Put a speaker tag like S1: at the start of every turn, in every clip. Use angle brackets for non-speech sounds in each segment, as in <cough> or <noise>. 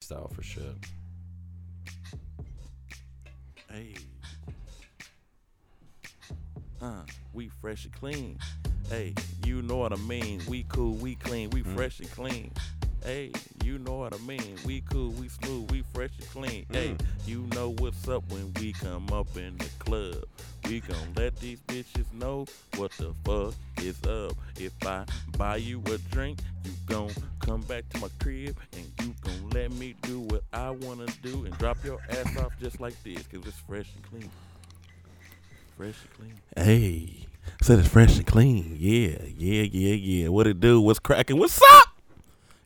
S1: freestyle for shit.
S2: Hey. Uh, we fresh and clean. Hey, you know what I mean. We cool, we clean, we fresh and clean. Hey, you know what I mean. We cool, we smooth, we fresh and clean. Hey, you know what's up when we come up in the club. We gon' let these bitches know what the fuck is up. If I buy you a drink, you gon' come back to my crib and you gon' let me do what I wanna do and drop your ass off just like this, cause it's fresh and clean. Fresh and clean.
S1: Hey, said it's fresh and clean. Yeah, yeah, yeah, yeah. What it do? What's cracking? What's up?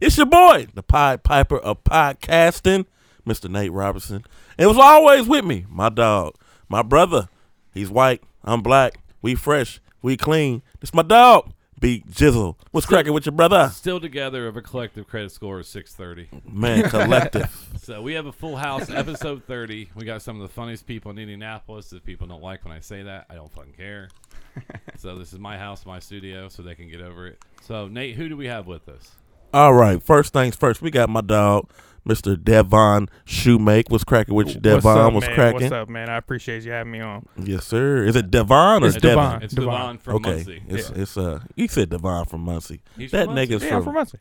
S1: It's your boy, the Pied Piper of podcasting, Mr. Nate Robertson. And it was always with me, my dog, my brother. He's white. I'm black. We fresh. We clean. It's my dog, Big Jizzle. What's cracking with your brother?
S3: Still together of a collective credit score of 630.
S2: <laughs>
S1: Man, collective.
S3: So we have a full house, episode 30. We got some of the funniest people in Indianapolis that people don't like when I say that. I don't fucking care. so this is my house, my studio, so they can get over it. So, Nate, who do we have with us?
S1: All right. First things first, we got my dog, Mr. Devon Shoemake. What's cracking with you, Devon?
S4: What's up,
S1: What's
S4: man?
S1: cracking?
S4: What's up, man? I appreciate you having me on.
S1: Yes, sir. Is it Devon or
S4: It's
S1: Devon?
S4: Devon.
S3: It's Devon from
S1: okay,
S3: Muncie.
S1: it's
S3: Yeah.
S1: it's uh, you said Devon from Muncie.
S3: He's
S1: that
S3: from Muncie.
S1: nigga's
S4: Yeah, I'm
S1: from,
S4: from Muncie.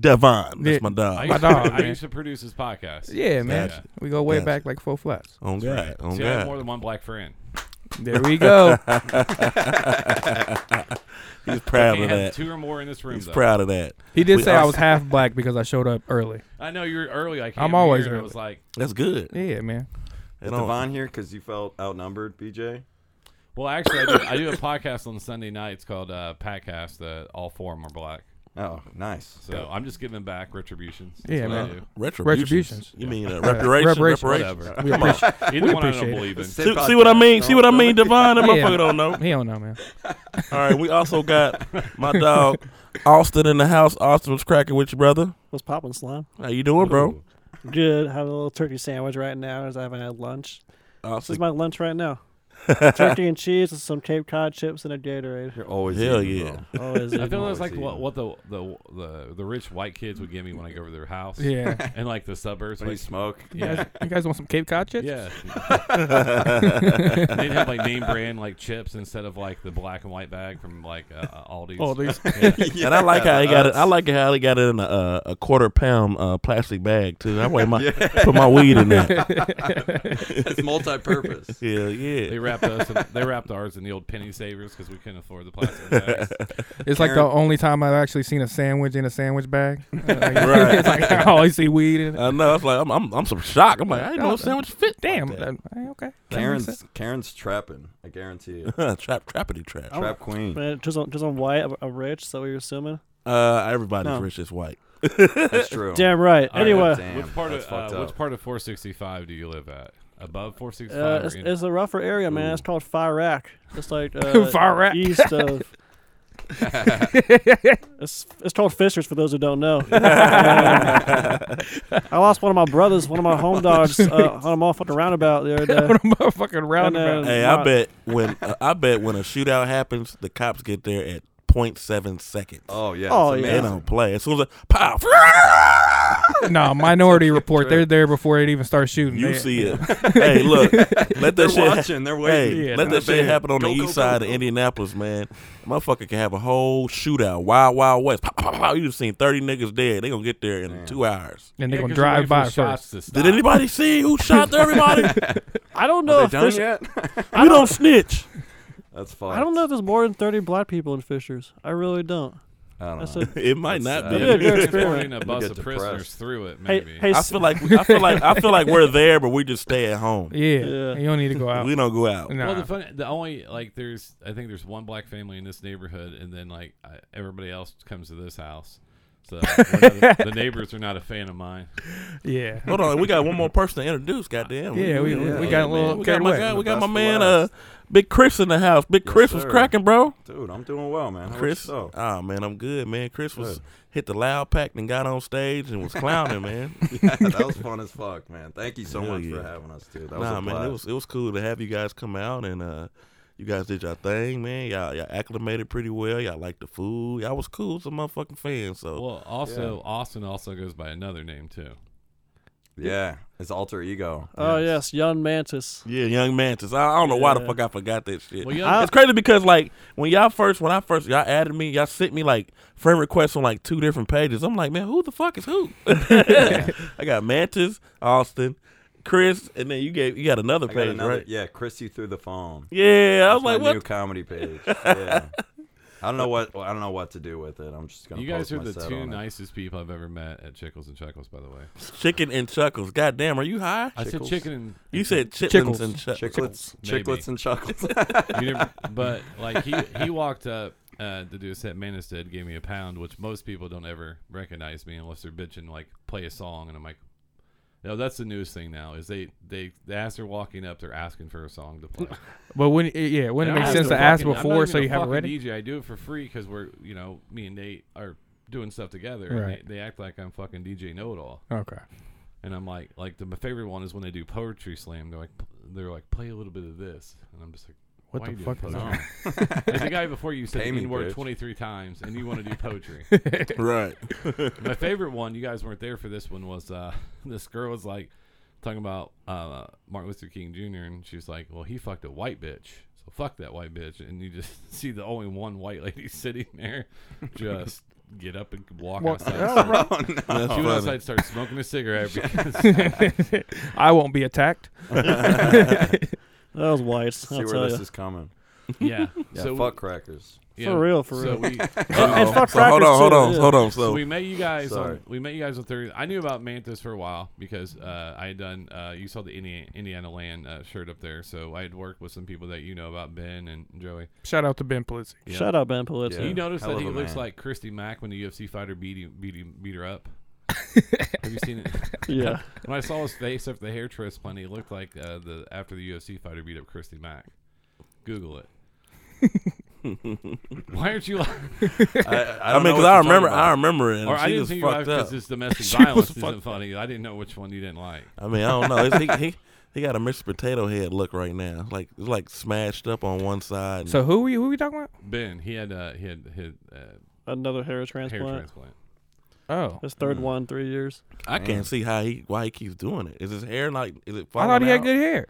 S1: Devon. That's my
S4: Yeah.
S3: I
S1: dog.
S3: used,
S4: my dog,
S3: I
S4: man.
S3: used to produce his podcast.
S4: Yeah, man.
S3: Gotcha.
S4: We go way
S1: Gotcha.
S4: back like four flats.
S1: On God, on
S3: See, I have more
S1: Oh, God.
S3: than one black friend.
S4: There
S1: <laughs>
S4: we go.
S1: He's proud of
S3: Can't have
S1: that.
S3: two or more in this room,
S1: He's
S3: though.
S1: proud of that.
S4: He did
S1: We
S4: say I
S1: also-
S4: was half black because I showed up early.
S3: I know you were early. I came
S4: I'm always
S3: here and I
S4: early.
S3: was like,
S1: That's good.
S4: Yeah, man.
S1: It
S5: Is
S1: don't-
S5: Devon here because you felt outnumbered, BJ?
S3: well, actually, I do, I do a <laughs> podcast on Sunday nights called uh, Patcast. Uh, all four of them are black.
S5: Oh, nice.
S3: So I'm just giving back retributions. That's
S4: Yeah,
S3: what I
S4: <laughs> man.
S3: do.
S1: Retributions.
S4: Retributions.
S1: You mean uh, reparations?
S4: reparations,
S1: reparations.
S3: Whatever.
S4: We
S3: Either
S4: appreciate.
S3: one I don't
S4: appreciate it.
S3: believe in.
S5: Sit
S1: See,
S5: back
S1: see what I
S5: down.
S1: mean? See what I mean, Devon? That
S4: <laughs> Yeah.
S1: motherfucker don't know.
S4: He don't know, man.
S1: All right, we also got my
S3: <laughs>
S1: dog Austin in the house. Austin was cracking with your brother.
S6: What's poppin', slime?
S1: How you doing, bro?
S3: Ooh.
S6: Good. Having a little turkey sandwich right now as I haven't had lunch. This is
S1: Austin,
S6: my lunch right
S3: <laughs>
S6: now. turkey and cheese with some Cape Cod chips and a Gatorade.
S5: You're always
S1: Hell
S5: eating,
S1: yeah.
S5: bro.
S6: Oh, is
S3: I feel
S6: it?
S3: that's
S5: always
S3: like
S5: eating.
S3: what, what the, the the the rich white kids would give me when I go over to their house.
S4: <laughs> Yeah.
S3: And like the suburbs.
S5: When you
S3: Like,
S1: <laughs>
S5: smoke,
S3: yeah.
S4: You guys want some Cape Cod
S3: <laughs>
S4: chips? <laughs>
S3: Yeah. They'd have like name brand like chips instead of like the black and white bag from like uh, Aldi's.
S4: Aldi's.
S3: <laughs>
S4: <laughs>
S3: Yeah.
S1: and I like how he got it. I like how he got it in a, uh, a quarter pound uh, plastic bag too. That way, my put my weed in there.
S5: it's multi-purpose.
S1: <laughs> Yeah,
S3: They
S1: yeah.
S3: wrapped us. In, they wrapped ours in the old penny savers because we couldn't afford the
S4: <laughs>
S3: plastic bags.
S4: It's like the
S5: Karen-
S4: only time I've actually seen a sandwich in a sandwich <laughs> bag.
S1: Right. Uh,
S4: it's like I always see weed in it.
S1: I know. I was like, I'm, I'm, I'm some shock. I'm like, I didn't know a sandwich fit.
S4: Damn.
S1: like
S4: that- hey, okay. That makes
S5: Karen's
S4: sense. <laughs>
S5: Karen's trapping. I guarantee
S1: <laughs>
S5: you.
S1: that. trap, trappity trap.
S6: Oh.
S5: Trap queen.
S1: <laughs>
S6: Man, just on, just on white, I'm, I'm rich, so we were assuming.
S1: Uh, everybody's
S6: No.
S1: rich is white.
S5: That's true.
S6: Damn right.
S3: All right,
S6: anyway,
S5: damn.
S3: which part
S5: that's
S3: of
S5: fucked
S3: uh,
S5: up.
S3: which part of 465 do you live at? Above 465?
S6: uh,
S3: or
S6: it's,
S3: in-
S6: it's a rougher area, man. It's called Firac. It's like uh,
S4: Firac.
S6: east of. <laughs> it's it's called Fishers for those who don't know. Um, I lost one of my brothers, one of my home dogs, uh, on a motherfucking roundabout the other day.
S4: What a motherfucking roundabout.
S6: And, uh,
S1: Hey, I
S6: Not-
S1: bet when uh, I bet when a shootout happens, the cops get there at 0.7 seconds.
S5: Oh yeah.
S6: Oh,
S5: it's
S6: yeah.
S1: They
S5: amazing.
S1: don't play. As soon as I, pow,
S4: no, Minority Report. They're there before it even starts shooting.
S1: <laughs> you
S4: They-
S1: see it. hey, look, let
S5: They're
S1: that shit.
S5: watching. They're waiting.
S1: Hey,
S4: Yeah,
S1: let
S4: nah,
S1: that shit
S5: man.
S1: happen on
S5: Go,
S1: the
S5: go,
S1: east
S5: go,
S1: side of
S5: go.
S1: Indianapolis, man. Motherfucker can have a whole shootout, wild, wild west. You've seen thirty niggas dead. They gonna get there in two hours.
S4: and
S3: Yeah,
S4: they're
S3: 'cause
S4: gonna
S3: you're waiting
S4: drive
S3: for
S4: by
S3: the
S4: first.
S3: shots to stop.
S1: Did anybody see who
S4: <laughs>
S1: shot everybody?
S6: I don't know
S1: Oh,
S5: Are
S6: if
S5: they done
S6: Fish-
S5: yet?
S6: I don't snitch.
S5: That's fun.
S6: I don't know if there's more than 30 black people in Fishers. I really don't.
S5: I don't
S6: That's
S5: know.
S6: a,
S1: it might
S5: That's
S1: not
S5: sad.
S1: be.
S6: That'd be a good experiment.
S3: Transporting uh, a bus
S5: get
S3: of prisoners
S5: depressed.
S3: through it,
S6: hey,
S3: maybe.
S1: <laughs>
S6: hey,
S1: I
S6: s-
S1: feel like I feel like I feel like we're there, but we just stay at home.
S4: Yeah.
S6: Yeah.
S4: You don't need to go out.
S1: We don't go out.
S4: Nah.
S3: Well, the funny, the only like there's, I think there's one black family in this neighborhood, and then like I, everybody else comes to this house.
S6: <laughs>
S3: So we're not- the neighbors are not a fan
S5: <laughs>
S3: of mine.
S4: yeah.
S1: Hold on, we got one more person to introduce. Goddamn.
S4: Yeah, we, we,
S5: yeah,
S4: we got a
S5: man.
S4: little
S1: we got
S4: carried
S1: my
S4: away.
S1: guy, we
S5: The
S1: got my
S5: best
S1: man, uh,
S5: last.
S1: Big Chris in the house. Big
S5: Yes,
S1: Chris was
S5: sir.
S1: cracking, bro.
S5: <laughs> Dude, I'm doing well, man. How
S1: Chris, <laughs>
S5: So.
S1: oh man, I'm good, man. Chris was
S5: Good.
S1: hit the loud pack and got on stage and was clowning, man.
S5: that was fun as fuck, man. Thank you so
S1: Hell
S5: much
S1: yeah.
S5: for having us, dude. <laughs> That was
S1: nah,
S5: a
S1: man, it
S5: blast.
S1: was it was cool to have you guys come out and uh, You guys did your thing, man. Y'all, y'all acclimated pretty well. Y'all liked the food. Y'all was cool. Some motherfucking fans.
S5: Oh,
S1: So
S3: Well, also Austin also goes by another name too.
S5: Yeah, his alter ego.
S6: Oh yes, young mantis.
S1: Yeah, Young Mantis. I, I don't know why the
S6: Yeah.
S1: fuck I forgot that shit.
S3: Well, Young-
S1: I- it's crazy because like when y'all first, when I first, y'all added me, y'all sent me like friend requests on like two different pages. I'm like, man, who the fuck is <laughs> who? I got Mantis, Austin, Chris, and then you gave you got another
S5: I
S1: page,
S5: got another,
S1: right?
S5: Yeah, Chris, you through the phone.
S1: Yeah, I was
S5: That's
S1: like,
S5: my
S1: what?
S5: new
S1: <laughs>
S5: comedy page. Yeah. I don't know what well, I don't know what to do with it. I'm just gonna.
S3: You guys
S5: post
S3: are
S5: my
S3: the
S5: set
S3: two
S5: on it.
S3: nicest people I've ever met at Chickles and Chuckles, by the way.
S1: Chicken and chuckles. God damn, are you high?
S3: I said
S5: Chickles?
S3: chicken and
S1: You said chitlins
S4: Chickles.
S1: and chuckles.
S5: chicklets,
S3: Maybe.
S5: chicklets, and chuckles.
S3: You never- but like he he walked up uh, to do a set. Manus did gave me a pound, which most people don't ever recognize me unless they're bitching like play a song, and I'm like, no, that's the newest thing now is they they as they're walking up, they're asking for a song to play.
S4: But when, yeah, <laughs> wouldn't
S3: And
S4: it make
S3: I'm not
S4: sense to
S3: even
S4: ask
S3: fucking- I'm not
S4: before
S3: even
S4: so
S3: a
S4: you have it
S3: fucking
S4: ready?
S3: DJ, I do it for free because we're you know me and Nate are doing stuff together,
S4: Right.
S3: and they, they act like I'm fucking DJ know it all.
S4: Okay.
S3: And I'm like, like the, my favorite one is when they do poetry slam. They're like, they're like, play a little bit of this, and I'm just like,
S4: What
S3: why
S4: the
S3: you doing
S4: fuck is
S3: poetry? As <laughs> the guy before you said
S5: Pay
S3: the
S5: me,
S3: N word
S5: bitch.
S3: 23 times, and you want to do poetry.
S1: <laughs>
S4: <laughs>
S1: Right.
S3: my favorite one, you guys weren't there for this one, was uh, <laughs> this girl was like talking about uh, Martin Luther King Jr. and she was like, well, he fucked a white bitch. So fuck that white bitch, and you just <laughs> see the only one white lady <laughs> sitting there, just get up and walk
S4: Well,
S3: outside.
S4: yeah,
S3: Start-
S5: <laughs> oh no!
S3: She went outside,
S5: <laughs>
S3: and started smoking a cigarette because
S4: I won't be attacked.
S6: That was whites.
S5: See
S6: I'll
S5: where
S6: tell
S5: this
S6: you.
S5: is coming.
S3: <laughs> yeah,
S5: Yeah,
S3: so
S5: fuck crackers.
S3: yeah,
S6: For real, for
S3: so
S6: real. <laughs>
S3: we-
S6: And fuck
S1: <laughs> So hold
S6: crackers,
S1: on, hold
S6: too,
S1: on,
S6: yeah.
S1: hold on.
S3: So
S1: So
S3: we met you guys.
S5: Sorry.
S3: On, we met you guys on Thursday. I knew about Mantis for a while because uh, I had done. Uh, you saw the Indiana, Indiana Land uh, shirt up there, so I had worked with some people that you know about Ben and Joey.
S4: Shout out to Ben Polizzi.
S3: Yeah.
S6: Shut up, Ben Polizzi.
S5: Yeah.
S3: You notice
S5: Hell
S3: that
S5: of
S3: he
S5: a
S3: looks
S5: man.
S3: like Christy Mack when the UFC fighter beat him, beat, him, beat her up. Have you
S5: <laughs>
S3: seen it?
S6: <laughs>
S1: <laughs>
S6: Yeah.
S3: When I saw his face after the hair transplant, he looked like uh, the after the UFC fighter beat up Christy Mack.
S5: <laughs>
S3: Google it. Why aren't you? Like,
S5: I, I,
S1: I
S5: don't know
S1: mean, because
S5: what
S1: I
S5: you're talking
S1: remember,
S5: about.
S1: I remember it. And
S3: or
S1: she
S3: I didn't
S1: was
S3: think you
S1: fucked up. <laughs>
S3: because it's domestic
S1: She was
S3: violence
S1: fucked
S3: isn't funny. I didn't know which one you didn't like.
S1: I mean, I don't know. It's, he, he he got a Mr. Potato Head look right now. It's Like it's like smashed up on one side. and-
S4: So who we who we talking about?
S3: Ben, he had uh, he had his uh,
S6: Another hair
S3: hair
S6: transplant.
S3: transplant.
S4: Oh,
S6: His
S1: Mm.
S6: third one, in three years.
S1: I can't see how he why he keeps doing it. Is his hair like is it
S4: I
S1: falling
S4: thought he had
S1: out?
S4: good hair.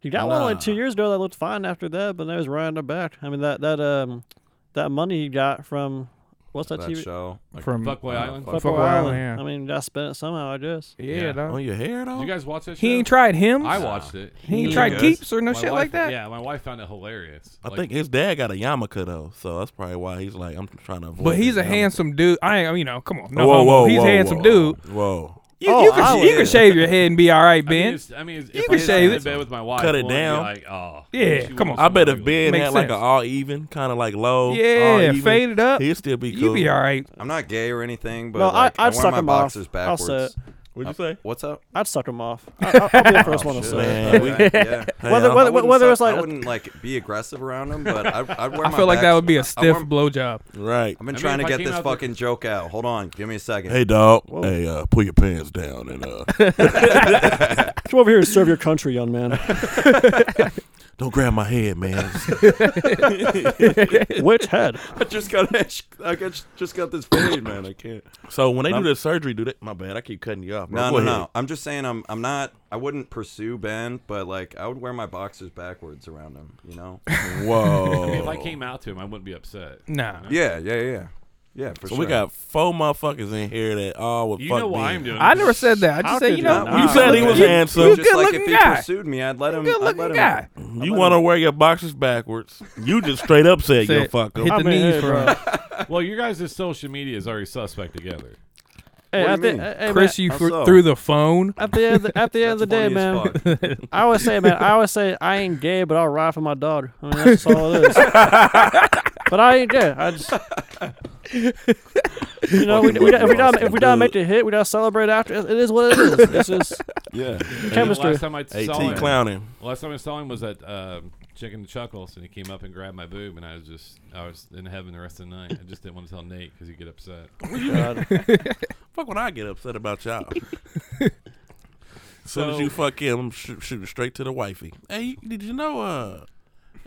S6: He got one
S1: Nah.
S6: like two years ago that looked fine after that, but now he's running it back. I mean that that um that money he got from what's that,
S5: that
S6: TV?
S5: show. Like,
S4: From
S3: Fuckboy
S1: Oh,
S5: uh,
S3: Island.
S5: fuck-
S6: Fuck
S4: Fuck
S6: Island.
S4: Island, yeah.
S6: I mean, I spent it somehow, I guess.
S4: yeah,
S3: Yeah.
S4: dog.
S1: on your hair
S3: Did
S1: though?
S3: you guys watch that? Show?
S4: He ain't tried him.
S3: I watched it.
S4: he ain't
S6: He
S4: tried
S5: does.
S4: keeps or no
S3: My
S4: shit
S3: wife-
S4: like that.
S3: Yeah, my wife found it hilarious.
S1: I
S3: Like,
S1: think his dad got a yarmulke though, so that's probably why he's like I'm trying to avoid.
S4: But he's
S1: this
S4: a
S1: yarmulke.
S4: handsome dude. I ain't, you know, come on. No,
S1: whoa,
S4: homo.
S1: whoa,
S4: he's
S1: whoa,
S4: a handsome
S1: whoa,
S4: dude.
S1: Whoa.
S4: You,
S6: Oh,
S4: you can
S6: I
S4: you can
S6: would.
S4: shave your head and be all right,
S3: I mean,
S4: Ben.
S3: it's- I mean, it's-
S4: You
S3: if I
S4: can
S3: was
S4: shave
S3: in
S4: it.
S3: bed with my wife,
S1: Cut it
S3: wouldn't be
S1: down.
S3: Like, oh,
S4: Yeah,
S3: she
S4: come
S3: wants
S4: on.
S1: I
S3: some
S1: bet if
S3: regular-
S1: Ben
S4: Makes
S1: had like an
S4: sense.
S1: all even, kind of like low, all
S4: yeah,
S1: even,
S4: fade it up.
S1: he'd still be cool.
S4: You be all right.
S5: I'm not gay or anything, but
S6: No, I-
S5: like, I,
S6: I'd
S5: wear
S6: suck
S5: my
S6: him off.
S5: boxers
S6: I'll
S5: backwards.
S6: say it.
S1: What'd you say?
S5: What's up?
S6: I'd suck him off. I, I'll
S5: <laughs>
S6: be the first one to
S5: Shit.
S6: say. it.
S1: Man, we-
S5: Yeah, yeah.
S1: Hey,
S6: Whether-
S1: I'm-
S5: I
S6: whether-
S5: wouldn't
S6: whether it's
S5: suck-
S6: like
S5: I
S6: a-
S5: wouldn't like be aggressive around him, but I, I'd wear my
S4: I feel like that
S5: backs-
S4: would be a
S5: I
S4: stiff
S5: wear-
S4: blowjob.
S1: right.
S5: I've been
S3: I mean,
S5: trying
S3: if I
S5: to
S3: came
S5: get this
S3: out there-
S5: fucking joke out. Hold on, give me a second.
S1: Hey dog. Hey, uh, pull your pants down and
S4: <laughs>
S1: uh,
S6: Come over here and serve your country, young man.
S1: don't grab my head, man.
S6: <laughs> Which head?
S5: I just got I got- just got this pain, man. I can't.
S1: so when they do the surgery, do that? My bad. I keep cutting you off. bro.
S5: No,
S1: Go
S5: no,
S1: ahead.
S5: no. I'm just saying I'm I'm not I wouldn't pursue Ben, but like I would wear my boxers backwards around him, you know?
S4: <laughs>
S1: Whoa.
S3: <laughs> If I came out to him, I wouldn't be upset.
S4: Nah.
S5: yeah, yeah, yeah. Yeah, for
S1: so
S5: sure.
S1: we got four motherfuckers in here that all would
S3: You
S1: fuck
S3: know
S1: Ben.
S3: why I'm doing?
S4: I
S3: this.
S4: never said that. I
S6: How
S4: just said you
S6: could you
S4: know.
S6: not?
S1: You said he was
S4: you-
S1: handsome.
S4: You
S5: just
S4: good
S5: like if
S4: looking
S5: he
S4: guy.
S5: pursued me, I'd let him
S4: Good
S5: I'd let
S4: looking
S5: him
S4: guy.
S1: You want to wear your boxers backwards? You just straight up said
S4: Said,
S1: you fuck
S4: <laughs> Hit
S1: them.
S4: the
S6: I mean,
S4: knees
S6: hey,
S4: for
S6: bro.
S4: him.
S3: Well, your guys' social media is already suspect together.
S6: Hey,
S5: What do
S6: at
S5: you
S6: the,
S5: mean?
S6: hey, man,
S4: Chris, you
S5: how
S4: fr-
S5: so?
S4: through the phone.
S6: At the end,
S5: <laughs>
S6: at the end of the day,
S5: Funny as
S1: <laughs>
S6: man,
S5: fuck.
S6: I always say, man, I always say I ain't gay, but I'll ride for my dog. I mean, that's
S5: <laughs>
S6: all it is. but I ain't gay. I just, you know, we, we, if we don't if we don't make the hit, we don't celebrate after. It is what it is. It's just
S5: <laughs> Yeah.
S6: chemistry.
S3: Last time I saw
S1: At
S3: him,
S1: clowning.
S3: Last time I saw him was at um, Chicken Chuckles, and he came up and grabbed my boob, and I was just I was in heaven the rest of the night. I just didn't want to tell Nate because he'd get
S6: <laughs>
S3: upset.
S1: Fuck when I get upset about y'all. As soon as
S3: So-
S1: you fuck him, I'm sh- shooting straight to the wifey. Hey, did you know? Uh,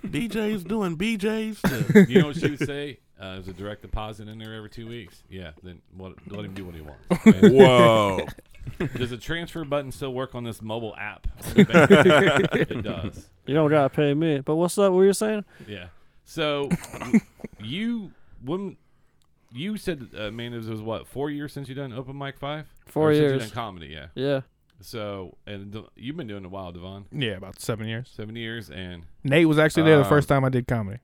S1: DJs doing BJs.
S3: So, you know what she would say? Uh, there's a direct deposit in there every two weeks. Yeah, then what, let him do what he wants.
S6: <laughs>
S3: Okay?
S1: Whoa.
S3: Does the transfer button still work on this mobile
S6: <laughs>
S3: app? on the bank? it does.
S6: You don't gotta pay me. But what's up? What you saying?
S3: Yeah. So you when you said uh, man, it was, it was what four years since you done open mic five?
S6: Four
S3: Or since you
S6: years.
S3: done comedy. Yeah.
S6: Yeah.
S3: So and the, you've been doing it a while, Devon.
S4: Yeah, about seven years.
S3: Seven years and
S4: Nate was actually there the
S5: Um,
S4: first time I did comedy.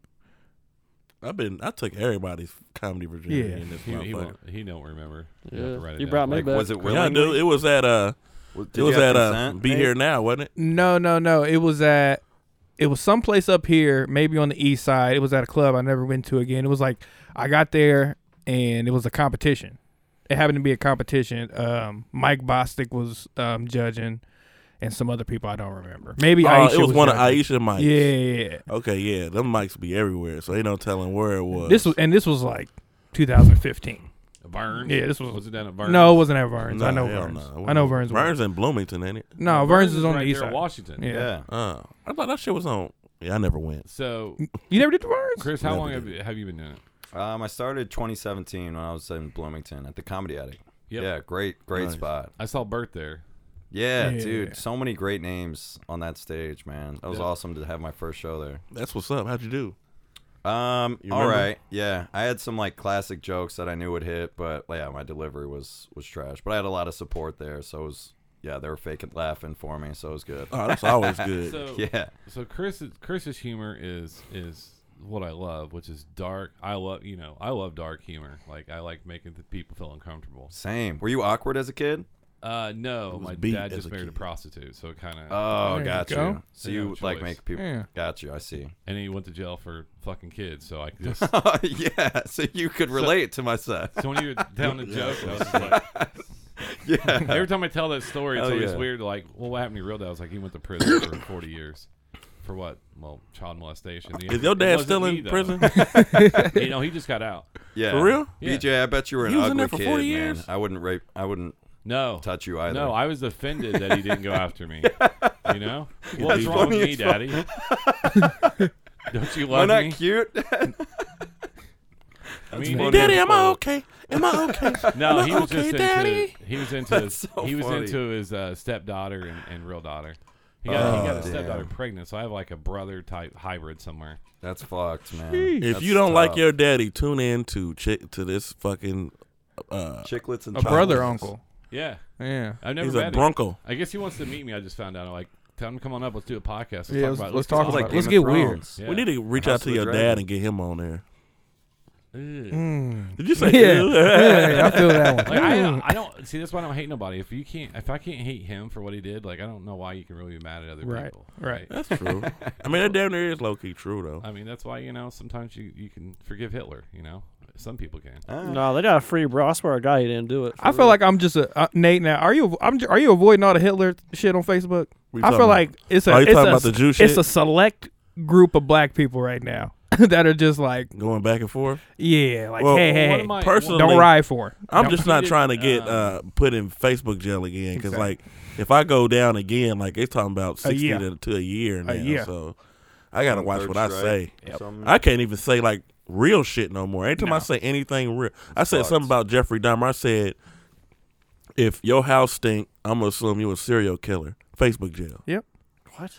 S1: I've been. I took everybody's comedy virginity
S4: Yeah.
S1: in this
S3: he he,
S1: motherfucker.
S3: won't, he don't remember. You'll have to
S6: Yeah.
S3: write it
S6: You
S3: down.
S6: brought me
S5: Like,
S6: back.
S5: was it
S1: Yeah,
S5: willingly?
S1: dude. It was at uh.
S5: Was- did
S1: It
S5: you
S1: was
S5: have
S1: at uh.
S5: consent?
S1: Be here now, wasn't it?
S4: No, no, no. It was at it was someplace up here, maybe on the east side. It was at a club I never went to again. It was like I got there and it was a competition. It happened to be a competition. Um, Mike Bostic was um, judging, and some other people I don't remember. Maybe
S1: Uh,
S4: Aisha
S1: it was, one of
S4: judging.
S1: Aisha mics.
S4: Yeah, yeah, yeah.
S1: Okay, yeah, them mics be everywhere, so ain't no telling where it was.
S4: This was and this was like 2015.
S3: Burns.
S4: Yeah, this was-
S3: was it down at Burns?
S4: No, it wasn't at Vern's. I
S1: Nah,
S4: know
S1: hell
S4: Vern's.
S1: nah,
S4: I know
S1: wasn't.
S4: Vern's. was-
S1: Vern's in Bloomington, ain't it?
S4: No, Vern's is on
S3: right
S4: the east
S3: there at
S4: side.
S3: Washington.
S4: Yeah.
S5: Yeah.
S1: Oh, I thought that shit was on. Yeah, I never went.
S3: So
S4: You never did the Vern's?
S3: Chris, how
S1: Never
S3: long
S1: did
S3: have you, have you been doing it?
S5: Um, I started 2017 when I was in Bloomington at the Comedy Attic.
S3: Yep.
S5: Yeah, great, great
S1: Nice.
S5: spot.
S3: I saw Bert there.
S5: Yeah,
S4: Yeah.
S5: dude, so many great names on that stage, man. That was
S3: Yeah.
S5: awesome to have my first show there.
S1: That's what's up. How'd you do?
S5: Um,
S1: You
S5: all
S1: remember?
S5: right, yeah, I had some like classic jokes that I knew would hit, but yeah, my delivery was was trash. But I had a lot of support there, so it was yeah, they were faking laughing for me, so it was good.
S1: Oh, that's always good.
S3: So
S5: <laughs> yeah,
S3: so Chris Chris's humor is is what I love, which is dark. I love you know I love dark humor. Like I like making the people feel uncomfortable.
S5: same. Were you awkward as a kid?
S3: Uh, no,
S1: was
S3: my
S1: beat
S3: dad
S1: as
S3: just
S1: a
S3: married a
S1: kid. Uh.
S3: prostitute, so it kind of.
S5: Oh,
S4: There you
S5: got you.
S4: go.
S5: So
S3: Yeah,
S5: you like
S3: choice.
S5: make people?
S4: Yeah.
S5: Got you. I see. <laughs>
S3: and he went to jail for fucking
S1: <laughs>
S3: kids, so I could just.
S5: yeah, so you could relate to my set.
S3: so when you were down to joke, I was just like,
S5: <laughs> yeah.
S3: every time I tell that
S1: <laughs>
S3: story, it's
S5: Hell
S3: always
S5: yeah.
S3: weird. Like, well, what happened to your real dad? I was like, he went to prison for <coughs> 40 years. For what? Well, child molestation. The
S1: Is
S3: answer-
S1: your
S3: it
S1: dad
S3: wasn't
S1: still
S3: me,
S1: in
S3: though.
S1: prison?
S3: <laughs> you know, he just got out.
S5: Yeah.
S1: For real?
S3: Yeah.
S5: BJ, I bet you were an
S1: He was in
S5: ugly
S1: there for
S5: kid,
S1: 40
S5: man.
S1: years?
S5: I wouldn't rape. I wouldn't
S3: No.
S5: touch you either.
S3: No, I was offended that he didn't go after
S1: <laughs>
S3: me. You know? What's
S1: That's
S3: wrong
S5: funny
S3: with me,
S5: as
S3: Daddy? <laughs> Don't you
S5: Am I
S3: love
S5: Oh, not
S3: me?
S5: cute? <laughs>
S3: I mean,
S5: funny.
S1: Daddy, am I okay? Am I
S5: <laughs>
S1: okay?
S3: No,
S1: Am
S3: he
S1: I
S3: was
S1: okay,
S3: just
S1: Daddy?
S3: into he was into his,
S5: so
S3: he was
S5: funny.
S3: into his uh, stepdaughter and, and real daughter. He got, he got
S5: Oh,
S3: a stepdaughter
S5: damn.
S3: pregnant, so I have like a brother type hybrid somewhere.
S5: That's fucked, man.
S1: If
S5: That's
S1: you don't like
S5: tough.
S1: your daddy, tune in to chick to this fucking. Uh,
S5: chicklets and
S4: A brother
S5: chocolates.
S4: uncle.
S3: Yeah,
S4: Yeah.
S3: I've never
S1: he's
S3: met
S1: a
S3: him.
S1: bronco.
S3: I guess he wants to meet me. I just found out. I'm like, tell him to come on up. Let's do a podcast. Let's
S4: Yeah,
S3: talk
S4: let's-
S3: about. it.
S5: Sounds
S4: let's talk
S5: like
S4: about it.
S5: Game
S4: Let's
S5: of
S4: get weird.
S5: Thrones.
S3: Yeah.
S1: We need to reach
S5: House
S1: out
S5: of
S1: to
S5: the
S1: your
S5: Dragon.
S1: dad and get him on there.
S4: Mm.
S1: Did you say?
S4: Yeah. <laughs>
S1: "Ew"?
S4: yeah, I feel that one.
S1: <laughs>
S3: Like I,
S4: Mm.
S3: I don't see. That's why I don't hate nobody. If you can't, if I can't hate him for what he did, like I don't know why you can really be mad at other
S4: Right,
S3: people.
S4: right.
S1: That's true. I mean, that damn near is low key true though.
S3: I mean, that's why you know sometimes you you can forgive Hitler. You know, some people can.
S5: Ah.
S6: No, they got a free bro. I swear to God, he didn't do it.
S4: I feel like I'm just a uh, Nate. Now, are you? I'm, are you avoiding all the Hitler shit on Facebook?
S1: We
S4: I feel
S1: talking-
S4: like it's a.
S1: Are you
S4: it's
S1: talking
S4: a,
S1: about the Jew
S4: It's
S1: shit?
S4: a select group of black people right now <laughs> that are just like,
S1: going back and forth.
S4: yeah, like,
S1: Well,
S4: hey,
S3: Well,
S4: hey,
S3: one of my-
S1: personally-
S4: don't ride for. it.
S1: I'm
S4: Don't-
S1: just not
S3: did,
S1: trying to get
S3: um,
S1: uh, put in Facebook jail again because,
S4: Exactly.
S1: like, if I go down again, like it's talking about sixty
S4: year.
S1: to, to a year now.
S4: year.
S1: So I gotta
S5: One
S1: watch
S5: third
S1: what I
S5: strike
S1: say.
S5: or something.
S1: I can't even say like real shit no more. Anytime I say anything real, I said
S5: Fucked.
S1: something about Jeffrey Dahmer. I said, if your house stink, I'm gonna assume you a serial killer. Facebook jail.
S6: what?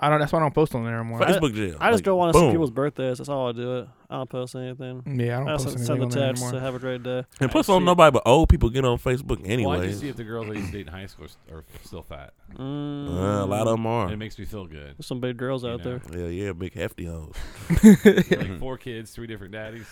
S4: I don't. That's why I don't post on there anymore.
S1: Facebook jail.
S6: I just
S1: Like,
S6: go on to see
S1: boom.
S6: people's birthdays. That's all I do. It. I don't post anything.
S4: yeah, I
S6: I
S4: don't
S6: just
S4: post anything
S6: send the
S4: on there
S6: text
S4: anymore.
S6: to have a great day.
S1: And plus,
S3: I
S1: on
S3: see.
S1: nobody but old people get on Facebook
S3: Well, I
S1: anyway.
S3: just see if the girls I used to date in high school are s- are still fat.
S1: Uh,
S6: Mm,
S1: a lot of them
S3: And it
S1: are.
S3: makes me
S1: <laughs>
S3: feel good.
S6: There's some big girls
S3: You
S6: out
S3: know.
S6: there.
S1: Yeah, yeah, big hefty
S6: <laughs>
S1: hoes.
S3: like four kids, three different daddies.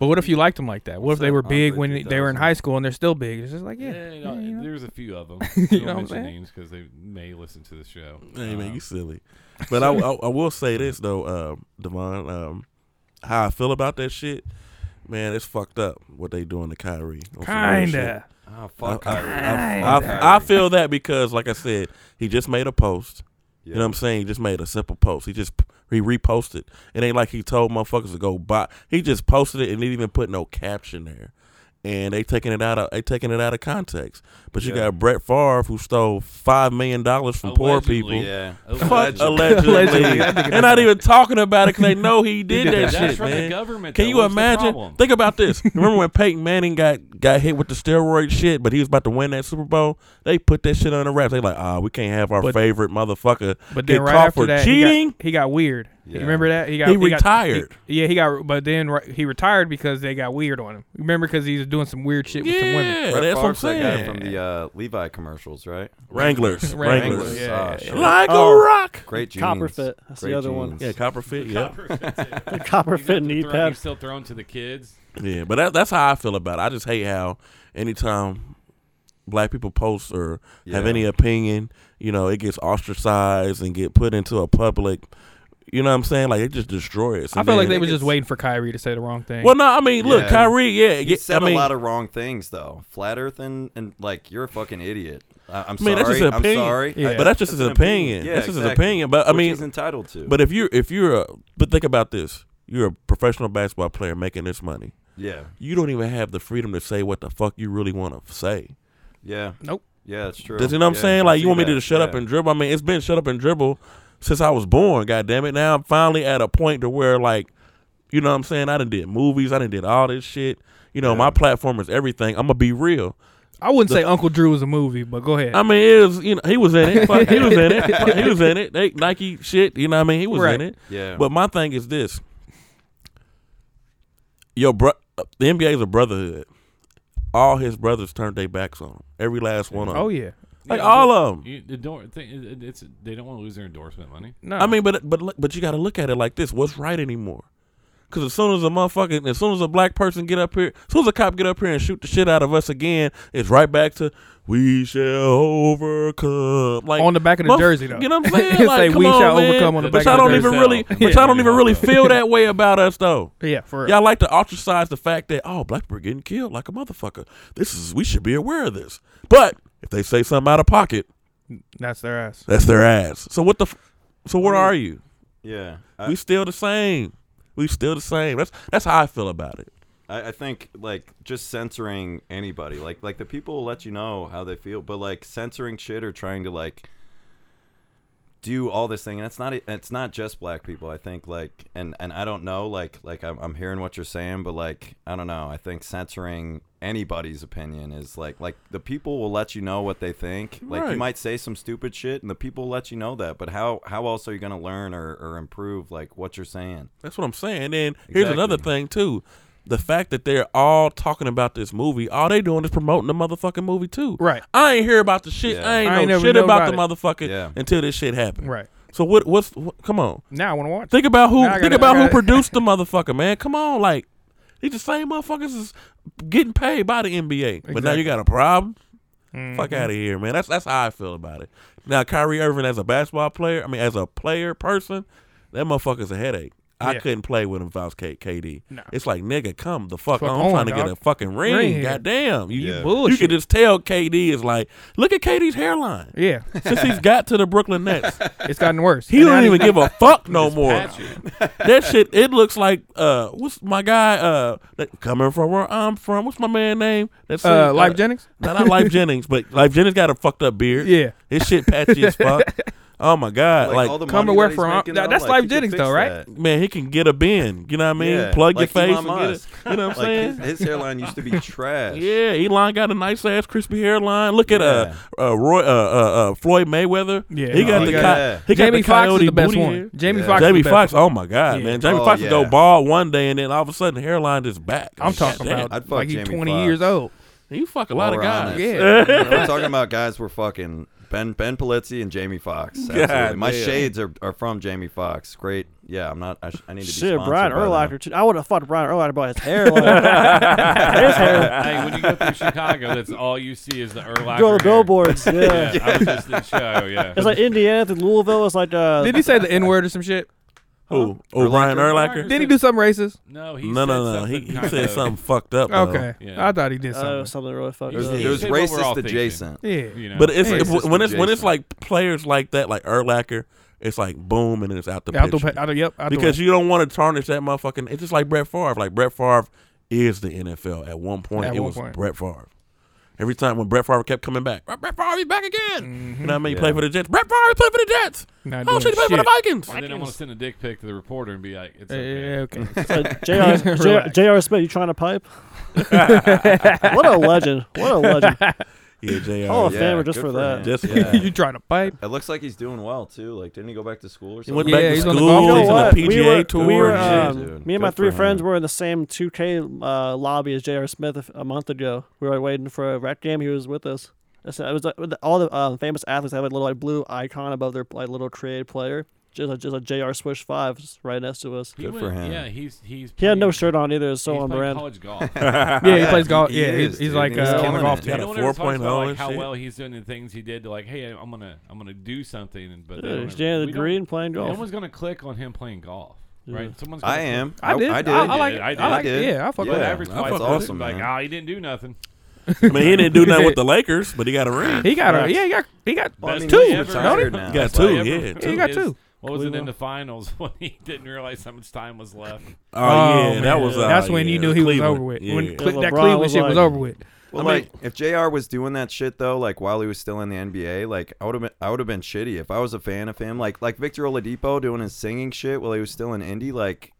S4: But what if you liked them like that? What if
S1: What's
S4: they
S1: up,
S4: were big
S1: Andre
S4: when they- they were in
S1: 2000?
S4: high school and they're still big? It's just like,
S3: Yeah,
S4: yeah,
S3: you
S4: <laughs> yeah,
S3: know,
S4: you know.
S3: Uh, there's a few of them.
S4: <laughs> You
S3: don't
S4: know what I'm
S3: mention
S4: saying?
S3: names because they may listen to the show.
S1: Hey man,
S3: Um,
S1: you silly. But I, I, I will say this though, uh, Devon, um, how I feel about that shit, man, it's fucked up what they doing to Kyrie. on some real shit.
S4: kinda.
S5: Ah,
S1: I,
S5: fuck.
S1: I,
S5: Kyrie.
S1: I- I- I feel that because, like I said, he just made a post. You know what I'm saying? He just made a simple post. He just he reposted. It ain't like he told motherfuckers to go buy. He just posted it and didn't even put no caption there. and they taking it out of they taking it out of context. But you
S5: Yeah.
S1: got Brett Favre who stole five million dollars from poor
S3: Allegedly.
S1: people.
S5: Yeah.
S3: Um,
S1: Fuck
S3: Allegedly.
S1: allegedly,
S4: Allegedly. That nigga
S1: and not even talking about it because they know he did, that,
S4: did that.
S1: shit,
S3: That's from the
S1: man.
S3: government.
S1: Can
S3: though.
S1: you
S3: What's the
S1: imagine?
S3: problem?
S1: Think about this. Remember when Peyton Manning got got hit with the steroid shit, but he was about to win that Super Bowl? They put that shit on the wraps. They like, ah, we can't have our
S4: But-
S1: favorite motherfucker
S4: But
S1: get
S4: then right
S1: caught
S4: after
S1: for
S4: that, he got-
S1: cheating.
S4: He got, weird.
S5: Yeah.
S4: You remember that? got
S1: He
S4: got-
S1: retired.
S4: yeah, he got. But then right, he retired because they got weird on him. Remember because he was doing some weird shit with some women.
S1: yeah, that's what I'm
S5: Favre's that guy
S1: saying.
S5: from the uh, Levi commercials, right?
S1: Wranglers,
S4: Wranglers,
S1: Wranglers,
S4: yeah.
S5: Ah, shit.
S1: like
S6: Oh.
S1: a rock.
S5: Great jeans.
S6: Copper Fit. That's the
S5: Great
S6: other one.
S5: jeans. <laughs>
S1: Yeah, copper fit. Yeah, <laughs>
S6: The copper
S3: He's
S6: fit
S3: up to
S6: knee
S3: throw-
S6: pad.
S3: He's still throwing to the kids.
S1: yeah. But that, that's how I feel about it. I just hate how anytime black people post or have
S5: Yeah.
S1: any opinion, you know, it gets ostracized and get put into a public. You know what I'm saying? Like they just destroy us.
S4: I
S1: And
S4: felt like
S1: then-
S4: they were just waiting for Kyrie to say the wrong thing.
S1: Well, no, I mean, look,
S5: Yeah.
S1: Kyrie. Yeah,
S5: He
S1: yeah,
S5: said
S1: I mean,
S5: a lot of wrong things though. Flat Earth and, and like you're a fucking idiot. I, I'm
S1: I mean,
S5: sorry.
S1: that's just an opinion.
S5: I'm sorry.
S4: Yeah.
S5: I-
S1: but that's just his
S5: an
S1: opinion.
S5: Yeah,
S1: that's just his
S5: exactly.
S1: opinion. But I
S5: Which
S1: mean,
S5: he's entitled to.
S1: but if you're if you're a but think about this, you're a professional basketball player making this money.
S5: yeah,
S1: You don't even have the freedom to say what the fuck you really want to say.
S5: yeah,
S4: Nope.
S5: yeah, that's true.
S1: Does you know what I'm
S5: Yeah,
S1: saying?
S5: I
S1: Like you
S5: see
S1: want me to
S5: that.
S1: just shut up
S5: Yeah.
S1: and dribble? I mean, it's been shut up and dribble since I was born. God damn it! Now I'm finally at a point to where like, you know what I'm saying? I done did movies. I done did all this shit. You know,
S5: Yeah.
S1: my platform is everything. I'm gonna be real.
S4: I wouldn't say Uncle Drew was a movie, but go ahead.
S1: I mean, it was you know he was
S5: <laughs>
S1: in it. Fuck, he was in it. Fuck, He was in it. They, Nike shit. You know what I mean? He was
S4: Right.
S1: in it.
S5: yeah,
S1: But my thing is this: your bro, the NBA is a brotherhood. All his brothers turned their backs on him. Every last one of them.
S4: oh yeah,
S1: like
S3: Yeah,
S1: all of them.
S3: You, the door, thing, it- it's they don't want to lose their endorsement
S1: <laughs>
S3: money.
S4: no.
S1: I mean, but but look- but you got to look at it like this: What's right anymore? Because as soon as a motherfucking, as soon as a black person get up here, as soon as a cop get up here and shoot the shit out of us again, it's right back to "We shall overcome." Like
S4: on the back of the
S1: motherf-
S4: jersey though.
S1: You know what I'm saying?
S4: <laughs> Say,
S1: Like, come
S4: "We
S1: on,
S4: shall
S1: man."
S4: overcome" on the
S1: Which
S4: back
S1: I
S4: of the
S1: don't even
S3: jersey.
S4: <laughs>
S1: really,
S3: But
S1: which
S4: y'all
S1: I don't even
S5: know
S1: really
S5: that.
S1: feel that way about us though.
S4: yeah, for real.
S1: Y'all like to ostracize the fact that oh, black people are getting killed like a motherfucker. This is we should be aware of this. But if they say something out of pocket,
S4: that's their ass.
S1: that's their ass. So what the? F- so where are you?
S5: yeah. I,
S1: We still the same. We still the same. That's that's how I feel about it.
S5: I, I think like just censoring anybody, like like the people will let you know how they feel, but like censoring shit or trying to like do all this thing, and it's not e, it's not just black people. I think like and and I don't know, like like I'm I'm hearing what you're saying, but like I don't know. I think censoring anybody's opinion is like like the people will let you know what they think. Like
S1: Right.
S5: you might say some stupid shit, and the people will let you know that. But how how else are you gonna learn or or improve like what you're saying?
S1: That's what I'm saying. And then here's another
S5: Exactly.
S1: thing too. The fact that they're all talking about this movie, all they doing is promoting the motherfucking movie too.
S4: Right.
S1: I ain't hear about the shit.
S5: Yeah.
S1: I ain't
S4: I
S1: know
S4: ain't never
S1: shit
S4: know
S1: about,
S4: about
S1: the motherfucker
S5: Yeah.
S1: until this shit happened.
S4: Right
S1: So what? What's? What, come on.
S4: now, I want to watch.
S1: Think about who.
S4: Now I
S1: think
S4: gotta-
S1: about
S4: I
S1: who
S4: gotta-
S1: produced the motherfucker, man. Come on, like these the same motherfuckers is getting paid by the NBA, but now
S4: Exactly.
S1: you got a problem.
S4: Mhm.
S1: Fuck out of here, man. That's that's how I feel about it. Now Kyrie Irving as a basketball player, I mean as a player person, that motherfucker's a headache. I
S4: Yeah.
S1: couldn't play with him if I was K- KD.
S4: No.
S1: It's like nigga, come the fuck,
S4: Fuck
S1: on. I'm
S4: on,
S1: trying to get
S4: dog.
S1: a fucking ring.
S4: Ring here.
S1: Goddamn, you
S5: Yeah.
S1: you
S4: Bullshit.
S1: can just tell KD is like, look at KD's hairline
S4: <laughs> yeah,
S1: since he's got to the Brooklyn
S4: <laughs>
S1: Nets.
S4: it's gotten
S1: <laughs>
S4: worse.
S1: He
S4: And
S1: don't
S4: now
S1: even give a
S4: <laughs>
S1: fuck no more.
S3: Pat you.
S1: <laughs> That shit, it looks like uh, what's my guy uh that, coming from where I'm from? What's my man name? That's
S4: Uh, Life Jennings.
S1: no, not
S4: <laughs>
S1: Life Jennings, but Life Jennings got a fucked up beard.
S4: Yeah.
S1: His shit patchy as
S4: <laughs>
S1: fuck. Oh my god! Like,
S5: all the
S4: Come
S5: money
S4: aware
S5: that he's
S4: from-
S5: making,
S4: that-
S5: I'm
S4: that's
S5: like,
S4: Life
S5: he could
S4: Jennings
S5: fix
S4: though, right?
S5: that.
S1: man, he can get a bend. You know what I mean?
S5: Yeah,
S1: Plug
S5: like
S1: your face
S5: Elon
S1: and get it.
S5: Musk.
S1: You know what
S5: <laughs>
S1: I'm
S5: Like
S1: saying?
S5: his, his hairline used to
S4: <laughs>
S5: be trash.
S1: yeah, Elon got a nice ass crispy hairline. Look at uh,
S5: Yeah.
S1: uh Roy uh, uh uh Floyd Mayweather.
S4: Yeah.
S1: he got
S4: Oh,
S1: the
S5: yeah.
S1: co-
S5: Yeah.
S1: he got
S4: Jamie
S1: the
S4: Foxx is
S1: coyote
S4: the best
S1: booty
S4: one.
S1: hair.
S4: Jamie
S5: Yeah.
S4: Fox.
S1: Jamie
S4: is the best
S1: Fox, oh my god,
S4: Yeah.
S1: man! Jamie
S5: Oh,
S1: Fox would go
S5: yeah.
S1: bald one day, and then all of a sudden, hairline just back.
S4: one. I'm
S1: Like,
S4: talking
S1: goddamn.
S4: about
S5: I'd fuck
S4: like he's
S5: Jamie
S4: 20
S5: Fox.
S4: years old.
S1: You fuck a lot of
S5: While we're on
S1: guys.
S5: it.
S4: Yeah.
S5: we're talking about guys we're fucking Ben Ben Polizzi and Jamie Fox.
S1: God
S5: Absolutely. My
S1: damn.
S5: shades are, are from Jamie Fox. Great. Yeah, I'm not. I, sh- I need to be.
S6: Shit,
S5: sponsored
S6: Brian
S5: by them.
S6: Urlacher. too. I would have fucked Brian Urlacher
S5: <laughs>
S6: about his hair. his hair.
S3: hey, when you go through Chicago, that's all you see is the Erlacher.
S6: <laughs> Go to
S5: <laughs>
S6: the billboards. Yeah.
S3: Yeah, I was just in Chicago.
S1: <laughs>
S3: Yeah,
S6: It's like Indiana to Louisville. It's like uh,
S4: Did he say the N word or some shit?
S1: Who? Oh, Ryan Erlacher?
S4: Did he do something racist?
S3: no, he
S1: No,
S3: said
S1: no, no. He,
S3: something
S1: he
S3: kind
S1: said
S3: of-
S1: something fucked up. though.
S4: Okay,
S3: Yeah.
S4: I thought he did
S6: uh,
S4: something.
S6: something really fucked
S3: It
S5: It
S6: up.
S5: was,
S3: Yeah.
S5: it was
S3: He said what we're all
S5: racist
S3: thinking.
S5: adjacent.
S4: yeah,
S3: You know,
S1: But it's if,
S5: Racist
S1: when it's when it's
S5: adjacent.
S1: like players like that, like Erlacher, it's like boom, and then it's out the
S4: Yeah, I
S1: picture.
S4: thought- I thought- yep, I thought-
S1: because you don't want to tarnish that motherfucking. It's just like Brett Favre. Like Brett Favre is the NFL. At one point,
S4: At
S1: it
S4: one
S1: was
S4: point.
S1: Brett Favre. Every time when Brett Favre kept coming back, Brett Favre, he's back again. You know what I mean? He
S5: Yeah.
S1: played for the Jets. Brett Favre played for the Jets.
S4: Mm-hmm. Not
S1: Oh,
S4: doing
S1: shit, he played for
S4: shit.
S1: the Vikings.
S3: And then I want to send a dick pic to the reporter and be like, it's
S4: Uh,
S3: okay.
S4: okay.
S6: So,
S5: <laughs>
S6: JR, JR,
S4: Relax.
S6: JR Smith, you trying to pipe? what a legend. What a legend.
S5: <laughs>
S1: Yeah, JR.
S6: Hall of
S5: yeah,
S6: Famer just
S5: good
S6: for
S5: for
S6: that.
S5: him.
S1: <laughs> Just
S5: Yeah.
S4: Oh, <laughs> you trying to pipe?
S5: It looks like he's doing well too. Like, didn't he go back to school or
S1: He
S5: something?
S1: went
S4: Yeah,
S1: back to
S4: he's on the
S1: school.
S4: ball. You know
S1: he's on
S6: what?
S1: the PGA
S6: We were-
S1: tour.
S6: we were,
S1: and
S4: uh,
S1: shit.
S5: Yeah,
S6: um,
S5: dude.
S6: me and my
S5: Good
S6: three
S5: for
S6: friends
S5: him.
S6: were in the same 2K uh, lobby as J.R. Smith a, a month ago. We were waiting for a rec game. He was with us. That's- It was uh, with the- all the um, famous athletes have a little like blue icon above their like little trade player. Just a, just a J.R. Swish five just right next to us.
S3: He
S5: Good
S3: went-
S5: for him.
S3: Yeah, he's he's.
S6: He had no
S3: playing-
S6: shirt on either. So
S3: he's
S6: on
S3: playing
S6: brand.
S1: <laughs>
S3: college golf.
S4: <laughs> Yeah, he
S5: Yeah,
S4: plays golf.
S5: he
S4: yeah,
S5: is,
S4: he's, he's
S5: dude.
S4: like
S5: He's
S4: uh, on the
S5: killing
S4: golf
S5: it.
S4: team.
S1: Got a
S3: No one ever talks about,
S1: 4.0
S3: like,
S1: and
S3: how
S1: shit.
S3: well he's doing and things he did to like, hey, I'm gonna I'm gonna do something, but they
S6: Yeah,
S3: don't
S6: he's
S3: ever-
S6: Janet
S3: we don't-
S6: Green playing
S3: No
S6: golf.
S3: one's gonna click on him playing golf,
S6: Yeah.
S3: right? Someone's.
S5: I
S3: gonna click.
S5: am.
S4: I did.
S5: I did.
S4: I, I like.
S3: Yeah,
S4: I,
S3: I did.
S4: like.
S5: I did.
S4: Yeah, I fuck
S5: Yeah.
S4: with
S3: But
S4: that.
S3: average
S5: I
S3: white
S5: fuck
S3: person
S5: with him,
S3: like,
S5: man.
S3: ah, he didn't do nothing.
S1: I mean, he didn't do nothing with the Lakers, but he got a ring.
S4: He got a.
S6: Facts.
S4: Yeah, he got. He got
S5: Well, I mean,
S4: two.
S5: he's
S4: don't
S5: retired
S4: he?
S5: now.
S1: He got
S5: That's
S1: two,
S5: why-
S1: yeah,
S4: two. He got
S3: Is-
S4: two.
S3: What was it in
S6: Cleveland.
S3: the finals <laughs> when he didn't realize how much time was left?
S1: Oh,
S4: Oh,
S1: yeah, that
S4: man.
S1: was. Uh,
S4: That's when you
S1: yeah,
S4: knew he
S1: Cleveland.
S4: was over with.
S1: Yeah.
S4: When Cle-
S6: Yeah,
S4: that
S6: LeBron
S4: Cleveland
S6: was
S4: shit was
S6: like-
S4: over with.
S5: Well,
S1: I mean-
S5: like if Jr. was doing that shit though, like while he was still in the NBA, like I would have been, I would have been shitty if I was a fan of him. Like like Victor Oladipo doing his singing shit while he was still in Indy. Like,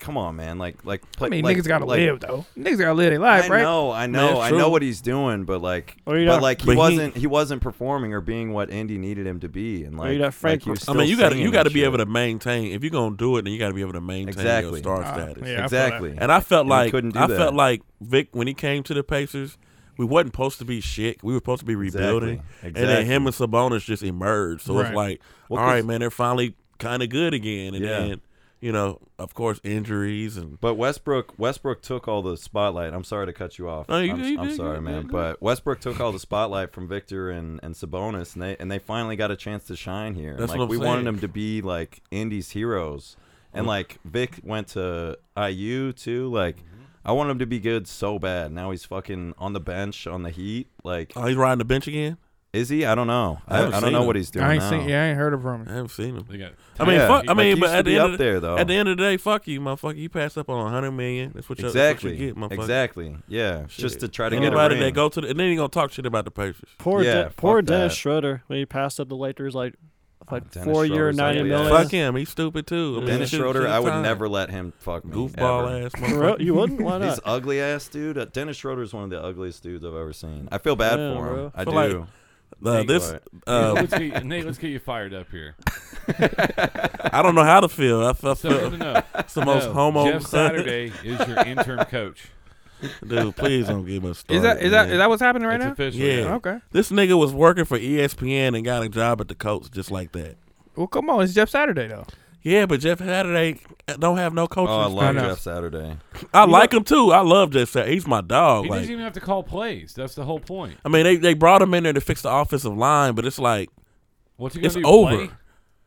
S5: come on, man. Like like. Play,
S4: I mean,
S5: like,
S4: niggas gotta
S5: like-
S4: live though. Niggas gotta live their life,
S5: I
S4: right?
S5: know, I know,
S1: it's
S5: I
S1: true.
S5: know what he's doing, but like,
S6: Or you
S5: but
S6: got-
S5: like he
S1: But he-
S5: wasn't, he, wasn't performing or being what Indy needed him to be, and like,
S6: you got
S5: like,
S6: Frank-
S5: he was
S1: I mean,
S5: still
S1: you got to
S5: singing
S1: you got to
S5: and
S1: be
S5: shit.
S1: able to maintain. If you're gonna do it, then you got to be able to maintain your
S5: Exactly.
S1: star
S4: Ah,
S1: status.
S4: yeah. I feel that.
S5: exactly.
S1: And I felt
S5: And he
S1: like
S5: couldn't do
S1: I
S5: that.
S1: felt like Vic when he came to the Pacers, we wasn't supposed to be shit. We were supposed to be rebuilding, and then
S5: Exactly.
S1: him and Sabonis just emerged. So
S4: Right.
S1: it's like,
S5: Well,
S1: all
S5: 'cause-
S1: right, man, they're finally kind of good again. And
S5: Yeah.
S1: then you know, of course, injuries and
S5: But Westbrook, Westbrook took all the spotlight. I'm sorry to cut you off.
S1: No, you-
S5: I'm,
S1: you
S5: I'm
S1: did
S5: sorry,
S1: good,
S5: man.
S1: man.
S5: But Westbrook took
S1: <laughs>
S5: all the spotlight from Victor and, and Sabonis, and they and they finally got a chance to shine here. And,
S1: That's
S5: like
S1: what I'm
S5: we
S1: saying. Mm-hmm.
S5: wanted them to be like Indy's heroes, and like Vic went to IU too. Like
S1: Mm-hmm.
S5: I wanted him to be good so bad. Now he's fucking on the bench on the Heat. Like
S1: oh, he's riding the bench again.
S5: is he? I don't know. I,
S1: I haven't
S5: I,
S1: seen
S5: don't know
S1: him.
S5: what he's doing.
S4: I ain't
S5: now.
S4: seen. Yeah, I ain't heard of him.
S1: I haven't seen him.
S3: They got-
S1: I mean,
S5: Yeah,
S1: fuck. I
S5: like, he
S1: mean,
S5: used
S1: but
S5: to
S1: at
S5: be
S1: the, end
S5: up
S1: of the,
S5: there though.
S1: at the end of the day, fuck you, motherfucker. You passed up on a hundred million. That's what you,
S5: exactly.
S1: that's what you get, motherfucker.
S5: exactly. Yeah. Just
S1: Shit.
S5: to try to get a
S1: Anybody
S5: ring.
S1: that go to the, and then he gonna talk shit about the Pacers.
S6: Poor,
S5: Yeah,
S6: De- poor
S5: fuck that.
S6: Dennis Schroeder when he passed up the Lakers like like
S5: Dennis
S6: four year
S5: Schroeder's
S6: ninety
S5: ugly
S6: million.
S5: ass.
S1: Fuck him. He's stupid too. I mean,
S5: Dennis
S1: shit-
S5: Schroeder,
S1: shit
S5: I would
S1: time.
S5: never let him fuck me. ever.
S1: goofball ass
S6: For
S1: motherfucker.
S6: real? You wouldn't?
S5: <laughs>
S6: Why
S5: He's
S6: not?
S5: ugly ass dude. Uh, Dennis Schroeder is one of the ugliest dudes I've ever seen. I feel bad
S6: Yeah,
S5: for him.
S6: bro.
S5: I
S1: So,
S5: do.
S1: like, Uh,
S5: Think
S1: this,
S5: about it.
S1: uh,
S3: let's get, Nate, let's get you fired
S1: <laughs>
S3: up here.
S1: uh,
S5: <laughs>
S1: I don't know how to feel. I, I
S3: So,
S1: feel <laughs>
S3: no, no, no.
S1: it's the uh, most
S3: No,
S1: homo.
S3: Jeff Saturday is your
S1: <laughs>
S3: interim coach.
S1: Dude, please don't give us.
S4: Is that is that is that what's happening right
S3: it's
S4: now?
S3: official.
S1: Yeah.
S4: Okay.
S1: This nigga was working for E ESPN and got a job at the Colts just like that.
S4: Well, come on, it's Jeff Saturday though.
S1: Yeah, but Jeff Saturday don't have no
S5: Oh,
S1: coaching.
S5: I
S4: I
S5: love
S4: know.
S5: Jeff Saturday.
S1: I like him too. I love Jeff Saturday. He's my dog.
S3: He
S1: like,
S3: doesn't even have to call plays. That's the whole point.
S1: I mean, they they brought him in there to fix the offensive line, but it's like
S3: What's he gonna
S1: it's
S3: do?
S1: over.
S3: Play?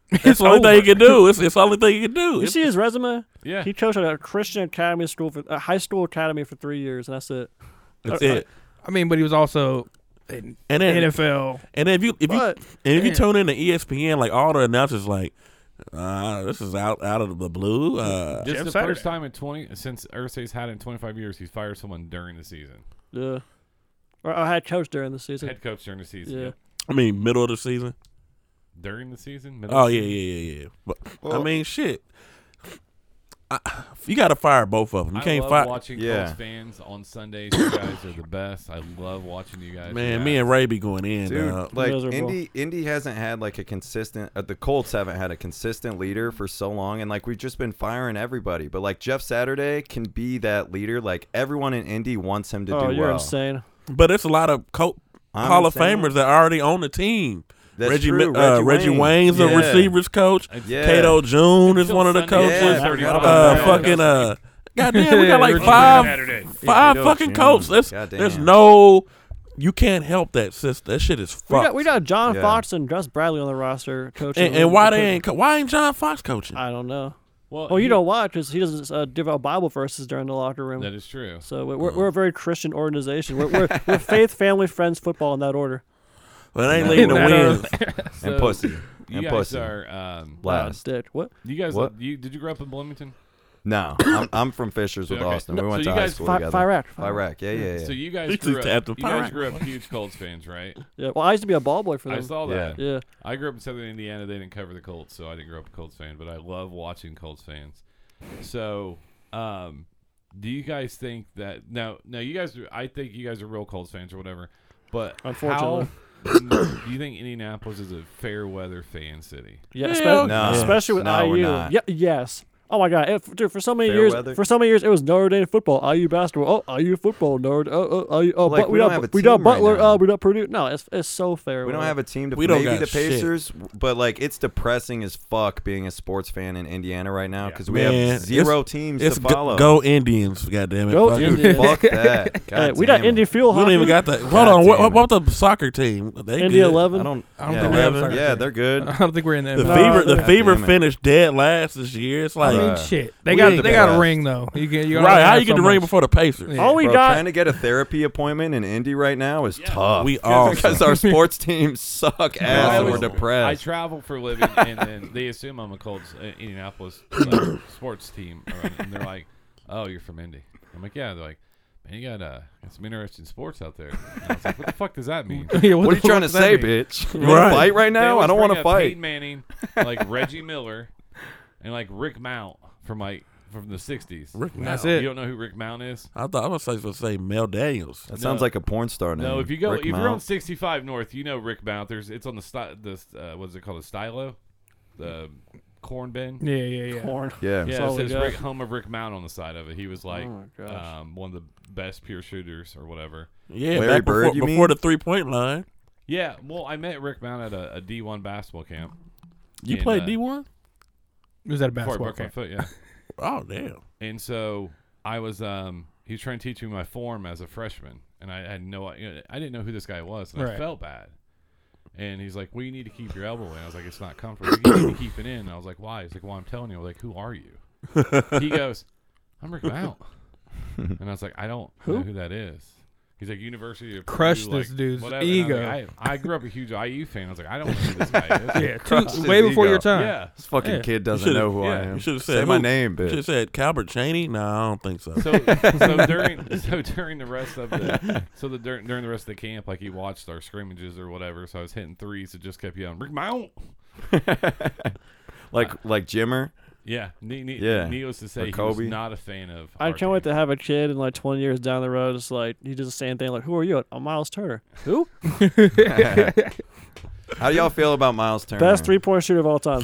S1: It's the only thing he can do. It's it's the only thing he can do.
S6: You
S1: It's-
S6: see his resume?
S3: Yeah.
S6: He coached at a Christian academy school for a high school academy for three years, and that's it.
S1: That's
S6: uh,
S1: it.
S4: I mean, but he was also in
S1: And then
S4: NFL.
S1: And if you if you
S6: But-
S1: and if you
S4: Damn.
S1: tune E in to ESPN, like all the announcers, like uh, this is out out of the blue. Uh,
S3: This
S4: Jeff
S3: is the
S4: Saturday.
S3: first time in twenty since Ursay's had it in twenty five years he's fired someone during the season.
S6: Yeah. Or oh, I had coached during the season.
S3: Head coach during the season.
S6: Yeah.
S3: yeah.
S1: I mean, middle of the season.
S3: During the season. Middle
S1: Oh
S3: of the
S1: yeah,
S3: season?
S1: yeah, yeah, yeah. But I mean, shit. I, you got to fire both of them. You
S3: I
S1: can't
S3: love
S1: fire.
S3: watching
S5: Yeah.
S3: Colts fans on Sundays. You guys are the best. I love watching you guys.
S1: Man,
S3: Yeah.
S1: me and Ray be going in.
S5: Dude,
S1: dog.
S5: like
S6: Miserable.
S5: Indy, Indy hasn't had like a consistent. Uh, the Colts haven't had a consistent leader for so long, and like we've just been firing everybody. But like Jeff Saturday can be that leader. Like everyone in Indy wants him to
S6: Oh,
S5: do
S6: you're
S5: well.
S6: insane.
S1: but it's a lot of co-
S5: I'm
S1: Hall of
S5: insane.
S1: Famers that are already on the team.
S5: That's
S1: Reggie,
S5: true.
S1: Mi- uh,
S5: Reggie
S1: Reggie
S5: Wayne.
S1: Wayne's a
S5: Yeah.
S1: receivers coach.
S5: Yeah.
S1: Cato June is
S3: Until
S1: one of the
S3: Sunday,
S1: coaches.
S5: Yeah, I forgot
S1: uh,
S5: about that.
S1: fucking uh, goddamn, we got like
S4: Reggie
S1: five
S4: Saturday.
S1: five
S5: Cato
S1: fucking
S5: June.
S1: coaches. That's,
S5: Goddamn.
S1: there's no, you can't help that sister. That shit is fucked.
S6: We got, we got John
S5: Yeah.
S6: Fox and Gus Bradley on the roster coaching.
S1: and, and why
S6: the-
S1: they ain't co- why ain't John Fox
S5: Uh,
S1: coaching?
S6: I don't know.
S3: Well,
S6: Well, Oh, you
S3: he-
S6: know why? Because he doesn't uh, give out Bible verses during the locker room.
S3: That is true.
S6: So we- we're, we're a very Christian organization. We're, we're, we're faith, family, friends, football in that order.
S1: Well, they ain't
S5: No.
S1: leading the
S5: That,
S1: wins.
S5: <laughs>
S3: So,
S5: and pussy.
S3: You
S5: and
S3: guys
S5: pussy.
S3: are um,
S5: Last.
S6: Dick, what?
S3: you guys
S5: What?
S3: you did you grow up in Bloomington?
S5: No, I'm, I'm from Fishers with
S3: Okay.
S5: Austin. We
S3: No,
S5: went
S3: so
S5: to
S3: you
S5: high
S3: guys-
S5: school
S6: Fi-
S5: together.
S6: Iraq.
S5: Iraq. Yeah, yeah, yeah.
S3: So you guys
S1: He
S3: grew
S1: just
S3: up,
S1: tapped
S3: you
S1: the
S3: guys
S1: pirate.
S3: grew up huge Colts fans, right?
S6: Yeah. Well, I used to be a ball boy for
S3: I
S6: them.
S3: saw
S5: Yeah.
S3: that.
S6: yeah.
S3: I grew up in Southern Indiana. They didn't cover the Colts, so I didn't grow up a Colts fan. But I love watching Colts fans. So, um, do you guys think that now? Now you guys, I think you guys are real Colts fans or whatever. But
S6: Unfortunately.
S3: how, <coughs> do you think Indianapolis is a fair weather fan city?
S6: Yeah,
S1: Hell
S6: espe-
S5: no.
S6: especially with
S5: No, we're
S6: IU.
S5: not.
S6: Yeah, yes. Oh my God, It- dude! For so many
S5: Fair
S6: years,
S5: weather.
S6: for so many years, it was Notre Dame football, IU basketball. Oh, IU football, nerd. Oh, oh, IU. Oh,
S5: Like,
S6: but
S5: we
S6: we,
S5: don't
S6: got
S5: have a
S6: we got
S5: team right
S6: Butler.
S5: now.
S6: oh, we got Purdue. No, it's it's so fair.
S5: we don't have a team to
S1: We don't
S5: maybe
S1: got
S5: the
S1: shit.
S5: Pacers, but like it's depressing as fuck being a sports fan in Indiana right now because we
S1: Man,
S5: have
S1: it's-
S5: zero teams
S1: It's
S5: to
S1: go,
S5: follow.
S1: go Indians, goddamn it!
S6: Go
S1: Fuck.
S6: Indians.
S1: <laughs>
S5: Fuck that. God
S6: Hey, we got
S5: damn it.
S6: Indy Fuel.
S1: We don't
S6: hockey.
S1: even got that.
S5: God
S1: Hold on. What,
S5: damn it.
S1: what about the soccer team? They
S6: Indy
S1: good.
S6: Eleven.
S5: I don't.
S4: I don't
S5: yeah,
S4: think
S1: we have a
S5: they're-
S1: soccer
S5: Yeah,
S4: team.
S5: they're
S1: <laughs>
S5: good.
S4: <laughs> I don't think we're in the
S1: The
S4: NFL.
S1: Fever, the
S5: God
S1: Fever
S5: damn it.
S1: finished dead last this year. It's
S4: I
S1: like
S4: mean,
S5: Bruh.
S4: shit. They
S1: we
S4: got
S1: ain't
S4: they
S1: the
S4: got a
S5: best.
S4: ring though. You can you
S1: right. How
S4: only
S1: you get
S4: have
S1: the
S4: so
S1: ring
S4: much.
S1: before the Pacers?
S4: Yeah.
S6: All we
S5: Bro,
S6: got.
S5: trying to get a therapy appointment in Indy right now is tough. <laughs>
S1: We all
S5: because our sports teams suck
S3: I
S5: ass and we're
S3: always- I
S5: depressed.
S3: travel for a living, and then they assume I'm a Colts, uh, Indianapolis uh, sports team, or- and they're like, "Oh, you're from Indy." I'm like, "Yeah." They're like, "Man, you got uh, got some interesting sports out there." And I was like, "What the fuck does that mean?"
S4: <laughs> Yeah,
S5: What,
S4: the
S5: are you trying
S4: fuck
S5: to
S4: does that
S5: say,
S4: mean?
S5: bitch? You want
S1: Right.
S5: to fight right
S3: They
S5: now? I
S3: always
S5: don't want
S3: bring
S5: to
S3: up
S5: fight.
S3: Peyton Manning, like Reggie Miller, and like Rick Mount from like from the '60s.
S1: Rick
S4: That's
S1: Mount.
S4: it.
S3: You don't know who Rick Mount is?
S1: I thought I was supposed to say Mel Daniels.
S5: That sounds
S3: No.
S5: like a porn star name.
S3: No, if you go,
S5: Rick
S3: if you're
S5: Mount.
S3: on 65 North, you know Rick Mount. There's, it's on the sty, the uh, what's it called, the stylo, the corn bin.
S4: Yeah, yeah, yeah.
S6: Corn.
S5: yeah,
S3: Yeah,
S6: That's
S3: it
S6: all we
S3: says
S6: got.
S3: Rick, home of Rick Mount on the side of it. He was like
S6: Oh my gosh.
S3: um, one of the best pure shooters or whatever.
S1: Yeah,
S5: Larry
S1: back before,
S5: Bird, you
S1: before
S5: mean?
S1: the three point line.
S3: Yeah, well, I met Rick Mount at a a D1 basketball camp.
S1: You
S3: in,
S1: played
S3: uh,
S1: D one?
S4: Was that a
S3: before I
S4: basketball
S3: broke my
S4: game?
S3: foot, yeah.
S1: Oh damn.
S3: and so I was, um, he was trying to teach me my form as a freshman, and I had no, you know, I didn't know who this guy was, and I
S4: Right.
S3: felt bad. And he's like, "Well, you need to keep your elbow in." I was like, "It's not comfortable. You need to keep it in." And I was like, "Why?" He's like, "Well, I'm telling you." I was like, "Who are
S4: <laughs>
S3: you?" he goes, "I'm Rick Mount," and I was like, "I don't know who that is." He's like, "University of
S4: Crush
S3: Purdue,
S4: this
S3: like,
S4: dude's
S3: whatever." And I was
S4: ego.
S3: like, I, I grew up a huge IU fan. I was like, "I don't know who
S4: <laughs>
S3: this guy <laughs> is."
S4: Yeah,
S5: Crushed
S4: two,
S5: his
S4: way before
S5: ego.
S4: your time.
S3: yeah.
S5: This fucking
S4: Yeah.
S5: kid doesn't
S1: should've-
S5: know who I
S3: yeah,
S5: am.
S1: You should have
S5: Say
S1: said
S5: my
S1: who-
S5: name,
S1: Should have
S5: bitch.
S1: said Calbert Cheney. No, I don't think
S5: <laughs>
S1: so.
S3: So, so during so during the rest of the so the during, during the rest of the camp, like he watched our scrimmages or whatever. So I was hitting threes. It just kept yelling, "Rick Mount."
S5: Like like
S1: <laughs>
S5: Jimmer. <laughs>
S3: Yeah, ne- ne-
S5: Yeah.
S3: Needless to say, he
S5: Kobe.
S3: was not a fan of.
S6: I
S3: our
S6: can't wait
S3: team.
S6: to have a kid in like 20 years down the road. It's like he does the same thing. Like, who are you? I'm Miles Turner. Who?
S5: How do y'all feel about Miles Turner?
S6: Best three point shooter of all time.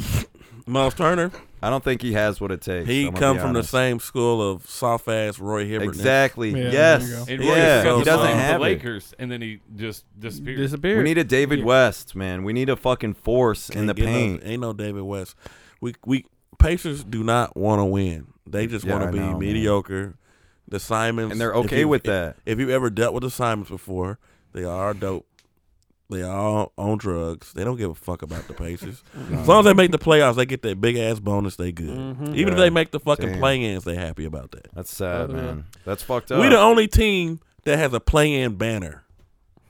S1: Miles Turner.
S5: I don't think he has what it takes. I'm
S1: He
S5: gonna
S1: come
S5: be
S1: from the
S5: honest.
S1: same school of soft ass Roy Hibbert.
S5: Exactly.
S4: Yeah, there
S5: yes.
S4: you
S5: Yeah.
S3: And Roy Hibbert got
S5: he
S3: the
S5: doesn't
S3: Suns,
S5: have
S3: the
S5: it.
S3: Lakers, and then he just disappeared.
S4: Disappeared.
S5: We need a David
S4: Yeah.
S5: West, man. We need a fucking force in
S1: Can't
S5: the
S1: get no-
S5: paint.
S1: ain't no David West. We we Pacers do not want to win. They just
S5: Yeah,
S1: want
S5: I
S1: to be
S5: know, man.
S1: mediocre. The Simons
S5: And they're
S1: if
S5: okay
S1: you-
S5: with
S1: <laughs>
S5: that.
S1: If you've ever dealt with the Simons before, they are dope. They are all on drugs. They don't give a fuck about the Pacers.
S5: <laughs>
S1: As long as they make the playoffs, they get that big ass bonus. They good. Even if
S5: Yeah.
S1: they make the fucking
S5: Mm-hmm. Damn.
S1: play-ins, they happy about that.
S5: That's sad, man. That's fucked up.
S1: We the only team that has a play-in banner.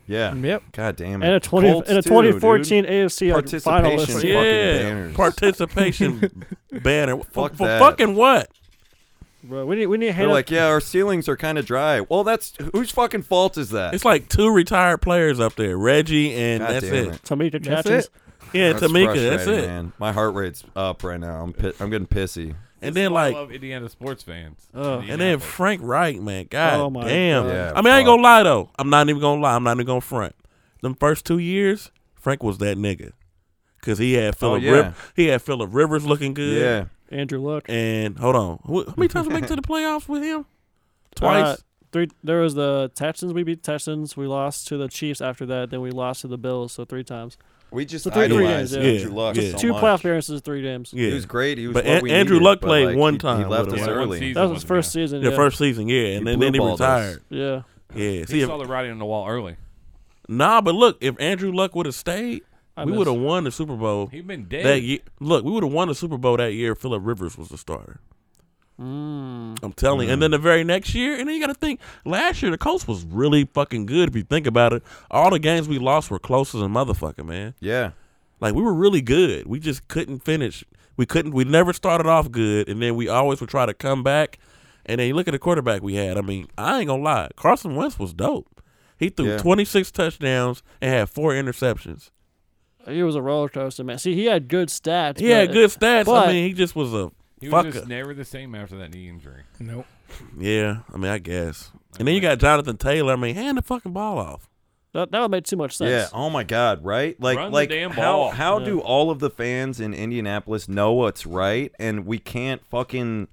S5: yeah.
S4: Yep.
S5: God damn it.
S6: And a 20
S5: Colts
S6: and a
S5: too,
S6: 2014 AFC like,
S5: Participation.
S6: finalist.
S5: Yeah. banners. <laughs>
S1: participation banner. For,
S5: Fuck
S1: for
S5: that.
S1: fucking what?
S6: Bro, we need we need
S5: They're
S6: Hannah.
S5: like, yeah, our ceilings are kind of dry. Well, that's whose fucking fault is that?
S1: It's like two retired players up there, Reggie and
S5: God
S1: that's
S5: damn
S1: it.
S5: it.
S6: Tamika
S4: That's
S6: Catches.
S4: it.
S1: Yeah, Tamika, that's
S5: frustrating,
S1: it.
S5: Man. My heart rate's up right now. I'm pi- I'm getting pissy.
S1: And then
S3: I
S1: like,
S3: love Indiana sports fans.
S6: Oh.
S1: and then
S3: Indianapolis.
S1: Frank Reich, man, god
S6: Oh my
S1: damn.
S5: God. Yeah,
S1: I mean, I ain't
S5: fuck.
S1: gonna lie though. I'm not even gonna lie. I'm not even gonna front. Them first two years, Frank was that nigga, cause he had Philip.
S5: Oh, yeah.
S1: Riv- he had Philip Rivers looking good.
S5: Yeah.
S6: Andrew Luck.
S1: And hold on, Wh- how many times we make it to the playoffs with
S5: Uh,
S1: him? Twice.
S6: Uh, three. There was the Texans. We beat Texans. We lost to the Chiefs after that. Then we lost to the Bills. So three times.
S5: We just
S6: So three- three
S5: idolized
S6: games, yeah.
S5: Andrew Luck
S1: Yeah.
S5: so
S6: Two
S5: much.
S6: playoff appearances, three games.
S1: yeah.
S5: He was great. He was
S1: But
S5: what
S1: An-
S5: we
S1: Andrew
S5: needed,
S1: Luck
S5: but,
S1: played
S5: like,
S1: one
S5: he- He
S1: time
S5: left
S1: with
S5: us
S1: him.
S3: Yeah, one
S5: early.
S3: season.
S6: That was his
S3: Yeah.
S6: first season.
S1: yeah,
S6: Yeah.
S1: first season, yeah, and
S5: He
S1: then, then he
S5: blue-balled us.
S1: retired.
S6: Yeah.
S1: Yeah,
S3: He
S1: see, if,
S3: saw the writing on the wall early.
S1: nah, but look, if Andrew Luck would have stayed,
S6: I
S1: we
S6: miss-
S1: would have won the Super Bowl
S3: He'd been dead.
S1: that year. Look, we would have won the Super Bowl that year. if Philip Rivers was the starter.
S6: Mm.
S1: I'm telling you. And then the very next year, and then you got to think, last year the Colts was really fucking good if you think about it. All the games we lost were close as a motherfucker, man.
S5: Yeah.
S1: Like, we were really good. We just couldn't finish. We couldn't. We never started off good, and then we always would try to come back. And then you look at the quarterback we had. I mean, I ain't gonna lie, Carson Wentz was dope. He threw
S5: Yeah.
S1: 26 touchdowns and had four interceptions.
S6: He was a roller coaster, man. See, he had good stats.
S1: He had
S6: but-
S1: good stats.
S6: but-
S1: I mean, he just was a
S3: He was
S1: fucker.
S3: just never the same after that knee injury.
S4: Nope.
S1: yeah, I mean, I guess. And then you got Jonathan Taylor. I mean, hand the fucking ball off.
S6: That, that would make too much sense.
S5: Yeah. Oh my God. Right. Like,
S3: Run the
S5: like
S3: damn
S5: how
S3: ball.
S5: how
S6: Yeah.
S5: do all of the fans in Indianapolis know what's right, and we can't fucking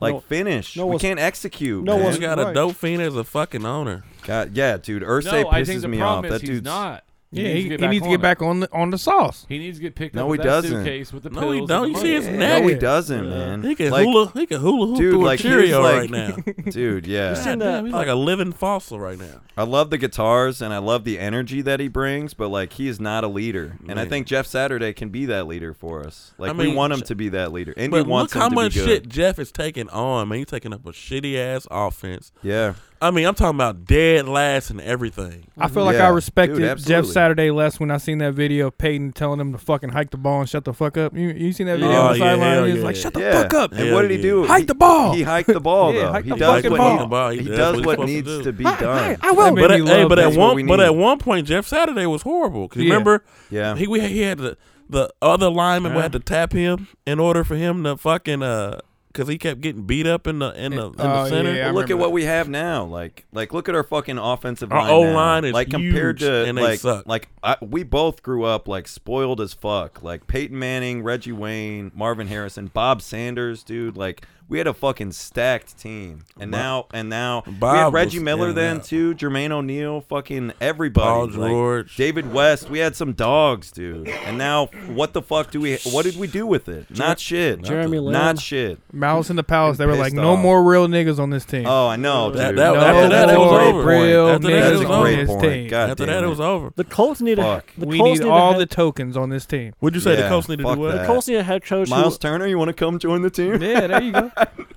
S5: like
S6: No-
S5: finish?
S6: no
S5: we
S6: one's-
S5: can't execute.
S6: no
S5: man.
S1: You
S6: one's-
S1: got a
S6: right.
S1: dope fiend as a fucking owner.
S5: God, yeah, dude. Ursay
S3: no,
S5: pisses
S3: I think the
S5: me off.
S3: problem
S5: That
S3: is he's
S5: dude's
S3: not.
S4: yeah, he, he needs to
S3: on
S4: get
S3: it.
S4: back on the on the sauce.
S3: He needs to get picked
S5: No,
S3: up. with
S5: he
S3: that
S5: doesn't.
S3: Suitcase with the
S1: No, he
S3: pills and
S1: don't.
S3: the
S1: You
S3: money.
S1: see his
S5: No, he
S1: neck.
S5: doesn't, man.
S1: He can
S5: like,
S1: hula. He can hula hoop
S5: dude,
S1: through
S5: like
S1: a
S5: he's
S1: Cheerio
S5: like-
S1: right
S5: <laughs>
S1: now.
S5: dude.
S6: You
S5: Yeah.
S1: Damn,
S6: seen that?
S1: he's
S6: uh,
S1: like a living fossil right now.
S5: I love the guitars and I love the energy that he brings, but like he is not a leader. And I
S1: Man.
S5: think Jeff Saturday can be that leader for us. Like
S1: I
S5: we
S1: mean,
S5: want him to be that leader. And we
S1: But
S5: want
S1: look
S5: him
S1: how
S5: to
S1: much
S5: be good.
S1: shit Jeff is taking on, man. He's taking up a shitty ass offense.
S5: Yeah.
S1: I mean, I'm talking about dead last and everything.
S4: I feel like
S5: Yeah.
S4: I
S5: Dude,
S4: respected Jeff
S5: absolutely.
S4: Saturday less when I seen that video of Peyton telling him to fucking hike the ball and shut the fuck up. You, you seen that video
S1: Oh,
S4: on the
S1: yeah, hell
S4: sideline? He was
S1: yeah.
S4: like, shut the
S5: yeah.
S4: fuck up.
S5: And what did he
S1: Hell
S5: do?
S1: yeah.
S4: Hike the ball.
S5: He hiked the ball
S4: Yeah,
S5: though.
S4: hike
S5: he
S4: the
S5: does
S4: fucking
S5: what
S4: ball.
S5: he,
S1: He
S5: he
S1: does
S5: does
S1: what he's
S5: what
S1: supposed to
S5: needs
S1: do.
S5: to be
S4: Hey,
S5: done.
S4: hey, I will.
S1: But
S4: Made
S1: at,
S4: me
S1: hey,
S4: love
S1: but at
S5: That's
S4: that.
S5: what
S1: one
S5: we
S1: but
S5: need.
S1: at one point Jeff Saturday was horrible because
S4: Yeah.
S1: remember
S5: Yeah.
S1: he we he had the the other lineman
S3: Yeah.
S1: we had to tap him in order for him to fucking uh because he kept getting beat up in the in the, in the
S4: Oh,
S1: center.
S4: yeah, I
S5: Well, look at
S4: remember
S5: what we have now. Like, like look at our fucking offensive
S1: Our
S5: line. now.
S1: O-line is
S5: like compared
S1: huge,
S5: to
S1: and they
S5: like
S1: suck.
S5: like I, we both grew up like spoiled as fuck. Like Peyton Manning, Reggie Wayne, Marvin Harrison, Bob Sanders, dude. Like we had a fucking stacked team, and
S1: Bo-
S5: now and now we
S1: Bob
S5: had Reggie
S1: was in
S5: Miller
S1: and
S5: then
S1: out.
S5: too, Jermaine O'Neal, fucking
S1: Paul
S5: everybody, like,
S1: George.
S5: David West. We had some dogs, dude. And now what the fuck do we? What did we do with it? Not shit.
S6: Jeremy Lamb.
S5: Not shit.
S4: Malice in the Palace. They were
S5: Pissed
S4: like, no
S5: off.
S4: more real niggas on this team.
S5: Oh, I know.
S1: That-
S5: dude.
S1: that-
S4: no
S1: after that, it was
S4: more
S1: over.
S4: real
S1: After that, it
S4: niggas
S1: was
S4: on
S1: over.
S4: this
S5: Point.
S4: team.
S5: God
S1: After
S5: damn
S1: that,
S5: it.
S1: it was over.
S6: the Colts need a
S5: Fuck.
S6: the
S4: we
S6: Colts
S4: need all
S6: a
S4: the
S6: head,
S4: tokens on this team.
S1: Would you say the
S5: Yeah,
S1: Colts need to do
S5: fuck
S1: what?
S5: that.
S6: the Colts need a head coach.
S5: Miles
S6: Who,
S5: Turner, you want to come join the
S1: <laughs>
S5: team?
S4: <laughs> Yeah, there you go.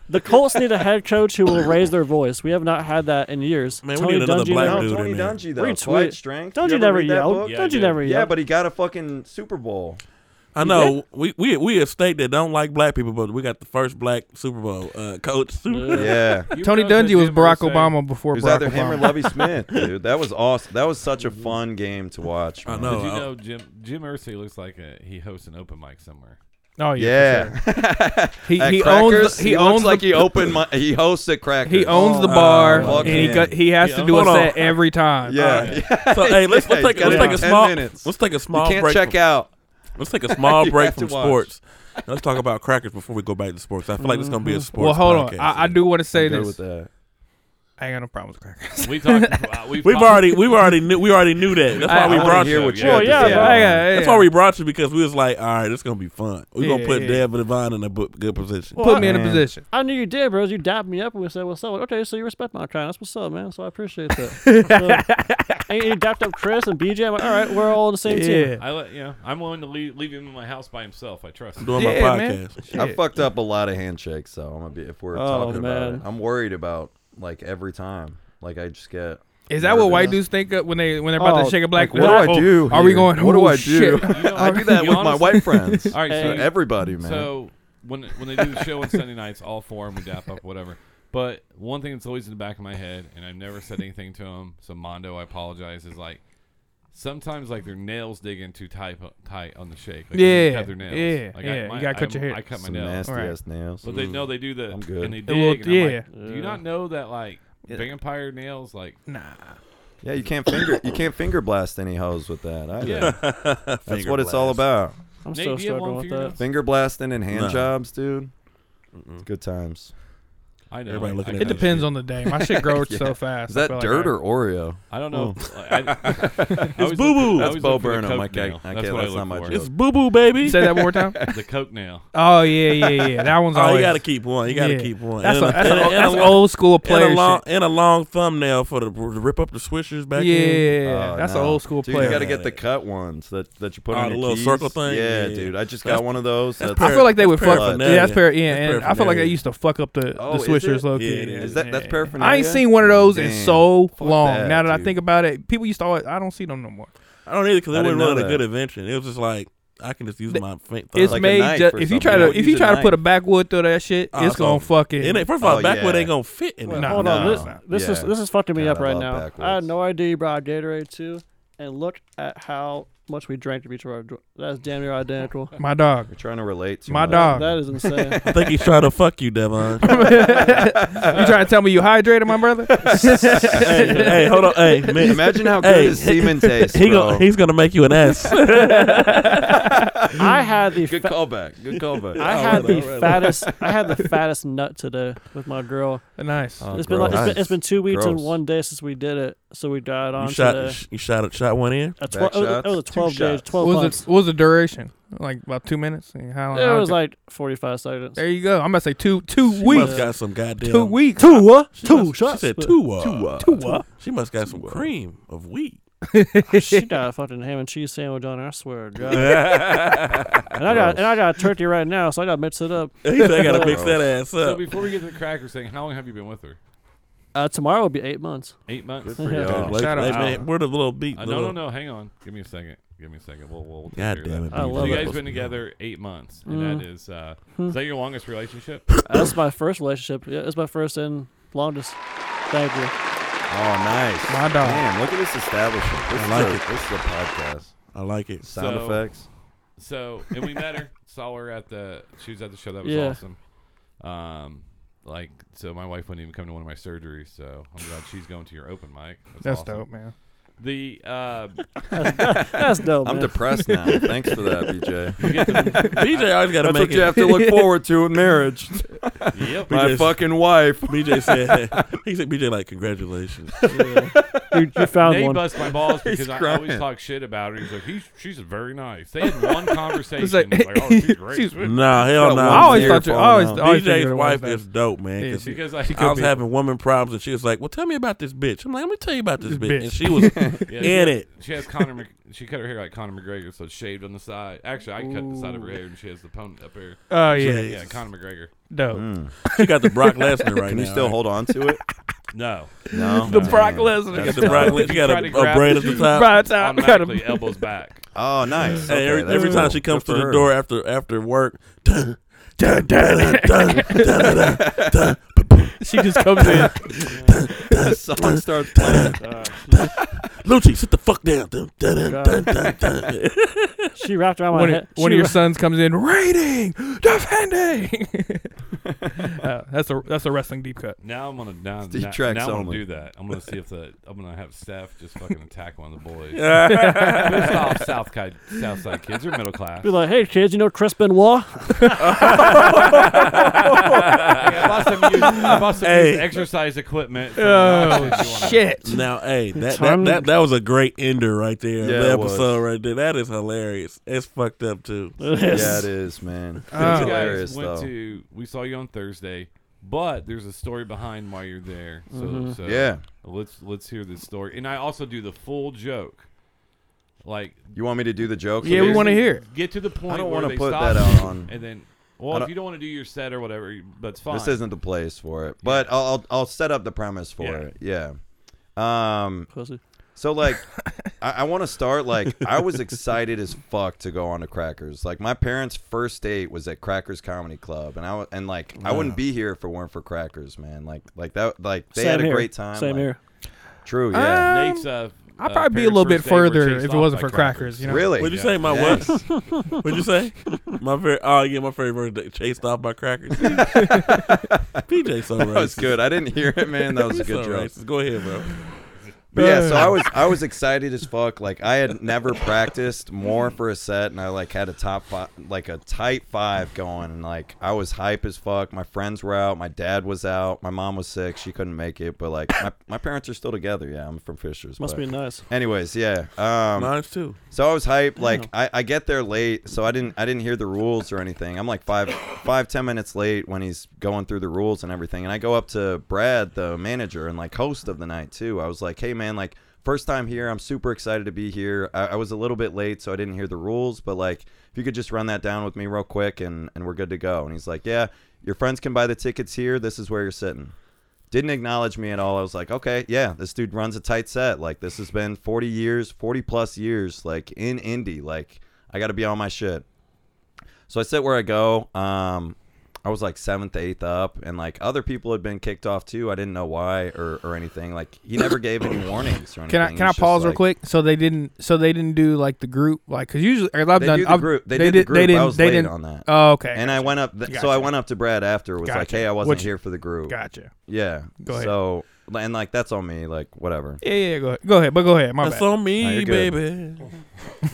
S6: the Colts need a head coach who will raise their voice. We have not had that in years.
S1: Man, we
S6: Tony
S1: need another
S6: Dungy
S1: black
S6: now-
S5: No,
S1: dude.
S5: Tony
S1: in there.
S5: Dungy though.
S6: Retweet.
S5: Quiet Strength.
S6: Dungy
S5: you ever
S6: never
S5: read that
S6: yelled.
S5: book?
S3: Yeah, I
S6: Dungy
S3: did.
S6: never
S5: Yeah,
S6: yelled.
S5: but he got a fucking Super
S4: <laughs>
S5: Bowl.
S1: I know we, we we a state that don't like black people, but we got the first black Super Bowl uh, coach.
S5: Yeah.
S3: You
S4: <laughs> Tony
S3: realize that
S4: Dungy was
S3: Jim
S4: Barack
S3: Irsay-
S4: Obama before
S5: It was
S4: Barack
S5: either him or
S4: Obama.
S5: Lovey
S4: <laughs>
S5: Smith, dude. That was awesome. That was such a fun game to watch.
S1: I
S5: man.
S1: know.
S3: Did you
S1: I-
S3: know Jim Jim Irsay looks like a, he hosts an open
S5: <laughs>
S3: mic somewhere?
S4: Oh yeah, for
S5: Yeah.
S4: sure. He,
S5: At
S4: he
S5: Crackers,
S4: owns the-
S5: he,
S4: he
S5: looks
S4: owns
S5: like
S4: the,
S5: he opened my he hosts at Crackers.
S4: he owns the
S5: Oh,
S4: bar
S5: fuck
S4: and he
S5: yeah.
S4: got, he has
S3: He
S4: to do a
S1: owns- Hold
S4: set
S1: on.
S4: every time.
S5: Yeah.
S1: <laughs> So hey, let's, let's
S5: Yeah,
S1: take
S5: you gotta
S1: let's take
S5: do 10
S1: a small
S5: minutes.
S1: let's take a
S5: You
S1: small
S5: can't
S1: break.
S5: check
S1: from,
S5: out.
S1: Let's take a small
S5: You
S1: break
S5: have to
S1: from
S5: watch.
S1: sports. Now Let's talk about crackers before we go back to sports. I feel like it's gonna be a sports.
S4: Well, hold
S1: podcast.
S4: on. I, I do want to say
S5: Good
S4: this.
S5: with that.
S4: I ain't got no problem with crackers.
S3: We talked. uh, we've
S1: We've
S3: talked-
S1: already we already knew we already knew that. That's
S4: I-
S1: why
S5: I
S1: we
S5: wanna
S1: brought
S5: hear
S1: you.
S5: what you
S3: Yeah,
S5: have to
S6: yeah,
S5: say.
S6: but
S4: I got-
S1: That's
S4: yeah.
S1: why we brought you because we was like, all right, it's gonna be fun. We're gonna
S4: Yeah,
S1: put
S4: yeah.
S1: Deb and Devon in a bu- good position.
S6: Well,
S4: put me in a
S5: Man.
S4: position.
S6: I knew you did, bros. You dapped me up and we said, "What's up?" Okay, so you respect my kind. That's what's up, man. So I appreciate that. So-
S5: <laughs>
S6: and you dapped up Chris and BJ. I'm like, all right, we're all on the same team.
S4: Yeah,
S3: I let you know. I'm willing to leave, leave him in my house by himself. I trust. Him.
S1: Doing my
S4: Yeah, man.
S1: podcast.
S5: I fucked up a lot of handshakes, so I'm gonna be if we're
S6: Oh,
S5: talking about
S6: man.
S5: it. I'm worried about like every time. Like I just get
S4: Is that what white
S5: nervous.
S4: dudes think of when they when they're about
S6: Oh,
S4: to shake a black?
S5: Like, what do I
S4: Oh,
S5: do?
S4: Are we
S5: here?
S4: going?
S5: What do
S4: oh,
S5: I do?
S4: shit.
S3: You know,
S5: <laughs> I do that
S3: you
S5: with my
S3: honestly-
S5: white
S4: <laughs>
S5: friends.
S3: All right,
S5: For
S3: so
S6: Hey.
S5: everybody, man.
S3: So when when they do the show on Sunday nights, all four of them we dap up, whatever. But one thing that's always in the back of my head, and I've never said anything to him, so Mondo, I apologize. Is like sometimes like their nails dig in too tight tight on the shake. Like, they
S4: Yeah,
S3: cut their nails.
S4: yeah,
S3: like,
S4: yeah,
S3: I,
S4: you
S3: my-
S4: gotta cut
S3: I,
S4: your hair.
S3: I cut my
S5: Some
S3: nails,
S5: nasty
S4: Alright.
S5: ass nails.
S3: but they know they do
S1: Mm,
S3: the.
S5: I'm good.
S3: And they
S4: They
S3: dig.
S4: will-
S3: and I'm
S4: yeah.
S3: like, do you not know that like vampire nails
S6: <laughs>
S3: like
S4: Nah.
S5: yeah, you can't finger you can't finger blast any hoes with that. Either.
S4: <laughs>
S3: yeah.
S5: That's what it's all about.
S6: I'm
S3: Nate,
S6: still
S3: do you have one
S6: struggling with
S3: for your
S6: that.
S3: notes?
S5: Finger blasting and hand
S1: No.
S5: jobs, dude. It's good times.
S3: I know.
S1: Everybody
S3: I-
S1: looking
S3: I
S1: at
S4: It
S3: know.
S1: that
S4: depends on the day. My
S5: <laughs>
S4: shit grows so fast.
S5: Is
S4: I
S5: that
S4: feel like
S5: dirt
S4: I-
S5: or Oreo?
S3: I don't <laughs> know.
S5: <laughs>
S3: if- I, it's
S1: boo boo.
S5: That's Bo Burnham. I can't- I
S3: That's
S5: can't-
S3: what I
S5: that's not
S3: look
S5: my
S3: for.
S5: joke.
S1: It's boo boo baby.
S4: Say that one
S5: <laughs>
S4: more time.
S3: <laughs> The Coke nail.
S4: Oh yeah, yeah, yeah. That one's
S1: Oh,
S4: always.
S1: you gotta keep one. You gotta
S4: yeah.
S1: keep one.
S4: That's, a,
S1: And a-
S4: that's,
S1: and a-
S4: a,
S1: and a
S4: that's
S1: long-
S4: old school
S1: and
S4: player.
S1: a long
S4: shit.
S1: and a long thumbnail for the to rip up the swishers back
S4: yeah,
S1: in.
S5: Oh,
S4: that's
S5: no.
S4: an old school
S5: dude,
S4: player.
S5: You got to get the cut ones that, that you put
S1: Oh,
S5: on
S1: the
S5: your
S1: little
S5: keys.
S1: circle thing?
S5: Yeah,
S1: Yeah.
S5: dude. I just
S1: That's-
S5: got one of those.
S1: that's
S5: That's
S4: I feel like they would
S1: That's
S4: fuck.
S1: paraphernalia.
S4: Yeah, that's fair. Yeah,
S1: That's
S4: and I feel like
S1: paraphernalia.
S4: they used to fuck up the,
S5: Oh,
S4: the
S5: is
S4: swishers
S5: it?
S4: low
S1: Yeah,
S4: key.
S1: it
S5: Is that that's paraphernalia?
S4: I ain't seen one of those in
S5: Damn.
S4: so
S5: Fuck
S4: long.
S5: that,
S4: now that I
S5: dude.
S4: think about it, people used to always. I don't see them no more.
S1: I don't need it because
S5: I
S1: it
S5: didn't
S1: wasn't
S5: know
S1: really a
S5: that.
S1: good invention. It was just like I can just use
S4: The-
S1: my fa- thumb.
S4: It's
S5: like a
S4: made.
S5: knife
S4: Just,
S5: or
S4: if you
S5: something.
S4: try
S5: You
S4: to
S5: don't
S4: if you
S5: use a
S4: try to put a
S5: knife.
S4: backwood through that shit,
S1: Oh,
S4: it's gonna
S1: so-
S4: fucking.
S1: it ain't, first of all,
S5: Oh,
S1: backwood
S5: yeah.
S1: ain't gonna fit in there.
S4: Nah.
S6: Hold on,
S5: no.
S6: this, this is
S5: Yeah.
S6: this is fucking me
S5: God,
S6: up
S5: I
S6: right
S5: love
S6: now. I had
S5: backwards.
S6: no idea you brought Gatorade too, and look at how much we drank of each other. That's damn near identical.
S4: my dog.
S5: You're trying to relate to
S4: My
S5: much.
S4: dog.
S6: That
S5: <laughs>
S6: is insane.
S1: I think he's trying to fuck you, Devon. <laughs>
S4: you trying to tell me <laughs> you hydrated, my brother?
S6: <laughs>
S1: hey, hey, hold on. Hey, man.
S5: Imagine how good
S1: Hey.
S5: his semen tastes.
S1: <laughs> He
S5: bro.
S1: go,
S5: <laughs>
S1: he's gonna make you an ass.
S6: I had the
S5: Good
S6: fa-
S5: callback.
S6: <laughs>
S5: Good callback. Oh,
S6: I had the fattest I had the fattest nut today with my girl.
S4: nice.
S5: Oh,
S6: It's been like it's
S5: gross.
S6: been, it's been two weeks and
S5: Gross.
S6: one day since we did it, so we got on
S1: you shot,
S6: today.
S1: sh- you shot, shot one in.
S6: A
S5: Back
S6: twelve. It was, a- it was a
S5: shots, two
S6: twelve gauge,
S5: shots.
S4: What
S6: twelve
S4: was,
S6: months.
S4: the, what was the duration? Like about two minutes? And How long?
S6: It
S4: how
S6: was
S4: it-
S6: like forty-five seconds.
S4: there you go. I'm about to say two two
S1: She
S4: weeks.
S1: must got um, some goddamn
S4: Two weeks.
S6: Two what?
S1: She
S6: Two
S1: must-
S6: shots.
S1: She said
S6: but-
S1: two. Uh,
S4: Two what?
S1: She must got some cream of wheat. <laughs>
S6: <laughs> she got a fucking ham and cheese sandwich on. it, I
S5: <laughs>
S6: swear, to God. and I got and I got turkey right now, so I got to mix it up.
S1: he said, "I gotta mix that ass
S3: So
S1: up."
S5: <laughs>
S3: before we get to the cracker thing, how long have you been with her?
S6: Uh, tomorrow will be eight months.
S3: Eight months.
S5: for you.
S1: Yeah,
S5: Oh,
S1: like-
S4: shout
S1: like,
S4: out.
S1: man, We're the little beat.
S3: Uh, no,
S1: little-
S3: no, no. Hang on. Give me a second. Give me a second. We'll, we'll take
S1: God
S3: care of
S1: damn
S3: that.
S1: it!
S6: I
S1: dude.
S3: So
S6: love
S3: you
S6: it.
S3: guys been together eight months, and that
S6: Mm.
S3: is uh, is that your longest relationship?
S6: Uh, That's my first relationship. Yeah, it's my first and longest. Thank you.
S5: Oh, nice.
S4: My dog.
S5: Man, look at this establishment. This,
S1: like
S5: is,
S1: it.
S5: a, this is a podcast.
S1: I like it. <laughs>
S5: Sound
S3: So-
S5: effects.
S3: So, and we met her, saw her at the, she was at the show. That was
S6: Yeah.
S3: awesome. Um, like, so my wife wouldn't even come to one of my surgeries. So I'm glad she's going to your open mic.
S4: That's
S3: awesome.
S4: dope, man.
S3: The, uh,
S5: <laughs>
S6: That's dope.
S5: I'm
S6: Oh, man.
S5: depressed now. Thanks for that, BJ.
S1: BJ always
S5: That's
S1: gotta make
S5: what
S1: it.
S5: you have to look forward to
S6: <laughs>
S5: in marriage.
S3: yep.
S5: My
S1: just-
S5: fucking wife.
S1: BJ said, <laughs> "He said BJ
S5: <laughs>
S1: like congratulations."
S6: you, you found
S3: They
S6: one.
S3: bust my balls because I always
S5: crying.
S3: talk shit about her. He's like, he's, she's very nice. They had one conversation.
S4: It's like-
S3: He's like, oh, she's great.
S4: She's-
S1: nah,
S5: Got
S1: hell no.
S5: one
S4: I always
S5: ear
S4: thought you.
S5: falling
S4: I always,
S5: out.
S4: I always figured
S1: DJ's
S4: it was
S1: wife
S4: that.
S1: is dope, man.
S4: Yeah,
S1: 'cause
S4: she-
S3: because I,
S1: I was having woman problems, and she was like, "Well, tell me about this bitch." I'm like, "Let me tell you about this bitch." And she was
S3: yeah, she-
S1: in it.
S3: She has Conor. Mc- she cut her hair like Conor McGregor, so it's shaved on the side. Actually, I cut the side of her hair, and she has the pony up here.
S4: Oh yeah,
S3: Yeah, Conor McGregor.
S4: dope.
S5: Mm.
S1: She got the
S4: <laughs>
S1: Brock Lesnar right
S5: Can
S1: now.
S5: you still hold on to it?
S3: No,
S5: No.
S4: The Brock
S1: Got
S4: Lesnar.
S1: the Brock Lesnar. She got
S3: Try to
S1: a, a
S3: grab
S1: braid at
S3: the
S1: the
S3: shoe.
S1: top.
S4: Right out. Got
S3: automatically
S4: him.
S3: elbows back.
S5: <laughs> Oh, nice.
S1: Hey,
S5: Okay,
S1: every,
S5: that's
S1: every
S5: cool.
S1: time she comes
S5: Good for
S1: to the
S5: her.
S1: <laughs> door after after work, dun, dun, dun, dun, dun, dun, dun, dun, ba- boom.
S4: She just comes in.
S5: the song <laughs> starts playing.
S1: Lucci, sit the fuck down. Dun, dun, dun, dun, dun,
S4: <laughs>
S1: dun.
S6: She wrapped around my
S4: One
S6: head.
S4: of, one
S6: she
S4: of your
S6: wra-
S4: sons comes in. Rating, defending. <laughs> uh, that's a that's a wrestling deep cut. <laughs>
S3: Now I'm gonna now,
S5: Steve
S3: now,
S5: tracks
S3: now I'm gonna
S5: only.
S3: do that. I'm gonna see if the I'm gonna have Steph just fucking attack one of the boys. Pissed off South Side South Side kids. They're middle class. <laughs>
S6: <laughs> be like, hey kids, you know Chris Benoit? <laughs>
S3: I bought some, used, I bought some
S1: Hey.
S3: used exercise equipment. from-
S4: Oh
S3: if you wanna-
S4: shit.
S1: Now, hey, that that,
S6: Time-
S1: that that was a great ender right there.
S5: Yeah,
S1: the
S5: it was.
S1: episode right there. That is hilarious. It's fucked up too.
S5: Yeah, it is, man. It's
S4: Oh.
S3: You guys
S5: hilarious,
S3: went
S5: though.
S3: to. We saw you on Thursday, but there's a story behind why you're there. So, so
S5: Yeah.
S3: let's let's hear this story. And I also do the full joke, like
S5: You want me to do the joke?
S4: Yeah, we
S5: here?
S4: want to hear. it.
S3: get to the point.
S5: I don't
S3: want to
S5: put
S3: stop
S5: that
S3: you.
S5: out on.
S3: And then,
S5: I
S3: well, if
S5: don't-
S3: you don't want to do your set or whatever, you- that's fine.
S5: This isn't the place for it. But I'll, I'll I'll set up the premise for
S3: Yeah.
S5: it. Yeah. Um.
S6: Pussy.
S5: So like, I, I want to start like I was excited as fuck to go on to Crackers. Like my parents' first date was at Crackers Comedy Club, and I wa- and like I wouldn't be here if it weren't for Crackers, man. Like like that like they
S6: Same
S5: had a
S6: here.
S5: great time.
S6: Same
S5: like-
S6: here. Ah!
S5: True. Yeah.
S3: Nate's, uh,
S4: I'd
S3: uh,
S4: probably be a
S3: parents'
S4: little bit
S3: first date were
S4: further
S3: chased
S4: if it
S3: off
S4: wasn't
S3: by
S4: for crackers. You know.
S5: really.
S1: What'd you say? My
S5: Yes.
S1: what? <laughs> What'd you say? My very oh yeah, my favorite birthday chased off by crackers.
S5: <laughs>
S1: PJ so
S5: That was
S1: racist.
S5: good. I didn't hear it, man. That was a good
S1: so
S5: joke.
S1: racist. Go ahead, bro.
S5: But yeah, so I was I was excited as fuck. Like I had never practiced more for a set, and I like had a top five, like a tight five going, and like I was hype as fuck. My friends were out, my dad was out, my mom was sick, she couldn't make it, but like my, my parents are still together. Yeah, I'm from Fishers.
S6: Must
S5: but-
S6: be
S5: <laughs>
S6: nice.
S5: Anyways, yeah. Um,
S1: Mine's too.
S5: so I was hyped. Like I, I get there late, so I didn't I didn't hear the rules or anything. I'm like five five ten minutes late when he's going through the rules and everything. And I go up to Brad, the manager and like host of the night too. I was like, hey man, like first time here. I'm super excited to be here. I, I was a little bit late, so I didn't hear the rules, but like if you could just run that down with me real quick and and we're good to go. And he's like, yeah, your friends can buy the tickets here. This is where you're sitting didn't acknowledge me at all. I was like, okay, yeah, this dude runs a tight set. Like this has been 40 years, 40 plus years, like in indie. Like I got to be on my shit. So I sit where I go. Um, I was like seventh, eighth up, and like other people had been kicked off too. I didn't know why or, or anything. Like he never gave any warnings or anything.
S4: Can I can I
S5: It's just,
S4: pause real
S5: like-
S4: quick? So they didn't. So they didn't do like the group, like because usually 'cause I've
S5: They
S4: done.
S5: do the
S4: I've-
S5: group. They, did, the group.
S4: They didn't.
S5: I was
S4: they
S5: late
S4: didn't.
S5: on that.
S4: Oh, okay.
S5: and I went up. Th-
S4: Gotcha.
S5: So I went up to Brad after. Was like,
S4: Gotcha.
S5: hey, I wasn't
S4: What'd you-
S5: here for the group.
S4: gotcha.
S5: Yeah.
S4: Go ahead.
S5: So and like that's on me. Like whatever.
S4: Yeah, yeah. Go ahead. Go ahead. But go ahead. My
S1: That's
S4: bad.
S1: on
S5: No,
S1: me,
S5: you're good.
S1: baby.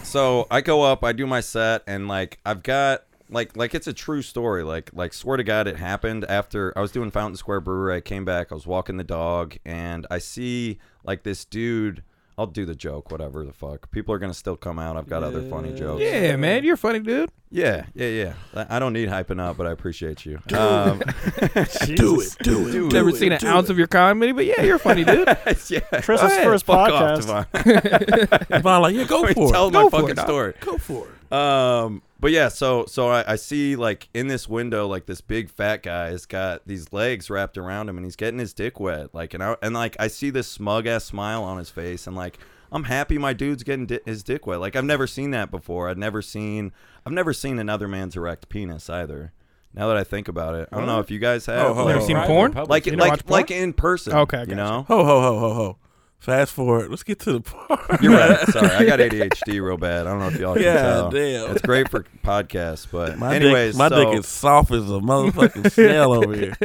S5: so I go up, I do my set, and like I've got like like it's a true story. Like like swear to God, it happened after I was doing Fountain Square Brewery. I came back, I was walking the dog, and I see like this dude. I'll do the joke, whatever the fuck. People are gonna still come out. I've got other funny jokes.
S4: Yeah, man. You're a funny, dude.
S5: yeah, yeah, yeah. I I don't need hyping up, but I appreciate you. Um, <laughs>
S1: Do it, do it. do
S4: Never
S1: it,
S4: seen an
S1: do
S4: ounce
S1: it.
S4: of your comedy, but yeah, you're a
S5: <laughs>
S4: funny, dude. <laughs>
S5: yeah.
S6: Chris's
S5: Hey,
S6: first
S5: fuck
S6: podcast.
S5: Off, Devon. <laughs>
S1: Devon, like, yeah, go for
S5: Tell
S1: it.
S5: my
S4: Go for it,
S5: fucking
S4: dog.
S5: story.
S1: Go for it.
S5: Um, but yeah, so so I, I see like in this window, like this big fat guy has got these legs wrapped around him, and he's getting his dick wet. Like and I and like I see this smug ass smile on his face, and like I'm happy my dude's getting di- his dick wet. Like I've never seen that before. I've never seen I've never seen another man's erect penis either. Now that I think about it, I don't know if you guys have
S1: Oh, oh,
S4: Never
S1: oh.
S4: seen
S3: Private
S4: porn?
S3: or public?
S5: like
S4: You
S5: like
S4: never watched
S5: like,
S4: porn?
S5: in person.
S4: Okay,
S5: you
S4: gotcha.
S5: know.
S1: Ho, ho, ho, ho, ho. Fast forward. Let's get to the <laughs> part.
S5: You're
S4: <laughs>
S5: right. Sorry, I got ADHD real bad. I don't know if y'all can
S1: Yeah,
S5: tell.
S1: damn.
S5: It's great for podcasts, but
S1: My
S5: anyways,
S1: dick, my
S5: so,
S1: dick is soft as a motherfucking snail
S5: <laughs>
S1: over here.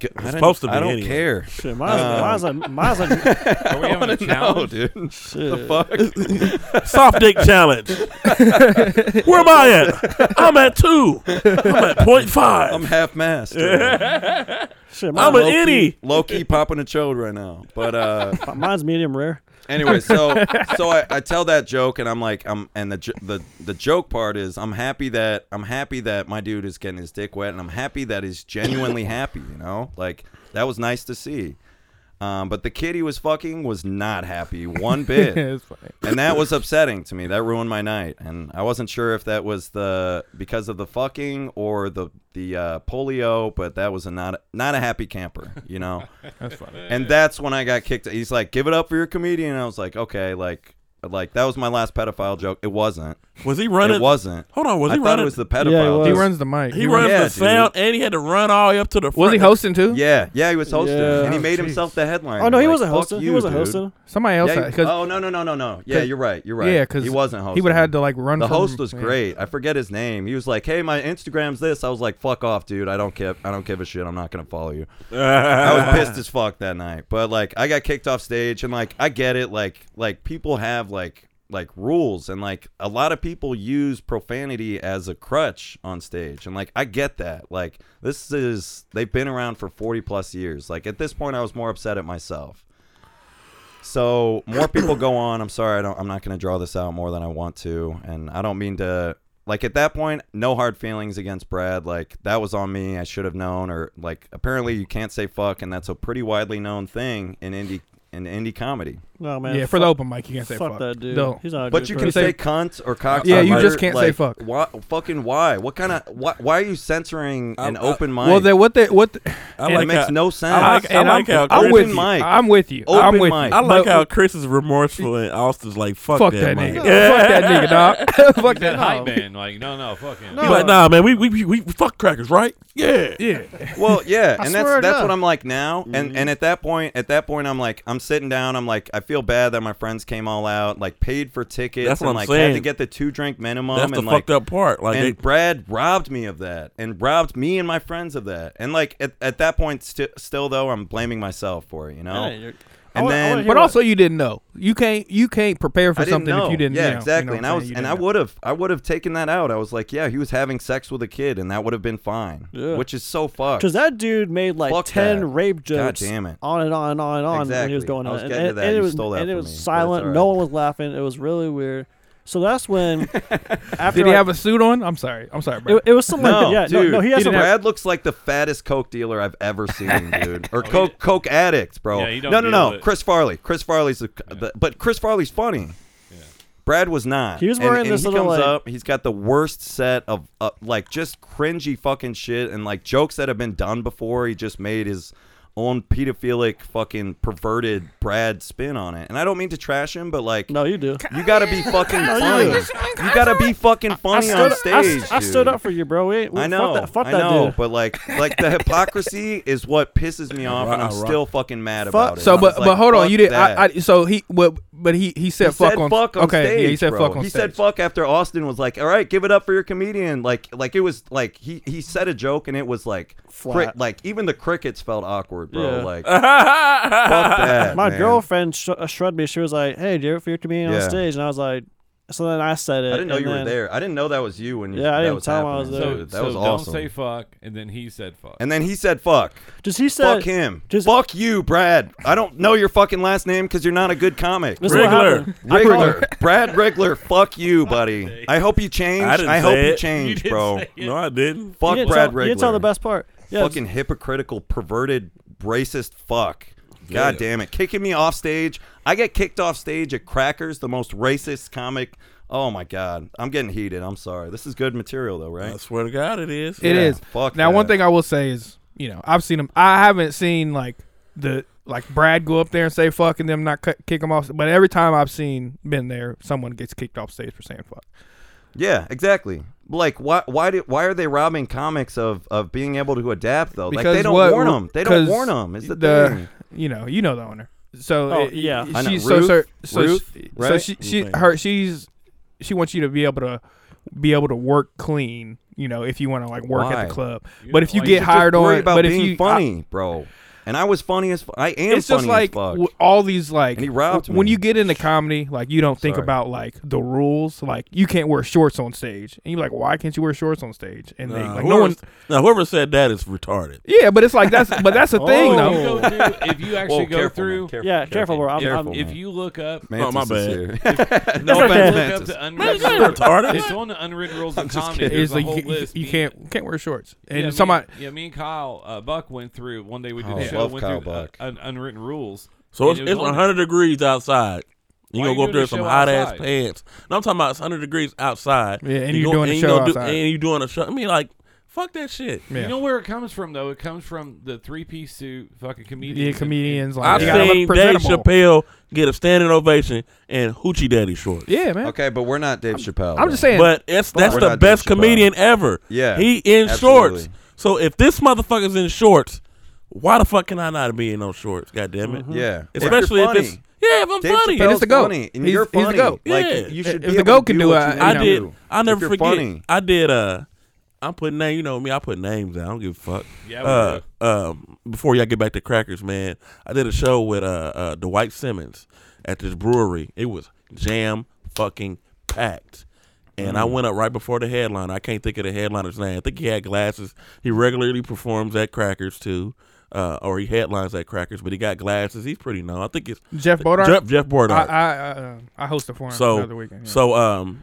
S5: G- I don't-
S1: supposed to be
S5: I don't
S1: anyway.
S5: care.
S6: Shit, mine's, mine's
S5: Um,
S6: a
S4: <laughs>
S6: mine's a
S3: Are we having a
S5: <laughs> No,
S3: challenge?
S5: dude.
S6: shit.
S1: <laughs> Soft dick challenge. Where am I at? I'm at two. I'm at point
S5: <laughs>
S1: five.
S5: I'm half mast. <laughs> I'm
S6: Shit,
S1: I'm
S6: mine,
S1: an innie.
S5: Low key popping a chode right now. But <laughs> uh
S6: mine's medium rare.
S5: anyway, so so I, I tell that joke and I'm like I'm and the jo- the the joke part is I'm happy that I'm happy that my dude is getting his dick wet and I'm happy that he's <laughs> genuinely happy, you know? Like that was nice to see. Um, but the kid he was fucking was not happy one <laughs> bit.
S4: Yeah, it's funny.
S5: and that was upsetting to me. That ruined my night, and I wasn't sure if that was the because of the fucking or the the uh, polio. But that was a not not a happy camper, you know.
S4: That's funny.
S5: and that's when I got kicked. He's like, "Give it up for your comedian." And I was like, "Okay, like." Like that was my last pedophile joke. It wasn't.
S1: Was he running?
S5: it wasn't.
S1: Hold on, was
S5: I
S1: he
S5: thought
S1: running?
S5: it was the
S6: he
S5: pedophile. joke.
S4: He
S6: was.
S4: runs the mic.
S1: he runs
S5: Yeah,
S1: the
S5: dude.
S1: sound, and he had to run all the way up to the front. <laughs>
S4: Was he hosting too?
S5: Yeah, yeah, he was hosting,
S6: Yeah.
S5: and he
S6: Oh,
S5: made
S4: jeez.
S5: himself the headline.
S6: Oh no, he
S5: Like,
S6: wasn't
S5: fuck
S6: hosting.
S5: you,
S6: he wasn't
S5: dude.
S6: hosting.
S4: Somebody else.
S5: Yeah,
S4: had-
S5: you-
S4: 'cause-
S5: oh no, no, no, no, no. Yeah,
S4: 'cause-
S5: you're right. You're right.
S4: yeah, 'cause
S5: he wasn't hosting.
S4: he would have had to like run.
S5: The
S4: from,
S5: host was
S4: yeah.
S5: great. I forget his name. He was like, "Hey, my Instagram's this." I was like, "Fuck off, dude. I don't care. I don't give a shit. I'm not gonna follow you." I was pissed as fuck that night. But like, I got kicked off stage, and like, I get it. Like, like people have like like rules, and like a lot of people use profanity as a crutch on stage, and like, I get that. Like, this is they've been around for 40 plus years. Like at this point, I was more upset at myself. So more people go on. I'm sorry, I don't. I'm not going to draw this out more than I want to, and I don't mean to. Like at that point, no hard feelings against Brad. Like that was on me. I should have known. Or like apparently you can't say fuck, and that's a pretty widely known thing in indie in indie comedy.
S6: No man.
S4: Yeah, for the
S6: fuck,
S4: open mic, you can't say
S6: fuck
S4: fuck.
S6: that dude.
S4: No.
S6: He's not. A
S5: But
S6: dude
S5: you
S6: for
S5: can
S6: us.
S5: say cunt or cocksucker.
S4: Yeah, you just can't say
S5: Like,
S4: fuck.
S5: Why, fucking why? What kind of why, why are you censoring an
S1: I-
S5: open mic?
S4: Well, uh, then what? The, what? The,
S1: I
S5: it
S1: like
S5: makes
S1: how,
S5: no sense.
S1: I like, I
S4: and
S1: like
S4: I'm,
S1: how
S4: I'm
S1: Chris-
S4: with you.
S5: Open mic.
S4: I'm with you.
S5: Open
S4: I'm with
S5: mic.
S4: you.
S1: I like
S4: But-
S1: how Chris is remorseful and Austin's like, fuck,
S4: fuck
S1: that,
S4: that
S1: mic.
S4: nigga. Fuck that nigga, dog. <laughs> Fuck
S3: That
S4: that
S3: hype
S4: hype.
S3: man, like no, no, fuck him.
S1: He like, nah, man, we, we, we, we fuck crackers, right? Yeah.
S4: Yeah.
S5: Well,
S4: <laughs>
S5: yeah, and
S6: swear
S5: that's
S6: to
S5: that's
S6: God.
S5: what I'm like now. And
S1: Mm-hmm.
S5: and at that point, at that point, I'm like, I'm sitting down. I'm like, I feel bad that my friends came all out, like paid for tickets,
S1: That's what
S5: and
S1: I'm
S5: like
S1: saying.
S5: had to get the two drink minimum.
S1: That's
S5: and
S1: the
S5: like,
S1: fucked up part. Like,
S5: and
S1: they, <laughs>
S5: Brad robbed me of that, and robbed me and my friends of that. And like at, at that point, st- still though, I'm blaming myself for it, you know.
S6: Yeah, you're- I
S5: and
S6: wanna- I
S5: then,
S6: wanna hear
S4: But
S6: what-
S4: also, you didn't know. You can't. You can't prepare for
S5: I
S4: something
S5: didn't know.
S4: if you didn't.
S5: Yeah,
S4: know. You know
S5: exactly.
S4: what
S5: and I
S4: I'm saying?
S5: was, and
S4: You didn't
S5: I
S4: know.
S5: would have, I would have taken that out. I was like, yeah, he was having sex with a kid, and that would have been fine.
S6: Yeah.
S5: Which is so fucked.
S6: Because that dude made like
S5: Fuck
S6: ten
S5: that.
S6: rape jokes.
S5: damn it.
S6: On and on and on and on when he was
S5: Exactly.
S6: going
S5: I
S6: on.
S5: was
S6: and,
S5: getting to
S6: and-
S5: that.
S6: and it
S5: You
S6: was,
S5: stole that
S6: and it
S5: from
S6: was
S5: me, but it's
S6: silent.
S5: all right.
S6: No one was laughing. It was really weird. So that's when after
S4: Did he
S6: like-
S4: have a suit on? I'm sorry. I'm sorry, bro.
S6: it, it was something
S5: <laughs> No,
S6: like that. Yeah,
S5: dude,
S6: no, no, he has some
S5: Brad looks like the fattest coke dealer I've ever
S3: <laughs>
S5: seen, dude, or
S3: Oh,
S5: coke
S3: yeah.
S5: coke addict, bro.
S3: Yeah, he don't
S5: no, no,
S3: deal
S5: no.
S3: with it.
S5: Chris Farley. Chris Farley's the, the but Chris Farley's funny. Brad was not.
S6: He was
S5: And-
S6: wearing
S5: and,
S6: this
S5: he
S6: little,
S5: comes
S6: like-
S5: up. He's got the worst set of uh, like just cringy fucking shit and like jokes that have been done before. He just made his on pedophilic fucking perverted Brad spin on it. And I don't mean to trash him, but like
S6: No, you do.
S5: you gotta be fucking funny.
S6: do.
S5: You gotta be fucking funny on
S6: stood- I
S5: stage.
S6: s- I, stood
S5: dude.
S6: up for you, bro. We, ain't- we,
S5: I know.
S6: Fuck that, fuck
S5: I
S6: that
S5: know,
S6: dude.
S5: but like, like the hypocrisy is what pisses me off, and I'm
S1: Right, right.
S5: still fucking mad about it.
S4: So,
S5: It's
S4: but
S5: like,
S4: but hold on,
S5: fuck
S4: you did.
S5: that.
S4: I, I so he well, but he he said
S5: He
S4: fuck
S5: said
S4: on
S5: fuck on
S4: okay
S5: stage.
S4: yeah he said
S5: bro.
S4: fuck on
S5: He
S4: stage.
S5: said fuck after Austin was like, "All right, give it up for your comedian." Like, like it was like he he said a joke and it was like, cri-
S6: Flat.
S5: like even the crickets felt awkward, bro.
S6: Yeah.
S5: Like,
S3: <laughs>
S5: fuck that.
S6: My
S5: man.
S6: girlfriend sh- uh, shrugged me. She was like, "Hey, do you ever fear comedian
S5: Yeah.
S6: on stage?" And I was like, "So then I said it.
S5: I didn't know
S6: and
S5: you were
S6: then-
S5: there. I didn't know that was you when you.
S6: Yeah, I
S5: that
S6: didn't
S5: was
S6: tell him I was
S5: happening,
S6: there.
S3: So,
S5: dude. that
S3: so
S5: was
S3: don't
S5: awesome.
S3: say fuck, and then he said fuck.
S5: and then he said, "Fuck."
S6: Just he said,
S5: Fuck him.
S6: just-
S5: Fuck you, Brad. I don't know your fucking last name because you're not a good comic.
S6: This is what
S1: Regular.
S6: happened.
S5: Rigler. Brad Rigler. Fuck you, buddy. I hope you change.
S1: I didn't
S5: I, hope
S1: say
S5: you
S1: it.
S5: change,
S3: You didn't
S5: bro.
S3: say it.
S1: No, I didn't.
S6: You
S5: Fuck
S6: didn't
S5: Brad
S6: tell-
S5: Rigler.
S6: You didn't tell the best part. Yeah,
S5: fucking hypocritical, perverted, racist fuck. God
S1: Yeah.
S5: damn it. Kicking me off stage. I get kicked off stage at Crackers, the most racist comic. Oh my god. I'm getting heated. I'm sorry. This is good material though, right?
S1: I swear to God, it is.
S4: It
S5: Yeah,
S4: is.
S5: fuck
S4: now, one
S5: that.
S4: thing I will say is, you know, I've seen him. I haven't seen like the like Brad go up there and say fuck and them not cut, kick him off. But every time I've seen been there, someone gets kicked off stage for saying fuck.
S5: Yeah, exactly. Like why why do, why are they robbing comics of of being able to adapt though? like they don't
S4: what-
S5: warn them. They don't
S4: 'cause
S5: warn them. Is the, thing.
S4: you know you know the owner. So
S6: Oh,
S4: it-
S6: yeah.
S5: I know.
S4: she's so so
S5: Ruth?
S4: so,
S5: Ruth,
S4: she, so
S5: right?
S4: she she her she's she wants you to be able to be able to work clean. You know, if you want to like work at
S5: Why?
S4: the club, but if you
S3: like-
S4: get
S5: Just
S4: hired
S5: worry
S4: on,
S5: about
S4: but if
S5: being
S4: you I-
S5: funny, bro. And I was funny as fu- I am
S4: it's
S5: funny
S4: just like
S5: as fuck.
S4: w- all these like
S5: And he robbed
S4: w- when
S5: me.
S4: you get into comedy, like you don't think
S5: Sorry.
S4: about like the rules. Like you can't wear shorts on stage, and you're like, why can't you wear shorts on stage? And they,
S1: Nah,
S4: like no
S1: whoever,
S4: one,
S1: now, whoever said that is retarded.
S4: yeah, but it's like that's but
S5: <laughs>
S4: that's the thing
S3: If
S4: though.
S3: you go through- if you actually
S5: Whoa, careful,
S3: go
S5: man.
S3: through,
S5: Careful,
S6: yeah. Careful, bro. I'm,
S5: Careful.
S6: I'm,
S5: man.
S3: if you look up,
S5: Mantis
S1: Oh, my
S5: is
S1: bad.
S5: here. <laughs>
S3: no
S5: offense,
S3: offense, look
S5: Mantis.
S3: up
S1: Man,
S3: the unwritten,
S1: this is retarded.
S3: it's on the unwritten rules of
S5: just
S3: comedy.
S5: kidding.
S3: There's
S4: It's
S3: a
S4: like
S3: whole
S4: you,
S3: list.
S4: you
S3: Me-
S4: can't can't wear shorts, and
S3: yeah, me
S4: somebody
S3: yeah, me and Kyle uh, Buck went through one day. We did
S5: Oh,
S3: a show.
S5: love
S3: Went
S5: Kyle
S3: through uh,
S5: Buck.
S3: un- unwritten rules.
S1: So
S3: And
S1: it's,
S3: it
S1: it's
S3: was on
S1: 100 degrees outside. You
S3: Why
S1: gonna
S3: you
S1: go up
S3: doing
S1: there in
S3: the
S1: some
S3: show
S1: hot ass
S3: outside?
S1: pants. No, I'm talking about it's 100 degrees outside.
S4: Yeah, and
S1: You
S4: you're
S1: go-
S4: doing a
S1: you
S4: show
S1: gonna do-
S4: outside.
S1: and you doing a show. I mean, like, fuck that shit.
S4: Yeah.
S3: You know where it comes from, though. It comes from the three-piece suit, fucking comedians.
S4: yeah,
S3: and-
S4: comedians like
S1: I've
S4: you gotta look
S1: seen Dave
S4: presentable.
S1: Chappelle get a standing ovation and Hoochie Daddy shorts.
S4: Yeah, man.
S5: Okay, but we're not Dave Chappelle.
S4: I'm
S5: though.
S4: just saying.
S1: But it's, that's
S5: We're
S1: the
S5: not
S1: best
S5: Dave Chappelle.
S1: comedian ever.
S5: Yeah,
S1: He in
S5: absolutely.
S1: shorts. So if this motherfucker's in shorts, why the fuck can I not be in those shorts? God damn
S3: Mm-hmm.
S1: it.
S5: Yeah,
S1: Especially
S5: if
S1: if,
S5: you're
S1: it's Yeah, if I'm
S5: Dave
S1: funny.
S5: Chappelle's
S4: it's the GOAT.
S5: funny, and
S4: He's-
S5: you're
S4: he's the
S5: funny.
S4: GOT.
S5: Like
S1: Yeah.
S5: you should.
S4: If
S5: be
S4: the
S5: able to
S4: GOAT can
S5: do
S4: do
S5: what
S4: it,
S5: you
S4: I
S5: wanna
S1: I
S4: know.
S5: do.
S1: did. I'll never
S5: if you're
S1: forget.
S5: Funny.
S1: I did. Uh, I'm putting name. You know me. I put names out. I don't give a fuck.
S3: Yeah, we
S1: Uh, um, before y'all get back to crackers, man, I did a show with uh, uh Dwight Simmons at this brewery. It was jam fucking packed. And I
S5: Mm.
S1: went up right before the headliner. I can't think of the headliner's name. I think he had glasses. He regularly performs at Crackers too, uh, or he headlines at Crackers. But he got glasses. He's pretty known. I think it's
S4: Jeff Bodar,
S1: Jeff Jeff Bordark.
S4: I I, uh, I hosted for him
S1: So-
S4: another weekend. yeah.
S1: So um,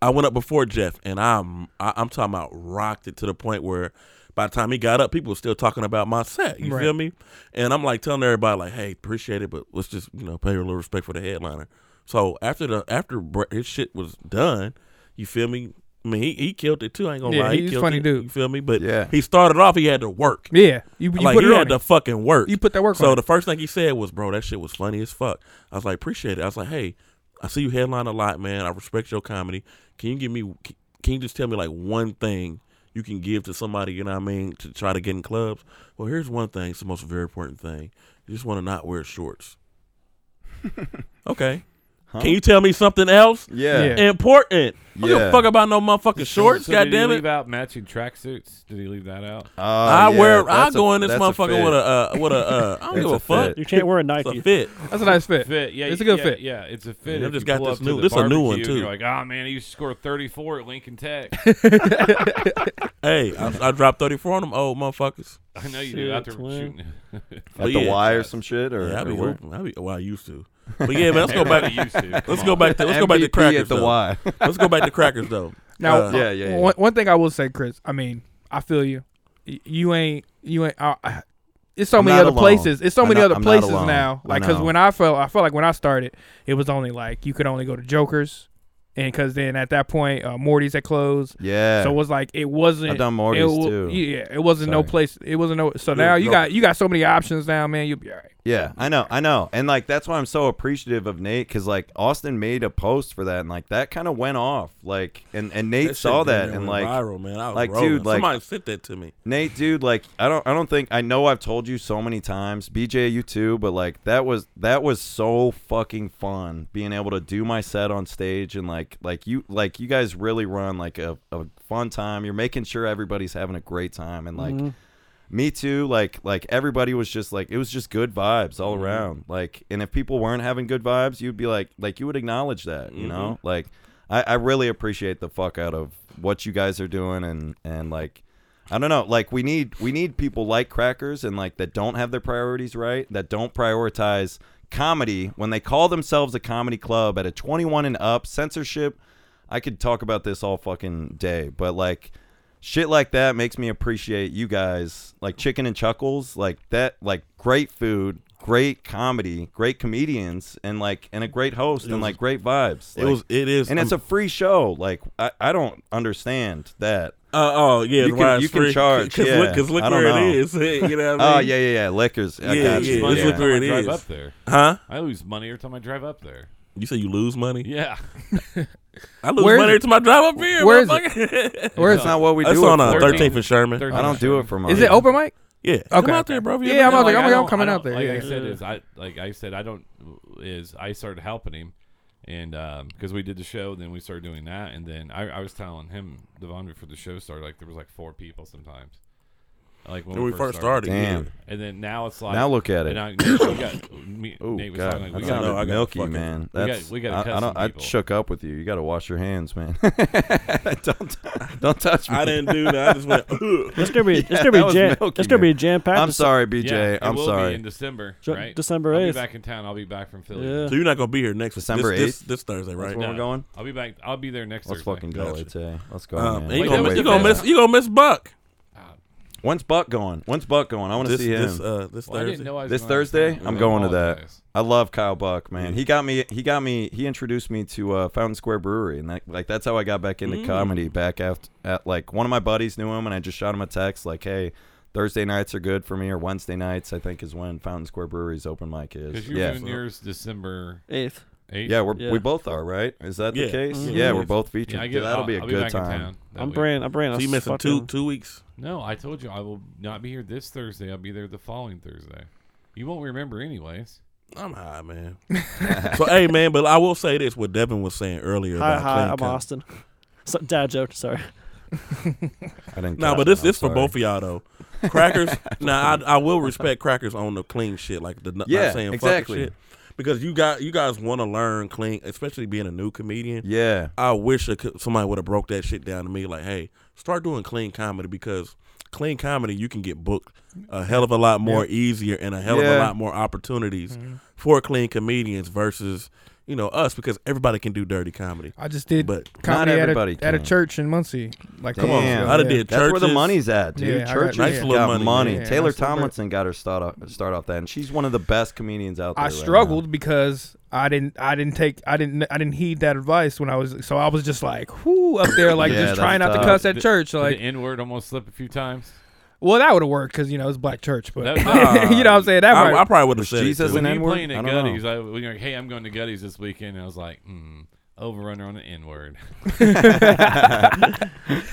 S1: I went up before Jeff, and I'm I, I'm talking about rocked it to the point where by the time he got up, people were still talking about my set. You
S4: Right.
S1: feel me? And I'm like telling everybody like, hey, appreciate it, but let's just you know pay a little respect for the headliner. So after the after bre- his shit was done, you feel me? I mean, he, he killed it too. I ain't gonna
S4: Yeah,
S1: lie.
S4: he's a
S1: he killed
S4: funny
S1: it,
S4: dude.
S1: You feel me? But
S5: Yeah.
S1: he started off. He had to work.
S4: yeah, you, you
S1: like
S4: put
S1: he
S4: it
S1: had
S4: on.
S1: to
S4: it.
S1: fucking work.
S4: You put that work
S1: So
S4: on.
S1: the first thing he said was, "Bro, that shit was funny as fuck." I was like, "Appreciate it." I was like, "Hey, I see you headline a lot, man. I respect your comedy. Can you give me? Can you just tell me like one thing you can give to somebody? You know what I mean? To try to get in clubs. Well, here's one thing. It's the most very important thing. You just want to not wear shorts.
S5: <laughs>
S1: okay.
S5: Huh?
S1: Can you tell me something else
S5: Yeah.
S4: Yeah.
S1: important? I don't give
S5: Yeah.
S1: a fuck about no motherfucking shorts.
S3: So
S1: God
S3: did he
S1: damn it.
S3: leave out matching tracksuits? Did he leave that out?
S5: Uh,
S1: I
S5: yeah,
S1: wear. I
S5: that's a-
S1: go in this
S5: that's
S1: motherfucker
S5: fit.
S1: with a uh, with a. Uh,
S5: <laughs>
S1: I don't
S5: It's
S1: give a,
S5: a
S1: fuck.
S5: fit.
S6: you can't wear a
S1: It's a
S6: Nike.
S1: fit.
S4: That's a nice fit.
S3: Fit, yeah,
S4: It's
S3: y-
S4: a good
S3: yeah,
S4: fit.
S3: Yeah, it's a fit.
S1: Yeah,
S3: If
S1: just
S3: you
S1: got
S3: pull
S1: this
S3: up to
S1: new-
S3: the
S1: this a new one,
S3: barbecue,
S1: too.
S3: You're like, oh man, he scored 34 at Lincoln
S4: <laughs>
S3: Tech.
S1: Hey, I, I dropped thirty four on them old motherfuckers.
S3: I know you do. After
S6: Shit, twin.
S3: shooting,
S5: at
S1: But
S5: the
S1: yeah.
S5: Y or some shit, or,
S1: Yeah, I
S5: or
S1: be
S5: where?
S1: hooping. I be. Well, I used to. But yeah, man, let's go back.
S3: <laughs> Everybody used to. Come
S1: Let's
S3: on.
S1: go back to. <laughs> Let's go back to
S5: MVP
S1: crackers.
S5: at the
S1: though.
S5: Y.
S1: <laughs> Let's go back to crackers though.
S4: Now,
S1: Uh,
S5: yeah, yeah, yeah.
S4: One, one thing I will say, Chris. I mean, I feel you. Y- You ain't. You ain't. I, I, it's so
S5: I'm
S4: many
S5: not
S4: other
S5: alone.
S4: places. It's so
S5: I'm
S4: many
S5: not-
S4: other
S5: I'm not
S4: places
S5: alone.
S4: now.
S5: I
S4: Like, because
S5: know.
S4: when I felt, I felt like when I started, it was only like you could only go to Joker's and because then at that point uh, Morty's had closed,
S5: Yeah.
S4: so it was like it wasn't.
S5: I've done Morty's
S4: it wa-
S5: too.
S4: Yeah, it wasn't no
S5: Sorry.
S4: place. It wasn't no. So now you
S1: no.
S4: got you got so many options now, man. You'll be all right.
S5: Yeah, I know, I know, and like that's why I'm so appreciative of Nate because like Austin made a post for that, and like that kind of went off, like, and and Nate
S1: shit
S5: saw that,
S1: damn
S5: and
S1: went
S5: like,
S1: viral, man. I was
S5: like,
S1: rolling.
S5: dude, like-
S1: somebody sent that to me.
S5: Nate, dude, like, I don't, I don't think I know. I've told you so many times, BJ, you too, but like that was that was so fucking fun being able to do my set on stage and like like you like you guys really run like a, a fun time. You're making sure everybody's having a great time and like. me too like like everybody was just like it was just good vibes all around like and if people weren't having good vibes you'd be like like you would acknowledge that you know like I, I really appreciate the fuck out of what you guys are doing and and like i don't know like we need we need people like crackers and like that don't have their priorities right that don't prioritize comedy when they call themselves a comedy club at a 21 and up censorship i could talk about this all fucking day but like shit like that makes me appreciate you guys like chicken and chuckles like that like great food great comedy great comedians and like and a great host and like great vibes
S1: it
S5: Like,
S1: was. It is.
S5: and it's a
S1: um,
S5: free show like i, I don't understand that
S1: Uh, oh
S5: you
S1: yeah, the
S5: can-
S1: ride's
S5: you can
S1: free.
S5: charge,
S1: Cause
S5: yeah.
S1: look, cause look
S5: I don't
S1: where it
S5: know.
S1: is. <laughs> you know what I mean?
S5: oh yeah yeah yeah liquors I
S1: Yeah,
S5: got
S1: yeah,
S5: you.
S1: let's
S5: yeah.
S1: look where
S3: I
S1: it
S3: drive
S1: is.
S3: up there.
S1: Huh?
S3: I lose money every time I drive up there.
S1: You say you lose money?
S3: Yeah,
S1: I lose
S4: Where is
S1: money
S4: it?
S1: every time I drive up here.
S4: Where is it?
S1: motherfucker.
S4: Where is
S5: that's not what we
S1: That's
S5: do
S1: on
S5: it
S1: uh,
S5: for.
S1: 13th and Sherman.
S5: i don't do it for money
S4: Is it open mic?
S1: Yeah,
S4: Okay.
S1: come out there, bro. if you
S4: Yeah,
S1: ever been
S4: I'm out there.
S1: there.
S4: I'm,
S3: I
S4: I'm
S3: don't-
S4: Oh, coming
S3: I
S4: out
S3: don't-
S4: there.
S3: Like
S4: yeah.
S3: I said, is I like I said, I don't is I started helping him, and because we did the show, then we started doing that, and then I, I was telling him Devon before the show started, like there was like four people sometimes, like when,
S1: When we first started.
S5: Damn.
S1: yeah.
S3: and then now it's like
S5: Now look at it.
S3: And I, we
S5: <coughs>
S3: got, me,
S5: Oh
S3: Nate was
S5: god,
S3: talking, like,
S5: that
S3: we
S5: sounded
S1: gotta- No, I
S3: got
S1: gotta
S5: milky,
S1: fucking-
S5: man.
S3: we gotta-
S5: That's
S3: we gotta
S5: I-
S3: cut
S5: I,
S3: some
S5: don't. I
S3: people.
S5: shook up with you. You got to wash your hands, man. <laughs> don't don't touch me.
S1: I didn't do that. I just went. <laughs> "Ugh."
S6: It's gonna be it's
S5: that
S6: gonna be
S5: was
S6: jam
S5: milky,
S6: it's gonna be
S5: man.
S6: jam packed.
S5: I'm sorry, BJ.
S3: Yeah, it
S5: I'm
S3: will
S5: sorry.
S3: Be in December,
S6: Ju-
S3: right?
S6: December
S3: I'll be
S6: 8th.
S3: back in town. I'll be back from Philly.
S6: Yeah.
S1: so you're not gonna be here next
S5: December
S1: this, this,
S5: 8th?
S1: this Thursday, right?
S5: That's when we're going.
S3: I'll be back. I'll be there next
S5: Let's
S3: Thursday.
S5: fucking go,
S1: Gotcha.
S5: It's Let's go,
S1: Um,
S5: Oh, man.
S1: and you
S3: Wait,
S5: Can't
S1: gonna,
S3: that
S1: miss-
S5: wait
S1: you
S5: for
S1: gonna
S5: that.
S1: miss you gonna miss Buck
S5: When's Buck going? When's Buck going? I want to
S1: this
S5: see him.
S1: this uh this
S3: Well, I didn't
S1: Thursday.
S3: know I was
S5: this
S3: going
S5: Thursday,
S3: Thursday.
S5: I'm
S3: I
S5: going to that.
S3: apologize.
S5: I love Kyle Buck, man. He got me. He got me. He introduced me to uh, Fountain Square Brewery, and that, like that's how I got back into
S3: Mm.
S5: comedy. Back after, at like one of my buddies knew him, and I just shot him a text like, "Hey, Thursday nights are good for me, or Wednesday nights, I think, is when Fountain Square Brewery's open mic is."
S3: Because you're
S5: Yeah,
S3: doing yours December
S6: Eighth.
S3: 8th.
S5: yeah, we're,
S6: Yeah.
S5: we both are, right? Is that the
S1: Yeah.
S5: case?
S1: Mhm.
S5: Yeah,
S1: Yeah.
S5: we're both featured.
S3: Mm-hmm. Yeah, I
S5: Yeah,
S3: get,
S5: that'll be a
S3: I'll
S5: good
S3: back in
S5: time.
S3: town that
S6: I'm
S3: week.
S6: brand I'm brand
S1: So you missing two two weeks.
S3: No, I told you I will not be here this Thursday. I'll be there the following Thursday. You won't remember anyways.
S1: I'm high, man. so hey, man, but I will say this: what Devin was saying earlier
S6: Hi
S1: about
S6: hi,
S1: clean
S6: I'm
S1: cut.
S6: Austin. <laughs> So, dad joke, sorry.
S5: I didn't.
S1: No,
S5: catch
S1: but
S5: it,
S1: this
S5: I'm
S1: this for
S5: sorry.
S1: both of
S5: <laughs>
S1: y'all though. Crackers. now I I will respect crackers on the clean shit, like the n-
S5: Yeah,
S1: not saying
S5: exactly.
S1: fucking shit, because you got you guys want to learn clean, especially being a new comedian.
S5: Yeah,
S1: I wish I could, somebody would have broke that shit down to me. Like, hey, start doing clean comedy because clean comedy you can get booked a hell of a lot more easier and a hell of a
S5: Yeah.
S1: lot more opportunities
S4: Mm-hmm.
S1: for clean comedians versus you know us because everybody can do dirty comedy.
S4: I just did
S1: But
S5: not
S4: comedy at a,
S5: everybody
S4: at a
S5: can.
S4: church in Muncie. Like,
S5: Damn.
S4: come on,
S5: Damn.
S1: I done did
S5: That's where the
S1: churches.
S5: money's at, dude.
S4: Yeah, I got-
S5: Churches
S1: Nice little
S5: got
S1: money.
S5: money.
S4: Yeah, nice
S5: Taylor
S4: little bit.
S5: Tomlinson got her start off, start off that, and she's one of the best comedians out there.
S4: I
S5: right now.
S4: struggled because I didn't I didn't take I didn't I didn't heed that advice when I was so I was just like whoo up there like
S5: Yeah,
S4: just
S5: that's
S4: trying not to
S5: tough.
S4: cuss at church
S3: Did
S4: like
S3: the N word almost slip a few times.
S4: well that would have worked because you know it's black church <laughs> but
S3: That- that-
S4: you know what I'm saying that
S1: I,
S4: might-
S1: I probably would have said
S5: Jesus
S1: it
S4: <laughs>
S5: an
S1: too.
S3: When you
S5: N-word?
S3: playing
S5: I
S3: at
S5: don't know.
S3: Gutties, I, when you're like, hey, I'm going to Gutties this weekend, and I was like, hmm, overrunner on the N word.
S1: I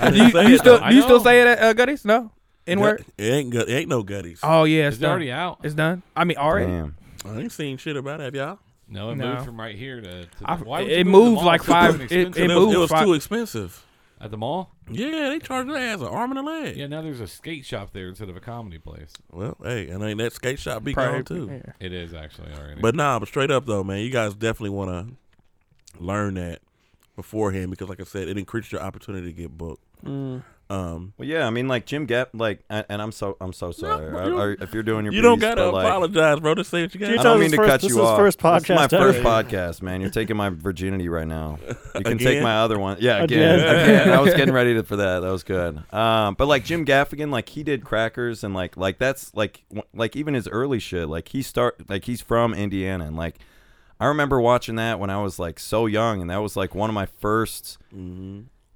S4: do
S1: didn't
S4: you,
S1: say
S4: do you
S1: it,
S4: still
S1: though.
S3: I
S4: do you still
S3: know.
S4: say it at uh, Gutties no N
S1: Gut-
S4: word
S1: It ain't gut- it ain't no gutties.
S4: oh yeah it's
S3: It's
S4: done
S3: already out.
S4: it's done I mean all right
S5: Damn.
S1: I ain't seen shit about it, have y'all.
S3: No, it
S4: No.
S3: moved from right here to. to the,
S4: I-
S3: why would
S4: it
S3: you move to the
S4: moved
S3: mall?
S4: like
S3: It's not
S4: five-
S3: an
S4: it-
S3: expensive
S4: it
S1: It,
S3: move.
S1: was,
S4: moved
S1: it was
S4: fi-
S1: too expensive.
S3: at the mall.
S1: Yeah, they charged their ass an arm and a leg.
S3: Yeah, now there's a skate shop there instead of a comedy place.
S1: Well, hey, and ain't that skate shop be
S4: Probably-
S1: gone too?
S4: yeah.
S3: It is actually already.
S1: But nah, but straight up though, man, you guys definitely want to learn that beforehand because, like I said, it increases your opportunity to get booked.
S6: <laughs>
S1: Um,
S5: Well, yeah, I mean, like Jim Gap, like, and, and I'm so, I'm so sorry.
S1: but
S5: I-
S1: you-
S5: I- if you're doing your,
S1: you don't
S5: piece,
S1: gotta
S5: but, like,
S1: apologize, bro. Just say what you
S5: I
S1: got.
S6: Tell
S5: don't
S6: us
S5: mean to
S6: first-
S5: cut
S6: this
S5: you
S6: is
S5: off.
S6: first
S5: This is my
S6: podcast
S5: first
S6: ever.
S5: podcast, man. You're taking my virginity right now. You can take
S1: Again?
S5: my other one. Yeah, again,
S6: Again.
S5: again. I was getting ready to, for that. That was good. Um, but like Jim Gaffigan, like he did crackers and like, like that's like, w- like even his early shit. Like he start, like he's from Indiana and like. I remember watching that when I was like so young, and that was like one of my 1st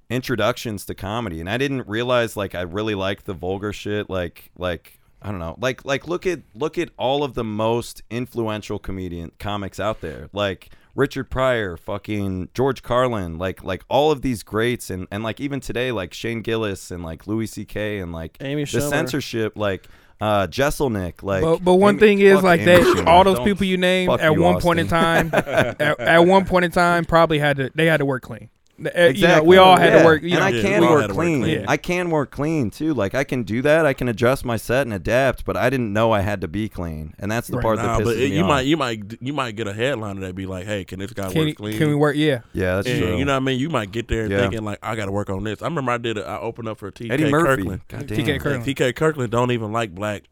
S5: introductions to comedy. And I didn't realize like I really liked the vulgar shit. Like like I don't know. Like like look at look at all of the most influential comedian comics out there. Like Richard Pryor, fucking George Carlin, like like all of these greats, and and like even today, like Shane Gillis and like Louis C.K. and like
S6: Amy
S5: the
S6: Schumer.
S5: censorship, like. Uh, Jesselnick, like,
S4: but but one
S5: Amy-
S4: thing is
S5: fuck
S4: like
S5: Amy
S4: that.
S5: Schumer.
S4: All those
S5: Don't-
S4: people you named
S5: fuck
S4: at
S5: you,
S4: one point
S5: <laughs>
S4: in time, at, at one point in time, probably had to they had to work clean. The- eh, You know, we all had
S5: Yeah.
S4: to work. You
S5: and
S4: know,
S5: I
S1: Yeah,
S5: can
S1: we all
S5: work
S1: had to work
S5: clean.
S1: clean.
S4: Yeah.
S5: I can work clean too. Like I can do that. I can adjust my set and adapt. But I didn't know I had to be clean, and that's the
S4: Right.
S5: part that
S1: Nah,
S5: pisses
S1: but it-
S5: me
S1: you
S5: off.
S1: might you might you might get a headline that be like, "Hey, can this guy
S4: can,
S1: work
S4: you-
S1: clean?"
S4: can we work? Yeah.
S5: yeah, that's
S1: And
S5: true.
S1: you know what I mean? You might get there and
S5: Yeah.
S1: thinking like, I got to work on this. I remember I did. A, I opened up for TK
S5: Eddie Murphy.
S1: Kirkland.
S5: God
S4: TK
S5: damn.
S4: Kirkland.
S1: And TK Kirkland don't even like black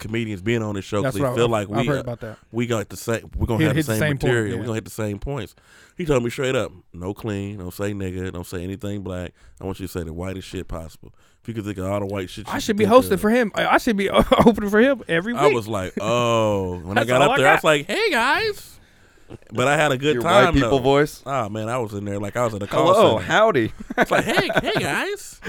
S1: comedians being on his show
S4: That's
S1: because he
S4: what I
S1: feel like
S4: I've
S1: we
S4: heard
S1: uh,
S4: about that.
S1: we got the same. We're gonna
S4: He'll
S1: have the
S4: hit the
S1: same,
S4: same point,
S1: material.
S4: yeah.
S1: We're gonna hit the same points. He told me straight up, no clean, don't say nigga, don't say anything black. I want you to say the whitest shit possible. If you could think of all the white shit, you
S4: I
S1: could
S4: should be
S1: think
S4: hosting
S1: of.
S4: for him. I I should be opening for him every week.
S1: I was like, oh. When I
S4: That's
S1: got
S4: all
S1: up
S4: I
S1: there, I
S4: got.
S1: was like, hey guys. But I had a good
S5: Your
S1: time.
S5: white people
S1: though.
S5: voice.
S1: Ah man, I was in there like I was in a call
S5: Hello,
S1: center.
S4: <laughs>
S5: howdy.
S1: It's like, hey, hey guys.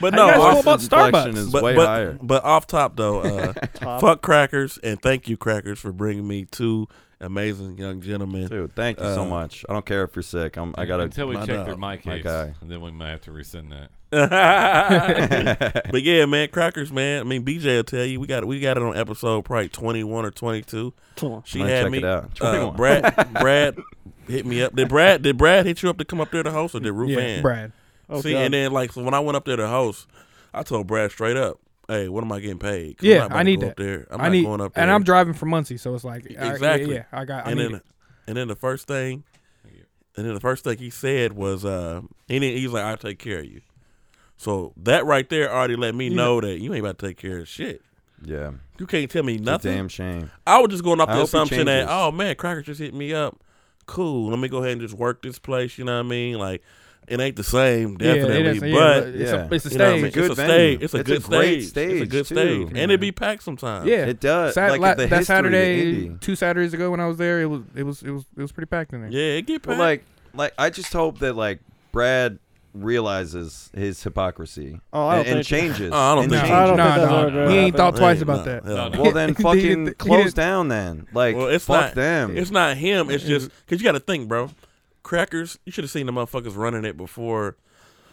S1: But
S4: How
S1: no,
S4: you guys
S1: off-
S4: feel about
S5: Austin's inflection
S4: Starbucks?
S5: Is
S1: but,
S5: way
S1: but,
S5: higher.
S1: but off top
S5: <laughs>
S1: though, uh,
S6: Top.
S1: fuck crackers and thank you crackers for bringing me two amazing young
S5: <laughs>
S1: gentlemen. <laughs>
S5: Dude, thank you so
S1: Uh,
S5: much. I don't care if you're sick. I'm. I gotta.
S3: until we
S1: my
S3: check
S1: dog,
S3: their
S1: my
S3: mic case,
S5: guy.
S3: and then we might have to resend that.
S1: But yeah, man, crackers, man. I mean, BJ will tell you we got we got it on episode probably twenty one or twenty two. She
S5: Might
S1: had
S5: check
S1: me.
S5: it out.
S1: uh,
S5: 21. <laughs>
S1: Brad, Brad hit me up. Did Brad? Did Brad hit you up to come up there to host, or did Rufan?
S4: yeah, Brad.
S6: Oh,
S1: See,
S6: God.
S1: and then like so when I went up there to host, I told Brad straight up, "Hey, what am I getting paid? 'Cause I'm
S4: Yeah,
S1: not about
S4: I
S1: to
S4: need
S1: go
S4: that.
S1: up there. I'm
S4: i
S1: not
S4: need,
S1: going up there."
S4: and I'm driving from Muncie, so it's like I- yeah,
S1: Exactly.
S4: yeah, I got. I
S1: and
S4: need
S1: then,
S4: it.
S1: and then the first thing, and then the first thing he said was, uh, he didn't, he's like, "I'll take care of you." So that right there already let me know that you ain't about to take care of shit.
S5: Yeah, it's
S1: You can't tell me
S5: a
S1: nothing.
S5: damn shame.
S1: I was just going off
S5: I
S1: the
S5: hope he
S1: assumption that,
S5: changes.
S1: oh man, Cracker just hit me up. Cool, let me go ahead and just work this place. You know what I mean? Like, it ain't the same,
S4: Yeah, it
S1: definitely.
S4: doesn't- yeah,
S1: but
S4: it's
S5: yeah.
S4: a, it's a
S1: you know what I mean?
S4: stage.
S5: good
S1: it's a
S5: venue.
S1: stage. It's a
S5: It's
S1: good
S5: a great
S1: stage. It's a good
S5: stage, too.
S1: stage, and it be packed sometimes.
S4: Yeah,
S5: It does.
S4: Sat-
S5: like,
S4: la-
S5: at the history,
S4: that
S5: the
S4: Saturday,
S5: indie.
S4: two Saturdays ago when I was there, it was it was it was it was pretty packed in there.
S1: yeah, it get
S5: But
S1: packed.
S5: like, like I just hope that like Brad realizes his hypocrisy
S6: Oh, I don't
S5: and, and
S6: think-
S5: changes.
S1: Oh, I don't
S5: and
S1: think-
S5: changes.
S6: I don't
S4: No,
S6: think that's
S4: no,
S6: ever
S3: no.
S6: gonna
S4: He ain't
S6: happen.
S4: thought twice
S1: Hey,
S4: about
S1: no,
S4: that.
S1: hell no.
S5: Well,
S6: <laughs>
S5: then
S4: He did- he
S5: fucking
S4: did-
S5: close down. Then like,
S1: Well, it's
S5: fuck
S1: not-
S5: them.
S1: It's not him. It's just because you got to think, bro. Crackers, you should have seen the motherfuckers running it before,
S5: <laughs>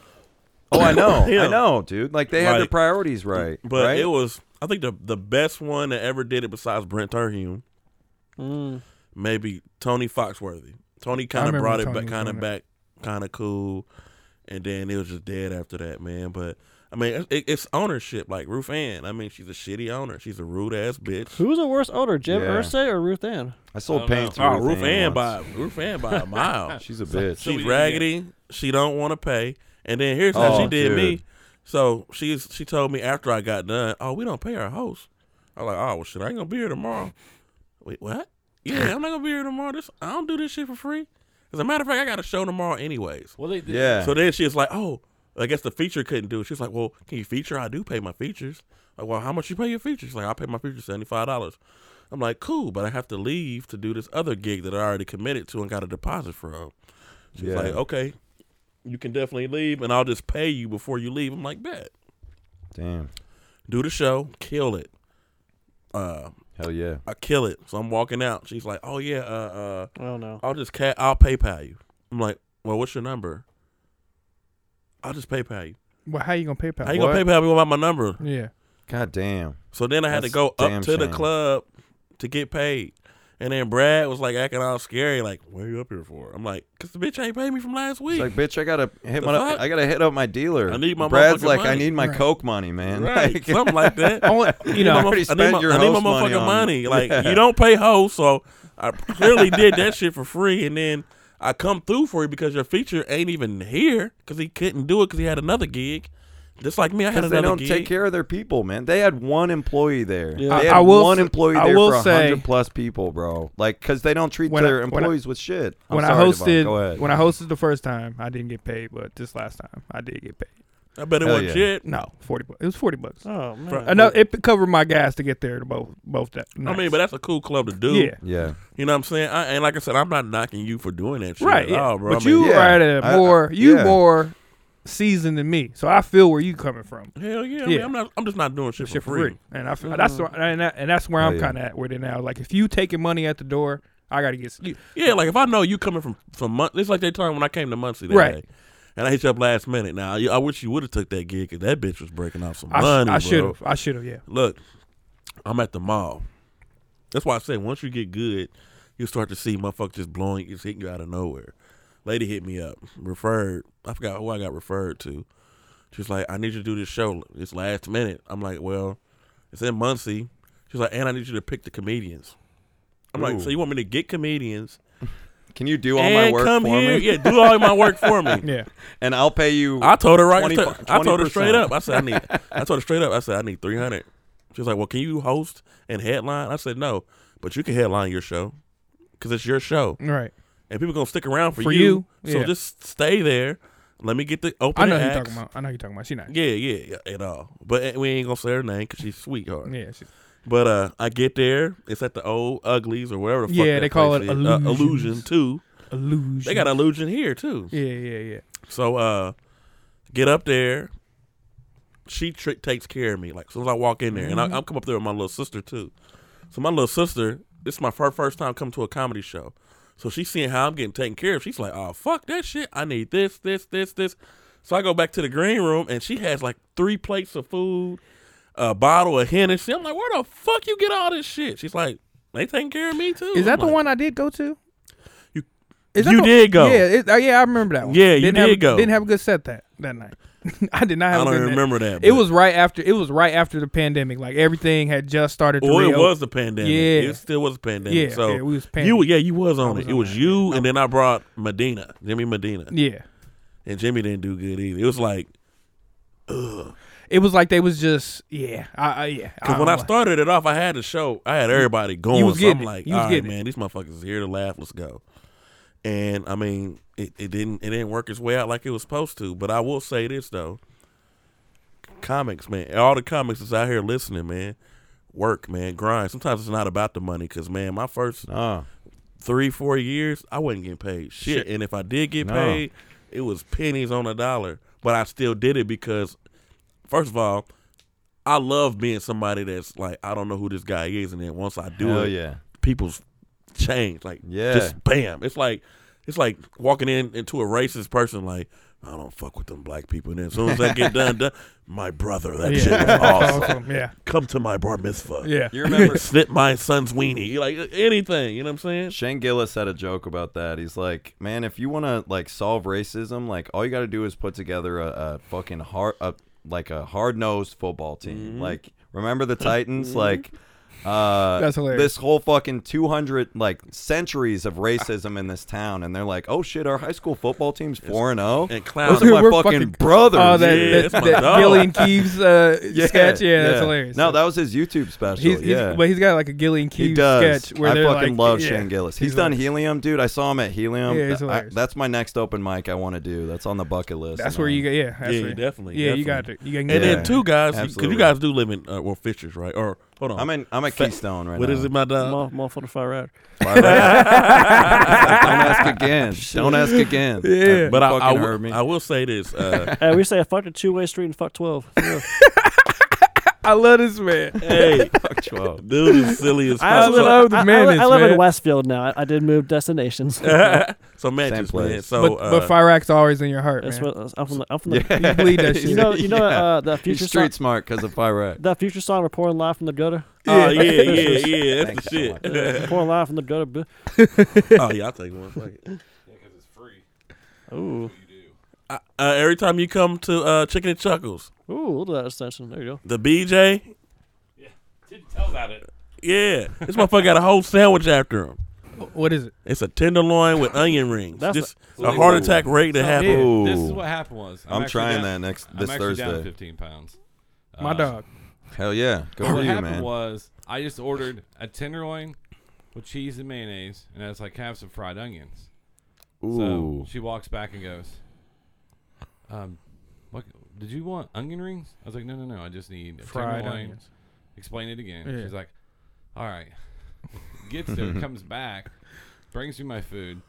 S5: oh, I
S1: <laughs>
S5: know, I
S1: him.
S5: know, dude. Like they had their
S1: Like,
S5: priorities right,
S1: but
S5: right?
S1: it was. I think the the best one that ever did it besides Brent Terhune,
S6: Mm.
S1: maybe Tony Foxworthy. Tony
S4: I
S1: kind of
S4: remember
S1: brought it
S4: Tony
S1: back,
S4: was
S1: kind of
S4: doing it.
S1: back, kind of cool, and then it was just dead after that, man. But I mean, it, it's ownership, like Ruth Ann. I mean, she's a shitty owner. She's a rude ass bitch.
S6: Who's the worst owner, Jim
S5: Yeah.
S6: Ursay or Ruth Ann?
S5: I
S3: I
S5: sold
S3: don't
S5: paint to
S3: know.
S1: Oh, Ruth Ann
S5: Ann once.
S1: by Ruth Ann by
S5: <laughs>
S1: a mile. <laughs>
S5: She's a bitch.
S3: So we
S1: she's
S3: didn't get-
S1: raggedy. She don't want to pay. And then here's how
S5: Oh,
S1: she did me.
S5: dude.
S1: So she's she told me after I got done, oh, we don't pay our host. I'm like, oh well, shit, I ain't gonna be here tomorrow. Wait, what? Yeah, I'm not gonna be here tomorrow. This I don't do this shit for free. As a matter of fact, I got a show tomorrow anyways.
S3: Well, they did.
S5: Yeah.
S1: So then she's like, oh, I guess the feature couldn't do it. She's like, well, can you feature? I do pay my features. Like, well, how much you pay your features? She's like, I pay my features seventy five dollars. I'm like, cool, but I have to leave to do this other gig that I already committed to and got a deposit from. She's
S5: Yeah.
S1: like, okay, you can definitely leave, and I'll just pay you before you leave. I'm like, bet.
S5: Damn.
S1: Do the show, kill it. Uh,
S5: Hell yeah.
S1: I kill it. So I'm walking out. She's like, oh yeah, uh, uh,
S6: I don't know.
S1: I'll just ca- I'll PayPal you. I'm like, well, what's your number? I'll just PayPal you.
S4: Well, how you gonna PayPal?
S1: How you gonna PayPal me without my number?
S4: Yeah,
S5: God damn.
S1: So then I had
S5: That's
S1: to go up
S5: damn
S1: to the
S5: shame.
S1: club to get paid. And then Brad was like acting all scary, like, "What are you up here for?" I'm like, "Cause the bitch ain't paid me from last
S5: It's
S1: week."
S5: like, bitch, I gotta hit
S1: The
S5: my.
S1: fuck?
S5: I gotta hit up my dealer.
S1: I need my
S5: Brad's
S1: motherfucking
S5: like, I
S1: money.
S5: need my
S4: Right.
S5: coke money, man. <laughs>
S1: right,
S5: Like,
S1: something like that.
S4: Only-
S1: I
S4: you
S5: <laughs> I
S1: need my
S4: know.
S5: already
S1: motherf- I need
S5: spent
S1: my,
S5: your
S1: I need my
S5: host money
S1: motherfucking
S5: on-
S1: money. Like
S5: Yeah.
S1: you don't pay hoes, so I clearly did that shit for free. And then I come through for you because your feature ain't even here because he couldn't do it because he had another gig. Just like me, I had
S5: Because they
S1: another
S5: don't
S1: gig.
S5: take care of their people, man. They had one employee there. They
S6: Yeah.
S4: I-
S5: had
S4: I will
S5: one
S4: s-
S5: employee
S4: I
S5: there
S4: will
S5: for a
S4: say-
S5: hundred plus people, bro. Like, because they don't treat
S4: When I-
S5: their
S4: when I-
S5: employees with shit. I'm
S4: When I
S5: sorry, Devon. Go
S4: hosted,
S5: ahead.
S4: when I hosted the first time, I didn't get paid, but this last time I did get paid.
S1: I bet it
S5: Hell
S1: wasn't
S5: yeah.
S1: shit.
S4: No, forty. bucks. It was forty bucks.
S6: Oh man.
S1: Fr-
S4: I know Uh, it covered my gas to get there to both both that.
S1: I mean, but that's a cool club to do.
S4: yeah,
S5: Yeah.
S1: You know what I'm saying? I, and like I said, I'm not knocking you for doing that shit
S4: right.
S1: at
S4: yeah.
S1: all, bro.
S4: but
S1: I mean,
S4: you
S5: yeah.
S4: are at
S5: I- I-
S4: a more you
S5: yeah.
S4: more seasoned than me, so I feel where you coming from.
S1: hell yeah. I
S4: Yeah.
S1: mean, I'm not. I'm just not doing shit,
S4: Shit
S1: for free.
S4: and I feel, that's where- and, that, and that's where
S5: Oh,
S4: I'm
S5: yeah.
S4: kind of at with it now. Like if you taking money at the door, I gotta get s- you,
S1: Yeah, like if I know you coming from from Mun- it's like that time when I came to Muncie that
S4: Right.
S1: day, and I hit you up last minute. Now I, I wish you would have took that gig because that bitch was breaking off some
S4: I, sh-
S1: money. bro.
S4: I should have. I should have. Yeah.
S1: Look, I'm at the mall. That's why I say once you get good, you start to see motherfuckers just blowing, just hitting you out of nowhere. Lady hit me up, referred. I forgot who I got referred to. She's like, I need you to do this show. It's last minute. I'm like, well, it's in Muncie. She's like, and I need you to pick the comedians. I'm like,
S5: Ooh.
S1: so you want me to get comedians
S5: Can you do all
S1: and
S5: my work
S1: come
S5: for
S1: here?
S5: me?
S1: Yeah, do all my work for
S5: <laughs>
S1: me.
S4: Yeah.
S5: And I'll pay you.
S1: I told her right. I
S5: 20
S1: told- I told her
S5: 20%.
S1: straight up. I said I need. I told her straight up. I said I need three hundred. She was like, "Well, can you host and headline?" I said, "No, but you can headline your show because it's your show,
S4: Right.
S1: and people gonna stick around for,
S4: For
S1: you,
S4: you,
S1: So
S4: yeah.
S1: just stay there. Let me get the open.
S4: I know
S1: the
S4: who you're
S1: acts.
S4: talking about. I know who you're talking about. She not.
S1: Yeah, yeah, yeah, at all. But eh, we ain't gonna say her name because she's sweetheart.
S4: Yeah. She,
S1: But uh, I get there. It's at the old Uglies or whatever. The fuck
S4: Yeah,
S1: that
S4: they call
S1: place is.
S4: it
S1: Uh, illusion
S4: Illusions.
S1: too.
S4: illusion.
S1: They got illusion here too.
S4: Yeah. Yeah. Yeah.
S1: So uh get up there. She tr- takes care of me. Like as soon as I walk in there,
S4: Mm-hmm.
S1: and I, I'm come up there with my little sister too. So my little sister, this is my fir- first time coming to a comedy show. So she's seeing how I'm getting taken care of. She's like, "Oh fuck that shit! I need this, this, this, this." So I go back to the green room, and she has like three plates of food, a bottle of Hennessy. I'm like, "Where the fuck you get all this shit?" She's like, "They taking care of me too."
S4: Is
S1: I'm
S4: that the
S1: like,
S4: one I did go to?
S1: You-
S4: Is that
S1: you
S4: the-
S1: did go.
S4: Yeah, it, uh, yeah, I remember that one.
S1: Yeah, you
S4: didn't have,
S1: did go.
S4: Didn't have a good set that that night. <laughs> I did not
S1: I
S4: have. a
S1: don't
S4: good net.
S1: remember that.
S4: It
S1: but-
S4: was right after. It was right after the pandemic. Like everything had just started. To
S1: Well, it
S4: reopen.
S1: was the pandemic.
S4: Yeah.
S1: It still was a pandemic.
S4: Yeah,
S1: so
S4: yeah, we was
S1: you,
S4: pandemic.
S1: yeah, you was on
S4: was
S1: it. it
S4: on
S1: was
S4: that,
S1: you, and then I brought Medina, Jimmy Medina,
S4: Yeah,
S1: and Jimmy didn't do good either. It was like
S4: it was like they was just. Yeah, I, I yeah.
S1: because when I <laughs>
S4: don't know.
S1: started it off, I had a show, I had everybody going.
S4: Oh. was
S1: so I'm
S4: getting it.
S1: like,
S4: You was
S1: all right,
S4: getting it.
S1: man, these motherfuckers is here to laugh. Let's go. And I mean, it, it didn't it didn't work its way out like it was supposed to. But I will say this though, comics, man, all the comics that's out here listening, man, work, man, grind. Sometimes it's not about the money, because man, my first
S5: Oh,
S1: three, four years, I wasn't getting paid shit. And if I did get
S5: No.
S1: paid, it was pennies on a dollar. But I still did it because, first of all, I love being somebody that's like, I don't know who this guy is. And then once I do
S5: hell
S1: it,
S5: yeah.
S1: people's change. Like,
S5: Yeah.
S1: just bam. It's like, it's like walking in into a racist person, like, I don't fuck with them black people. And then as soon as I get done, done, my brother, that shit was awesome.
S4: Awesome, Yeah,
S1: Come to my bar mitzvah.
S5: <laughs>
S4: yeah.
S5: You remember
S1: <laughs> Snip my son's weenie. Like, anything. You know what I'm saying?
S5: Shane Gillis had a joke about that. He's like, man, if you want to like solve racism, like all you got to do is put together a, a fucking hard, a, like a hard nosed football team. Like, remember the Titans? like, uh,
S4: That's hilarious.
S5: This whole fucking two hundred like centuries of racism in this town, and they're like, oh shit, our high school football team's four and oh?" zero.
S1: And
S5: Those
S4: <laughs>
S1: clowns.
S5: are my
S4: We're
S5: fucking,
S4: fucking-
S5: brothers.
S4: Oh, that,
S1: Yeah,
S4: that,
S1: that's my
S4: that
S1: dog.
S4: Gillian Keeves
S1: <laughs>
S4: uh, sketch. Yeah, that's hilarious.
S5: No, that was his YouTube special.
S4: he's, he's-
S5: yeah.
S4: but he's got like a Gillian Keeves
S5: He does.
S4: sketch where
S5: I
S4: they're
S5: fucking
S4: like,
S5: love
S4: yeah.
S5: Shane Gillis. He's,
S4: He's
S5: done
S4: like-
S5: Helium, dude. I saw him at Helium.
S4: Yeah, he's
S5: Th- I-
S4: hilarious.
S5: that's my next open mic I want to do. That's on the bucket list.
S4: That's
S5: and
S4: where
S5: all.
S4: you get. Yeah, that's
S1: Yeah,
S4: where-
S1: definitely,
S4: Yeah, you
S1: definitely.
S4: got it. You can
S1: And
S4: get
S1: then
S4: <laughs>
S5: Yeah,
S4: it.
S1: two guys, because
S5: absolutely.
S1: you guys do live in uh, well Fishers, right? Or hold on,
S5: I'm in. I'm at
S1: Fa-
S5: Keystone right
S1: What
S5: now.
S1: is it, my dog?
S6: Mo- motherfucker, fire out.
S5: Don't <laughs> ask <laughs> again. Don't ask again.
S4: Yeah.
S5: but
S1: But I,
S5: fucking
S1: I, will-
S5: heard me.
S1: I will say
S5: <laughs>
S1: this: uh,
S6: Hey, we say fuck the two way street and fuck twelve. Yeah.
S4: I love this man.
S1: Hey,
S5: Fuck you up.
S1: dude is silly as
S6: I
S1: fuck.
S6: live,
S1: So,
S4: love the
S6: I- I
S4: madness,
S6: li- I live
S4: man.
S6: in Westfield now. I, I did move
S1: <laughs>
S6: destinations.
S1: so man,
S5: Same
S1: just,
S5: place.
S1: man, so
S4: but
S1: uh,
S4: but Firak's always in your heart,
S6: That's
S4: man.
S6: what I'm from. The, I'm from the,
S4: <laughs> you
S5: <laughs>
S4: bleed that
S6: You
S4: shit.
S6: know, you know, uh, the
S5: He's
S6: future song,
S5: street smart because of Fire
S6: that future song, "We're pouring life from
S1: <laughs>
S6: the gutter."
S1: oh
S5: <laughs>
S1: yeah, yeah, yeah, that's the shit.
S6: Yeah, pouring life from the gutter. bi-
S1: <laughs> oh yeah, I'll take one. Fuck
S5: <laughs>
S1: it.
S3: because it's free.
S6: Ooh,
S1: I- Uh, every time you come to uh, Chicken and Chuckles,
S6: ooh, look at that extension. There you go.
S1: the BJ,
S3: Didn't tell about it.
S1: yeah, this motherfucker got a whole sandwich after him.
S4: What is it?
S1: It's a tenderloin with onion rings.
S6: That's
S1: just
S3: a-
S1: a, heart attack rate to happen.
S5: yeah. Ooh.
S3: Oh, This is what happened was
S5: I'm,
S3: actually
S5: trying
S3: down-
S5: that next
S3: I'm
S5: this
S3: actually down
S5: Thursday.
S3: 15 pounds.
S4: My
S3: Uh,
S4: dog.
S5: Hell yeah, go for
S3: what
S5: you,
S3: happened
S5: man.
S3: was I just ordered a tenderloin with cheese and mayonnaise, and I was like, "Can I have some fried onions?"
S5: Ooh,
S3: So she walks back and goes, "Um, what "Did you want onion rings?" I was like, "No, no, no. I just need a
S4: Fried
S3: tenderloin."
S4: onions.
S3: Explain it again.
S4: Yeah.
S3: She's like, "All right." <laughs> Gets there, comes back, brings me my food,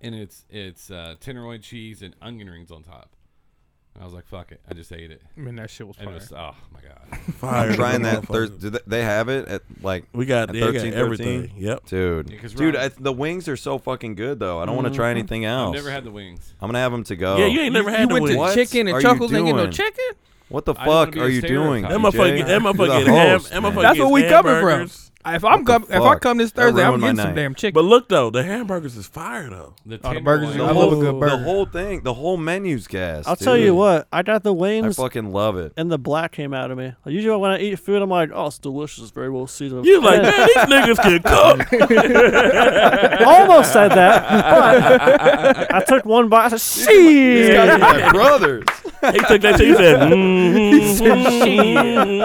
S3: and it's it's uh, tenderloin cheese and onion rings on top. And I was like, "Fuck it." I just ate it.
S4: I mean, that shit was
S3: And it
S4: fire.
S3: was, oh my god.
S1: Fire.
S5: Trying that.
S1: motherfucker.
S5: Thurs- do they, they have it at like
S1: We got,
S5: At
S1: yeah, we got
S5: 13,
S1: everything. Yep.
S5: Dude,
S3: Yeah, 'cause
S5: dude,
S3: Ron-
S5: I, the wings are so fucking good though. I don't want to try anything else.
S3: I've never had the wings.
S5: I'm gonna have them to go.
S1: Yeah, you ain't never had the
S5: Oh. went to
S1: wings.
S5: What
S4: chicken and
S5: are you
S4: chuckles ain't getting no
S5: doing?
S4: chicken.
S5: What the
S3: I don't wanna
S5: fuck
S3: be
S5: are
S3: a
S5: you doing?
S3: stereotype.
S1: That
S5: DJ?
S1: motherfucker, that
S5: You're the
S1: motherfucker, get ham,
S5: host,
S1: that
S5: man.
S1: motherfucker
S4: That's
S1: gets
S4: what we coming from.
S1: hamburgers.
S4: If I'm
S5: What
S4: com-
S5: the
S4: if I
S5: fuck?
S4: come this
S5: That
S4: Thursday, I'm
S5: ruined my
S4: getting some
S5: night.
S4: damn chicken.
S1: But look though, the hamburgers is fire though.
S3: The
S4: Oh, the
S3: tenderloin.
S4: burgers
S5: The
S4: I
S5: whole,
S4: love a good burger.
S5: The whole thing, the whole menu's gas.
S6: I'll tell you
S5: dude.
S6: what, I got the
S5: I
S6: wings
S5: fucking love it.
S6: and the black came out of me. Usually when I eat food, I'm like, oh, it's delicious, very well seasoned.
S1: You like, man, these niggas can cook.
S6: almost said that,
S1: <laughs>
S6: but I took one bite. I said,
S5: These guys are
S6: "Shit!"
S5: my brothers.
S1: he took that shit. He said, mm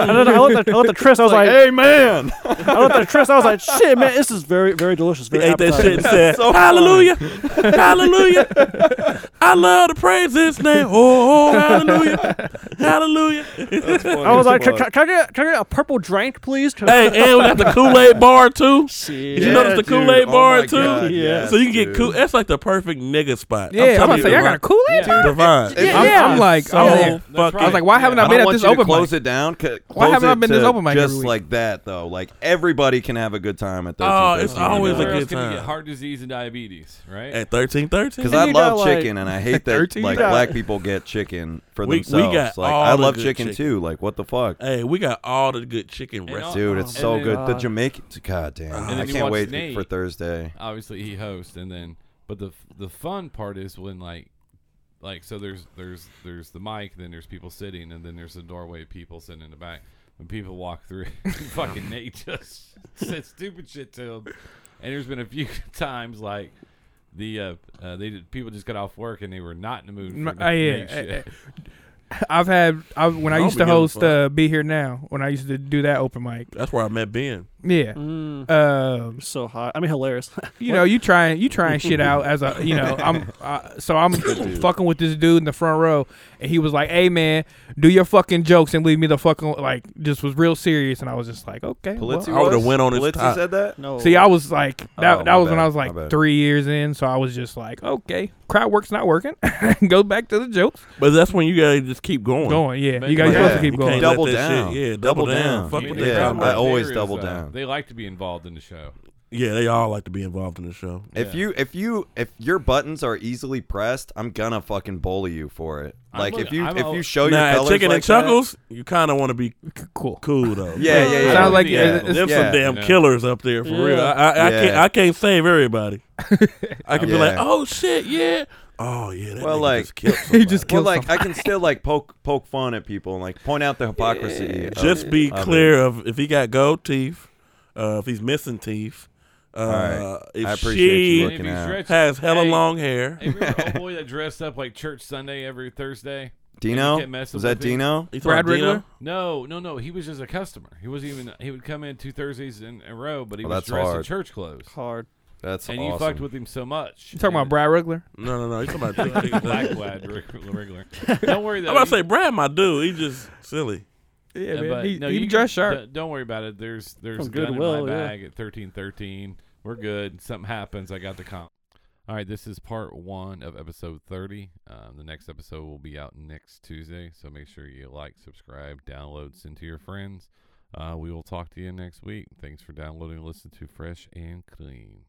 S6: And then I looked at, I looked at Tris. I was
S5: Like,
S6: like,
S5: hey man,
S6: I looked at Tris. I was like, shit, man, this is very, very delicious.
S1: <laughs> He
S6: Very
S1: ate that shit
S6: appetizing."
S1: and said,
S5: So
S1: Hallelujah, Hallelujah. I love to praise His name. Oh, oh, Hallelujah, Hallelujah.
S6: I was like, can, can, can I get, can I get a purple drink, please? Can-
S1: hey, and we got the Kool Aid bar too.
S6: Shit.
S1: Did you notice the
S5: dude.
S1: Kool-Aid
S5: Oh
S1: bar,
S5: my
S1: too?
S5: God,
S6: Yeah.
S5: yes,
S1: so you can get
S5: dude. <laughs>
S1: cool. That's like the perfect nigga spot.
S4: yeah, I'm, about to say, y'all got a Kool Aid.
S3: Yeah.
S1: divine.
S5: It-
S4: I'm,
S6: Yeah.
S4: I'm like,
S1: so
S4: I'm <laughs> there.
S1: fucking.
S4: Oh, I was like, why haven't I
S5: I
S4: been
S5: don't
S4: at
S5: want
S4: this
S5: you to
S4: open
S5: close
S4: mic?
S5: it down. c-
S4: Why
S5: close
S4: haven't I
S5: it
S4: been this
S5: to
S4: open mic
S5: Just
S4: every week?
S5: like that though. Like everybody can have a good time at 13.
S1: Oh, it's
S5: 13,
S1: always
S5: you know?
S1: a
S3: Where
S1: good
S3: else can you
S1: time.
S3: get heart disease and diabetes, right?
S1: at thirteen thirteen. <laughs>
S5: Because
S6: And
S5: I
S6: you
S5: love
S6: got, like-
S5: chicken, and I hate that
S4: 13,
S5: like
S4: you got-
S5: black people get chicken for
S1: We- we
S5: themselves.
S1: got
S5: like
S1: all
S5: I
S1: the
S5: love
S1: good
S5: chicken,
S1: chicken.
S5: too. Like what the fuck,
S1: hey, we got all the good chicken
S3: And all-
S1: restaurants.
S5: dude?
S6: Oh,
S5: It's so
S6: and
S5: good.
S6: then-
S1: Uh,
S5: the Jamaican, god damn,
S3: then
S5: I
S3: you
S5: can't
S3: watch
S5: wait
S3: Nate.
S5: for Thursday.
S3: Obviously, he hosts, and then but the the fun part is when like like so there's there's there's the mic, then there's people sitting, and then there's the doorway people sitting in the back. When people walk through, <laughs> fucking Nate just <laughs> said stupid shit to him. And there's been a few <laughs> times like the uh, uh they did, people just got off work and they were not in the mood. For
S4: Mm,
S3: Nate
S4: uh, yeah,
S3: Nate's shit.
S4: uh, I've had I, when I
S1: I'll
S4: used
S1: be
S4: to
S1: giving a
S4: host
S1: fuck.
S4: uh, Be Here Now, when I used to do that open mic.
S1: That's where I met Ben.
S4: Yeah.
S6: Mm,
S4: Um,
S6: so hot. I mean, hilarious. <laughs>
S4: you know, you trying you trying shit out as a you know I'm uh, so I'm fucking with this dude in the front row, and he was like, "Hey man, do your fucking jokes and leave me the fucking like." Just was real serious, and I was just like, "Okay." well."
S5: Pulitzer
S1: I would've
S5: was?
S1: went on his
S5: Pulitzer
S1: top.
S5: said that.
S6: No.
S4: See, I was like that.
S5: Oh,
S4: that
S5: my
S4: was when
S5: bad,
S4: I was
S5: my
S4: like
S5: bad.
S4: three years in, so I was just like, "Okay, crowd work's not working." <laughs> Go back to the jokes.
S1: But that's when you gotta just keep going.
S4: Going, yeah.
S3: But-
S4: You guys
S5: Yeah.
S4: supposed to
S1: You can't
S4: keep going.
S1: let
S5: Double
S1: that
S5: down.
S1: Shit. Yeah,
S5: Double
S1: double, down.
S5: down.
S1: Fuck
S5: Yeah,
S1: what
S5: yeah.
S1: they talking
S5: I
S1: about.
S5: always
S3: There is,
S5: double
S3: uh,
S5: down.
S3: They like to be involved in the show.
S1: Yeah, they all like to be involved in the show.
S5: If you if you if your buttons are easily pressed, I'm gonna fucking bully you for it.
S3: I'm
S5: Like if
S3: looking-
S5: you
S3: I'm
S5: if
S3: all-
S5: you show your
S1: now, at
S5: colors
S1: Chicken
S5: like
S1: and Chuckles, you kind of want to be
S4: Cool.
S1: cool though.
S5: That, <laughs> yeah, yeah, yeah.
S4: Sounds like-
S5: yeah.
S4: it's-
S1: Them
S5: Yeah.
S1: some damn
S3: Yeah.
S1: killers up there for real. I, I, I
S5: Yeah.
S1: can't I can't save
S4: <laughs>
S1: everybody. I can be
S5: Yeah.
S1: like, oh shit, yeah, oh yeah. That
S5: Well,
S1: nigga
S5: like-
S1: just killed
S5: <laughs>
S4: He just
S5: Well,
S4: killed
S5: like I can still like poke poke fun at people and like point out the hypocrisy. of-
S1: Uh, Just be
S5: of it.
S1: clear of if he got gold teeth, uh, if he's missing teeth, uh,
S5: Alright.
S1: if
S5: I appreciate
S1: she
S5: you
S3: And if
S5: looking
S3: he's
S5: out.
S3: rich,
S1: has hella
S3: Hey.
S1: long hair,
S3: Hey, remember
S5: <laughs>
S3: old boy that dressed up like church Sunday every Thursday?
S5: Dino,
S3: You can't mess
S5: was
S3: with
S5: that
S3: it.
S5: Dino?
S1: You talking
S4: Brad
S1: about Dino?
S4: Riggler?
S3: No, no, no. He was just a customer. He wasn't even. He would come in two Thursdays in a row, but he
S5: Well,
S3: was
S5: that's
S3: dressed in
S5: hard.
S3: church clothes.
S6: hard.
S5: That's
S3: and
S5: awesome.
S3: you fucked with him so much.
S4: You talking about Brad Rugler?
S1: No, no, no. You talking
S3: <laughs>
S1: about
S3: Brad?
S1: Dino?
S3: Black lad, reg- regular. Don't worry. Though,
S1: I'm about to
S3: you-
S1: say Brad, my dude. He just silly.
S4: Yeah,
S3: uh,
S4: man.
S3: but
S4: He,
S3: no,
S4: he
S3: you
S4: dressed
S3: can-
S4: sharp.
S3: d- Don't worry about it. There's there's
S6: From
S3: a gun in
S6: Goodwill,
S3: my
S6: yeah.
S3: bag at thirteen thirteen. We're good. Something happens. I got the comp. All right, this is part one of episode thirty. Um, the next episode will be out next Tuesday, so make sure you like, subscribe, download, send to your friends. Uh, we will talk to you next week. Thanks for downloading. Listen to Fresh and Clean.